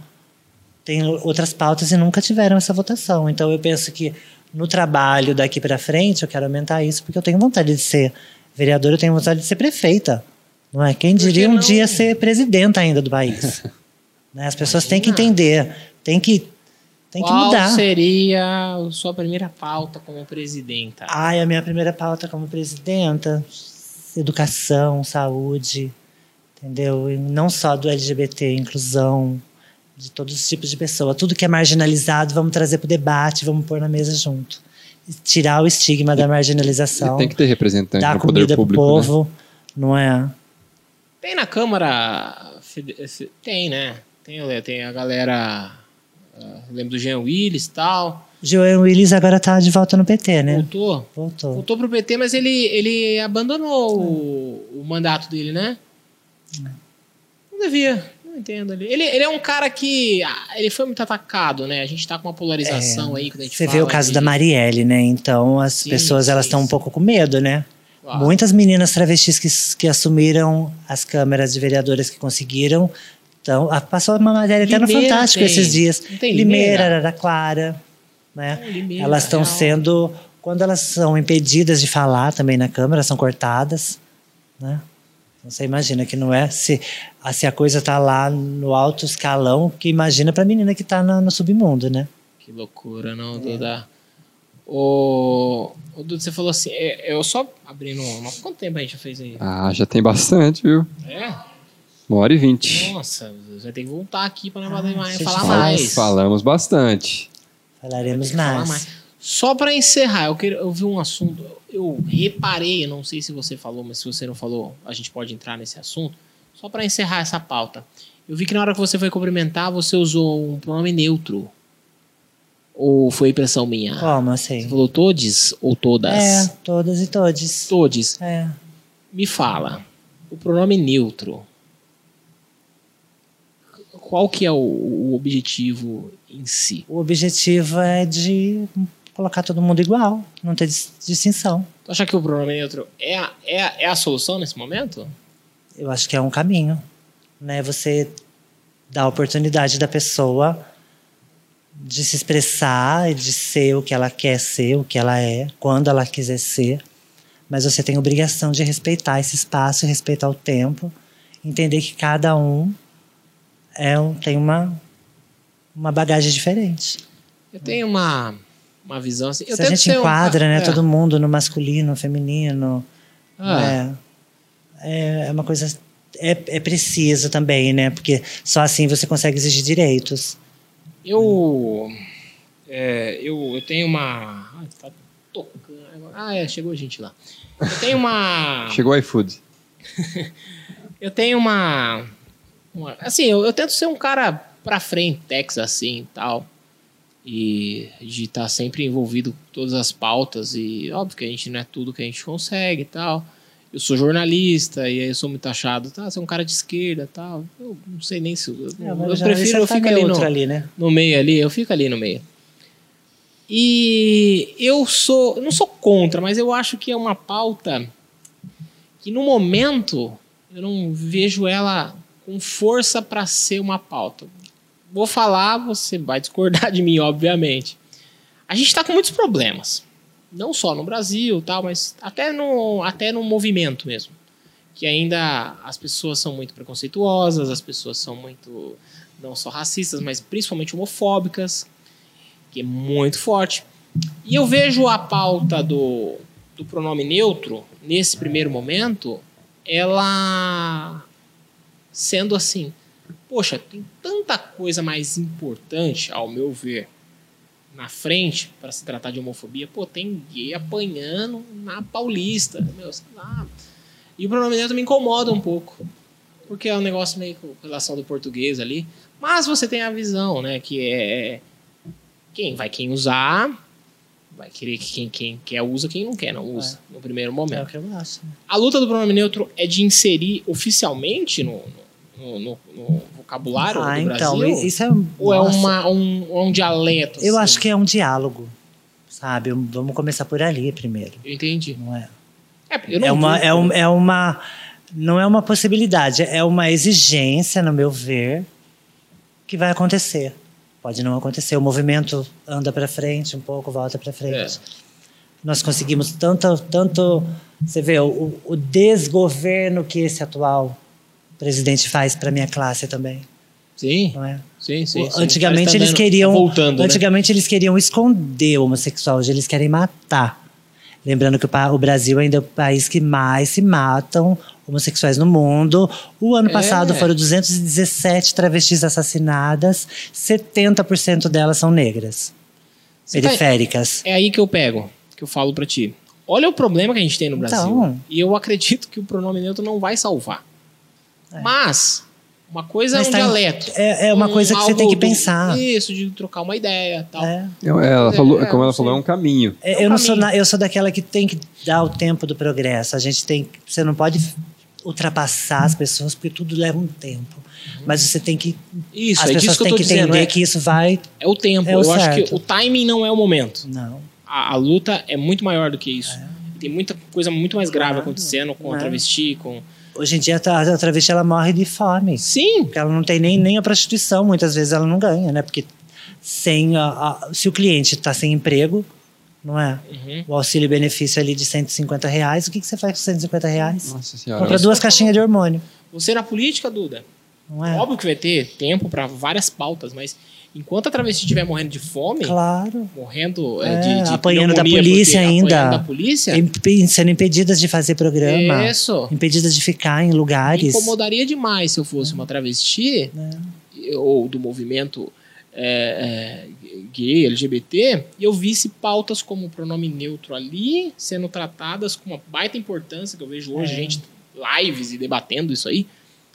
S3: tem outras pautas e nunca tiveram essa votação. Então eu penso que no trabalho daqui para frente eu quero aumentar isso porque eu tenho vontade de ser vereadora, eu tenho vontade de ser prefeita. Não é? Quem
S2: Por que
S3: diria um
S2: não?
S3: dia ser presidenta ainda do país? né? As pessoas têm que
S2: Imagina.
S3: entender, tem que tem que
S2: Qual
S3: mudar.
S2: seria a sua primeira pauta como presidenta?
S3: Ai, a minha primeira pauta como presidenta, educação, saúde, entendeu? E não só do LGBT, inclusão de todos os tipos de pessoa. Tudo que é marginalizado, vamos trazer para o debate, vamos pôr na mesa junto. E tirar o estigma da
S1: E
S3: marginalização,
S1: tem que ter representante
S3: dar
S1: no poder
S3: comida para o
S1: público, né?
S3: povo, não é?
S2: Tem na Câmara. Fede- fe- Tem, né? Tem, o- tem a galera. ah, Lembro do Jean Willis e tal.
S3: João Willis agora está de volta no PT, né?
S2: Voltou.
S3: Voltou.
S2: Voltou pro PT, mas ele, ele abandonou
S3: Hum.
S2: o, o mandato dele, né? Não devia. Não entendo ali. Ele, ele é um cara que. ah, Ele foi muito atacado, né? A gente tá com uma polarização aí. Quando a gente
S3: É, Você vê
S2: fala
S3: o caso
S2: de-
S3: da Marielle, né? Então as
S2: Sim,
S3: pessoas elas
S2: sim,
S3: estão um
S2: sim.
S3: pouco com medo, né?
S2: Claro.
S3: Muitas meninas travestis que, que assumiram as câmeras de vereadoras que conseguiram. Então, a- passou uma matéria até no
S2: Limeira
S3: Fantástico
S2: tem.
S3: esses dias.
S2: Não tem
S3: Limeira,
S2: Limeira?
S3: Araraquara, né?
S2: Não, Limeira,
S3: elas estão
S2: real.
S3: sendo. Quando elas são impedidas de falar também na câmera, são cortadas, né? Então, Você imagina que não é se a, se a coisa tá lá no alto escalão, que imagina pra menina que tá na- no submundo, né?
S2: Que loucura,
S3: É.
S2: não, Duda. Ô, ô, Duda, você falou assim, é, eu só abrindo uma. Quanto tempo a gente já fez aí?
S1: Ah, já tem bastante, viu?
S2: É?
S1: Uma hora e vinte.
S2: Nossa, você vai ter que voltar aqui pra não bater
S3: Ah,
S2: mais,
S3: deixa eu
S2: falar
S1: Fal-
S3: te falar.
S2: mais.
S1: Falamos bastante.
S3: Falaremos
S2: Falar
S3: mais.
S2: mais. Só pra encerrar, eu, queria, eu vi um assunto, eu reparei, eu não sei se você falou, mas se você não falou, a gente pode entrar nesse assunto. Só pra encerrar essa pauta. Eu vi que na hora que você foi cumprimentar, você usou um pronome neutro. Ou foi impressão minha?
S3: Como
S2: Você
S3: assim?
S2: falou todes ou todas?
S3: É, todas e todes.
S2: Todes,
S3: É.
S2: me fala, o pronome é neutro, qual que é o, o objetivo em si?
S3: O objetivo é de colocar todo mundo igual, não ter dis- distinção.
S2: Tu acha que o pronome neutro é a, é a, é a solução nesse momento?
S3: Eu acho que é um caminho, né? Você dá a oportunidade da pessoa de se expressar e de ser o que ela quer ser, o que ela é, quando ela quiser ser. Mas você tem obrigação de respeitar esse espaço, respeitar o tempo, entender que cada um é um, tem uma uma bagagem diferente.
S2: Eu tenho uma, uma visão assim. Eu
S3: Se a
S2: tento
S3: gente
S2: ser um ca-
S3: enquadra, né,
S2: é.
S3: todo mundo no masculino, no feminino,
S2: Ah.
S3: né, é, é uma coisa é, é preciso também, né? Porque só assim você consegue exigir direitos.
S2: Eu, é, eu, eu tenho uma. Ai, tá tocando. agora. Ah, é, chegou a gente lá. Eu tenho
S3: Ah.
S2: uma.
S1: Chegou o iFood.
S2: eu tenho uma. uma- assim, eu, eu tento ser um cara pra frente, Texas, assim e tal. E de estar sempre envolvido com todas as pautas. E óbvio que a gente não é tudo que a gente consegue e tal. Eu sou jornalista e aí eu sou muito achado, tá? Você é um cara de esquerda e tal. Eu não sei nem se. Eu,
S3: É,
S2: eu
S3: mas já-
S2: prefiro,
S3: já
S2: eu
S3: tá
S2: fico ali no,
S3: neutro ali, né?
S2: no meio ali, eu fico ali no meio. E eu sou, não sou contra, mas eu acho que é uma pauta que no momento eu não vejo ela com força para ser uma pauta. Vou falar, você vai discordar de mim, obviamente. A gente está com muitos problemas, não só no Brasil, tal, mas até no, até no movimento mesmo que ainda as pessoas são muito preconceituosas, as pessoas são muito não só racistas, mas principalmente homofóbicas, que é muito forte. E eu vejo a pauta do, do pronome neutro nesse primeiro momento, ela sendo assim, poxa, tem tanta coisa mais importante, ao meu ver, na frente para se tratar de homofobia. Pô, tem gay apanhando na Paulista, meu, sei lá, e o pronome neutro me incomoda um pouco. Porque é um negócio meio com relação do português ali. Mas você tem a visão, né? Que é. Quem vai quem usar, vai querer que quem, quem quer usa, quem não quer não usa, no primeiro momento.
S3: É o que eu acho.
S2: A luta do pronome neutro é de inserir oficialmente no, no, no- no vocabulário
S3: ah,
S2: do
S3: então,
S2: Brasil?
S3: isso é
S2: ou é
S3: nossa,
S2: uma, um, ou é um dialeto? assim?
S3: Eu acho que é um diálogo, sabe? Um- Vamos começar por ali primeiro,
S2: Eu entendi.
S3: não é?
S2: É, eu não
S3: É uma,
S2: vi.
S3: é, um- é uma. Não é uma possibilidade, é uma exigência, no meu ver, que vai acontecer. Pode não acontecer. O movimento anda para frente um pouco, volta para frente.
S2: É.
S3: Nós conseguimos tanto, tanto. Você vê o, o desgoverno que esse atual presidente faz para minha classe também,
S2: Sim,
S3: não é?
S2: sim, sim. sim.
S3: antigamente
S2: Tá
S3: eles
S2: andando-
S3: queriam
S2: Voltando, né?
S3: antigamente eles queriam esconder o homossexual hoje eles querem matar lembrando que o, pa- o Brasil ainda é o país que mais se matam homossexuais no mundo o ano
S2: É.
S3: passado foram 217 travestis assassinadas 70% delas são negras
S2: Você tá-
S3: periféricas
S2: É aí que eu pego, que eu falo pra ti. Olha o problema que a gente tem no Brasil.
S3: Então.
S2: E eu acredito que o pronome neutro não vai salvar. Mas, uma coisa
S3: É. Mas
S2: é um
S3: tá em-
S2: dialeto.
S3: é, é uma
S2: Um-
S3: coisa que você tem
S2: algo
S3: que
S2: do-
S3: pensar
S2: Isso, de trocar uma ideia tal.
S3: É.
S1: Ela
S2: É,
S1: falou,
S2: é,
S1: como ela
S2: sim.
S1: falou, é um caminho.
S3: É,
S2: É um
S3: eu não sou
S2: caminho.
S3: na- eu sou daquela que tem que dar o tempo do progresso. A gente tem, que- você não pode ultrapassar as pessoas porque tudo leva um tempo.
S2: Uhum.
S3: Mas você tem que
S2: Isso,
S3: as
S2: é
S3: pessoas
S2: disso que eu
S3: têm
S2: tô
S3: que
S2: dizendo.
S3: entender
S2: é,
S3: que isso vai
S2: é o tempo.
S3: é o
S2: eu acho que
S3: certo.
S2: o timing não é o momento.
S3: não.
S2: A, a luta é muito maior do que isso. Tem muita coisa muito mais grave acontecendo com a
S3: Claro.
S2: travesti, com...
S3: Hoje em dia a, a travesti ela morre de fome.
S2: Sim,
S3: Porque ela não tem nem, nem a prostituição, muitas vezes ela não ganha, né? Porque sem a- a- se o cliente está sem emprego, não é?
S2: Uhum.
S3: O auxílio benefício ali de 150 reais, o que, que você faz com 150 reais?
S1: Nossa senhora.
S3: Compra duas caixinhas de hormônio,
S2: você na política, Duda,
S3: não é?
S2: Óbvio que vai ter tempo para várias pautas, mas enquanto a travesti estiver morrendo de fome,
S3: Claro.
S2: morrendo é,
S3: É,
S2: de, de
S3: apanhando da
S2: pneumonia
S3: polícia
S2: porque-
S3: ainda. é,
S2: apanhando da polícia,
S3: Imp- sendo impedidas de fazer programa,
S2: isso
S3: impedidas de ficar em
S2: me
S3: lugares.
S2: incomodaria demais se eu fosse
S3: Uhum.
S2: uma travesti
S3: né?
S2: ou do movimento é, é, gay, LGBT, e eu visse pautas como o pronome neutro ali sendo tratadas com uma baita importância, que eu vejo hoje
S3: É.
S2: gente lives e debatendo isso aí,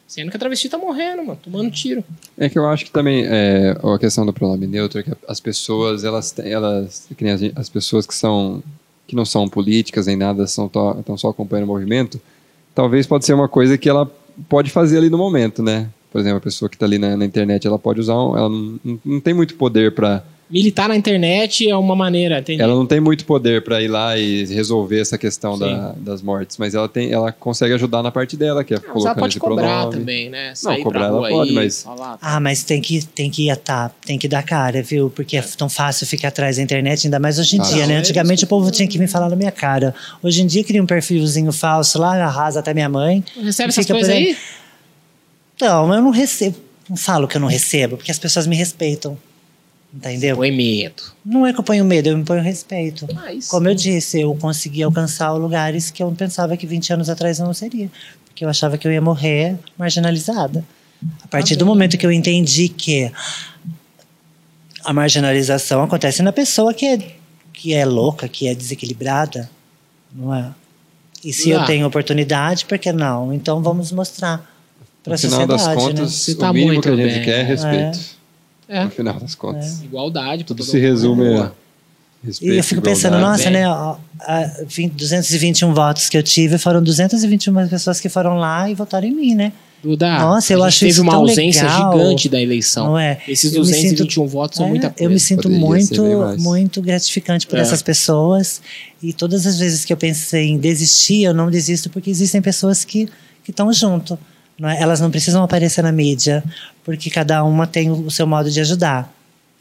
S2: sendo que a travesti tá morrendo, mano,
S3: Uhum.
S2: tomando tiro.
S1: É que eu acho que também é, a questão do pronome neutro é que as pessoas, elas, te- elas que nem a gente- as pessoas que são que não são políticas nem nada, são tó- estão só acompanhando o movimento, talvez pode ser uma coisa que ela pode fazer ali no momento, né? Por exemplo, a pessoa que está ali na, na internet, ela pode usar, um, ela não, não- não tem muito poder para,
S2: Militar na internet é uma maneira, entendeu?
S1: ela não tem muito poder para ir lá e resolver essa questão da- das mortes, mas ela tem, ela consegue ajudar na parte dela, que é
S2: Mas ela
S1: colocar
S2: pode
S1: esse
S2: cobrar
S1: pronome.
S2: também, né? Sair
S1: cobrar
S2: pra
S1: ela
S2: rua
S1: pode,
S2: aí,
S1: mas-
S2: falar.
S3: Ah, mas tem que, tem que ir atar, tem que dar cara, viu? Porque é tão fácil ficar atrás da internet, ainda mais hoje em
S1: Ah,
S3: dia,
S2: não,
S3: né?
S2: é
S3: Antigamente
S2: isso.
S3: o povo tinha que me falar na minha cara. Hoje em dia cria um perfilzinho falso lá, arrasa até minha mãe.
S2: Recebe essas
S3: Fica
S2: coisas
S3: por aí.
S2: aí?
S3: Então, eu não recebo. não falo que eu não recebo, porque as pessoas me respeitam. Entendeu?
S2: Põe medo.
S3: Não é que eu ponho medo, eu me ponho respeito.
S2: Mas,
S3: Como eu disse, eu consegui alcançar lugares que eu não pensava que 20 anos atrás eu não seria. Porque eu achava que eu ia morrer marginalizada. A partir do momento que eu entendi que a marginalização acontece na pessoa que é, que é louca, que é desequilibrada, não é? E se eu
S2: Ah.
S3: tenho oportunidade, por que não? Então vamos mostrar para a
S1: No final
S3: sociedade,
S1: das
S3: né?
S1: contas,
S2: Você tá
S1: o mínimo
S2: muito
S1: que a gente
S2: bem.
S1: quer é respeito.
S2: É.
S1: No final das contas.
S2: igualdade.
S1: Tudo
S2: todo
S1: se
S2: mundo.
S1: resume a
S2: Boa.
S1: respeito.
S3: É. E eu fico pensando,
S1: igualdade.
S3: nossa, né? ó, a- vin- 221 votos que eu tive foram 221 pessoas que foram lá e votaram em mim, né?
S2: Duda,
S3: Nossa, eu
S2: a gente
S3: acho
S2: teve
S3: isso
S2: uma
S3: tão
S2: ausência
S3: legal.
S2: gigante da eleição.
S3: Não é?
S2: Esses
S3: Eu me sinto-
S2: 221 votos um são
S3: É,
S2: muita coisa.
S3: eu me sinto
S1: Poderia ser
S3: muito,
S1: bem mais.
S3: muito gratificante por
S2: É.
S3: essas pessoas. E todas as vezes que eu pensei em desistir, eu não desisto porque existem pessoas que estão junto. Não é? Elas não precisam aparecer na mídia, porque cada uma tem o seu modo de ajudar.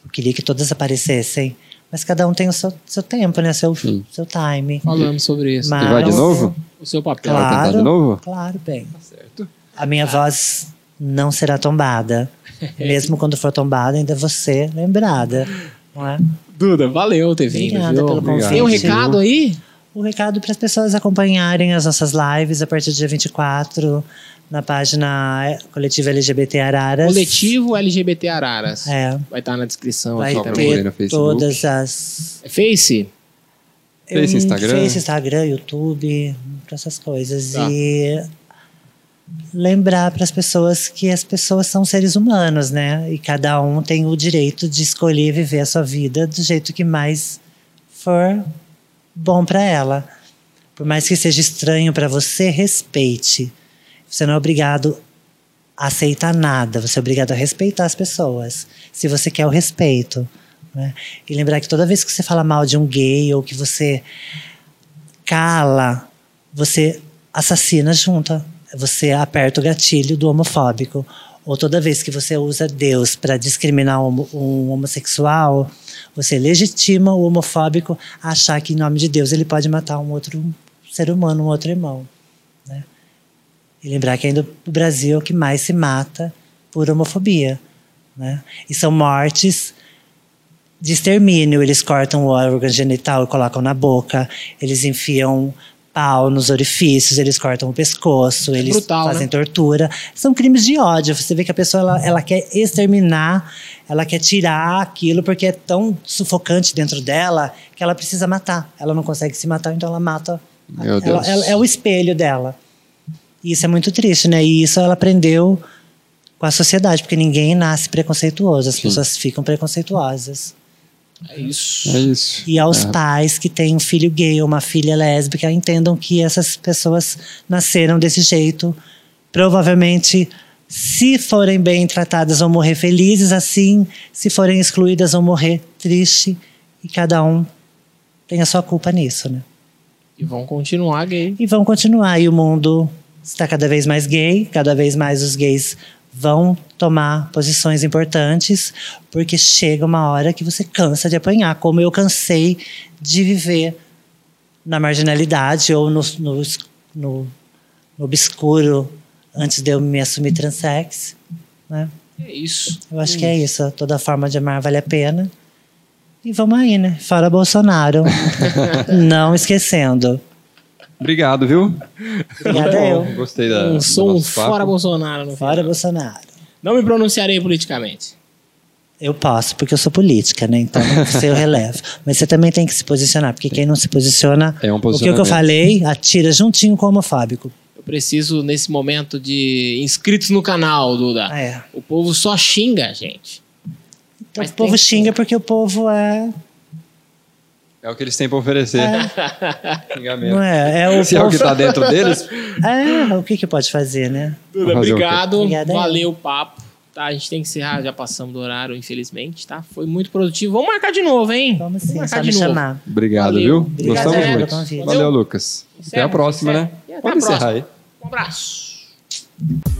S3: Eu queria que todas aparecessem, mas cada um tem o seu, seu tempo, né? Seu,
S1: Sim.
S3: seu time.
S2: Falamos sobre
S1: E
S2: isso.
S1: vai de
S3: Mas-
S1: novo?
S2: O seu papel. tá
S1: Vai tentar de
S3: Claro.
S1: novo?
S3: Claro, bem.
S1: Tá certo.
S3: A minha voz não será tombada. Mesmo quando for tombada, ainda você lembrada. Não é?
S2: Duda, valeu ter vindo.
S3: Obrigada
S2: viu?
S3: pelo
S1: Obrigado.
S3: convite.
S2: Tem um recado aí?
S3: O recado para as pessoas acompanharem as nossas lives a partir do dia 24 na página coletiva LGBT Araras.
S2: Coletivo LGBT Araras.
S3: É,
S2: Vai estar na descrição
S3: vai tá.
S2: aqui
S1: Só
S2: também.
S1: procurei no
S3: ter
S1: Facebook.
S3: todas as.
S2: É Face?
S1: Face,
S3: Eu-
S1: Instagram.
S3: Face, Instagram, YouTube, pra essas coisas.
S2: Tá.
S3: E lembrar para as pessoas que as pessoas são seres humanos, né? E cada um tem o direito de escolher viver a sua vida do jeito que mais for bom para ela. Por mais que seja estranho para você, respeite. Você não é obrigado a aceitar nada, você é obrigado a respeitar as pessoas, se você quer o respeito. né? E lembrar que toda vez que você fala mal de um gay ou que você cala, você assassina junta, você aperta o gatilho do homofóbico. Ou toda vez que você usa Deus para discriminar homo- um homossexual, você legitima o homofóbico a achar que, em nome de Deus, ele pode matar um outro ser humano, um outro irmão. né? E lembrar que ainda o Brasil é o que mais se mata por homofobia. né? E são mortes de extermínio. Eles cortam o órgão genital e colocam na boca, eles enfiam pau nos orifícios, eles cortam o pescoço, eles
S2: brutal,
S3: fazem
S2: né?
S3: tortura. São crimes de ódio. Você vê que a pessoa ela, ela quer exterminar, ela quer tirar aquilo porque é tão sufocante dentro dela que ela precisa matar. Ela não consegue se matar, então ela mata.
S1: Meu
S3: Ela-
S1: Deus.
S3: ela- é o espelho dela. E isso é muito triste, né? E isso ela aprendeu com a sociedade, porque ninguém nasce preconceituoso, as pessoas ficam preconceituosas.
S2: É isso.
S1: É isso.
S3: E aos
S1: É.
S3: pais que têm um filho gay ou uma filha lésbica, entendam que essas pessoas nasceram desse jeito. Provavelmente, se forem bem tratadas, vão morrer felizes, assim, se forem excluídas, vão morrer triste. E cada um tem a sua culpa nisso, né?
S2: E vão continuar gay.
S3: E vão continuar. E o mundo está cada vez mais gay, cada vez mais os gays vão tomar posições importantes, porque chega uma hora que você cansa de apanhar, como eu cansei de viver na marginalidade ou no, no, es- no- no obscuro antes de eu me assumir transex. Né?
S2: É isso.
S3: Eu acho que é isso. Toda forma de amar vale a pena. E vamos aí, né? Fora Bolsonaro. Não esquecendo.
S1: Obrigado, viu?
S3: Obrigada
S1: Bom,
S3: É, eu.
S1: Gostei da.
S2: Um
S1: do
S2: som
S1: nosso papo.
S2: fora Bolsonaro. No
S3: Fora
S2: final.
S3: Bolsonaro.
S2: Não me pronunciarei politicamente.
S3: Eu posso, porque eu sou política, né? Então você eu relevo. Mas você também tem que se posicionar, porque quem não se posiciona.
S1: É um
S3: o que, eu- que eu
S1: posicionamento.
S3: falei atira juntinho com o homofóbico.
S2: Eu preciso, nesse momento, de inscritos no canal, Duda.
S3: Ah, é.
S2: O povo só xinga a gente.
S3: Então
S2: Mas
S3: o povo
S2: tem-
S3: xinga porque o povo é.
S1: É o que eles têm pra oferecer.
S3: Não
S1: Xingamento.
S3: é? É o
S1: Se é o
S3: povo.
S1: que tá dentro deles,
S3: É, o que, que pode fazer, né?
S2: Duda,
S1: Fazer o quê?
S2: obrigado.
S3: Obrigada,
S2: Valeu o papo. Tá, a gente tem que encerrar, já passamos do horário, infelizmente, tá? Foi muito produtivo. Vamos marcar de novo, hein?
S3: Vamos sim,
S2: marcar
S3: só
S2: de
S3: me
S2: novo.
S3: chamar.
S1: Obrigado,
S2: Valeu.
S1: viu?
S3: Obrigado,
S1: Gostamos
S2: Zé,
S1: muito.
S3: pelo convite.
S1: Valeu, Lucas. Até
S2: Encerra,
S1: a próxima,
S2: encerra.
S1: né?
S2: E até Um
S1: Pode
S2: a próxima.
S1: encerrar aí.
S2: Um abraço.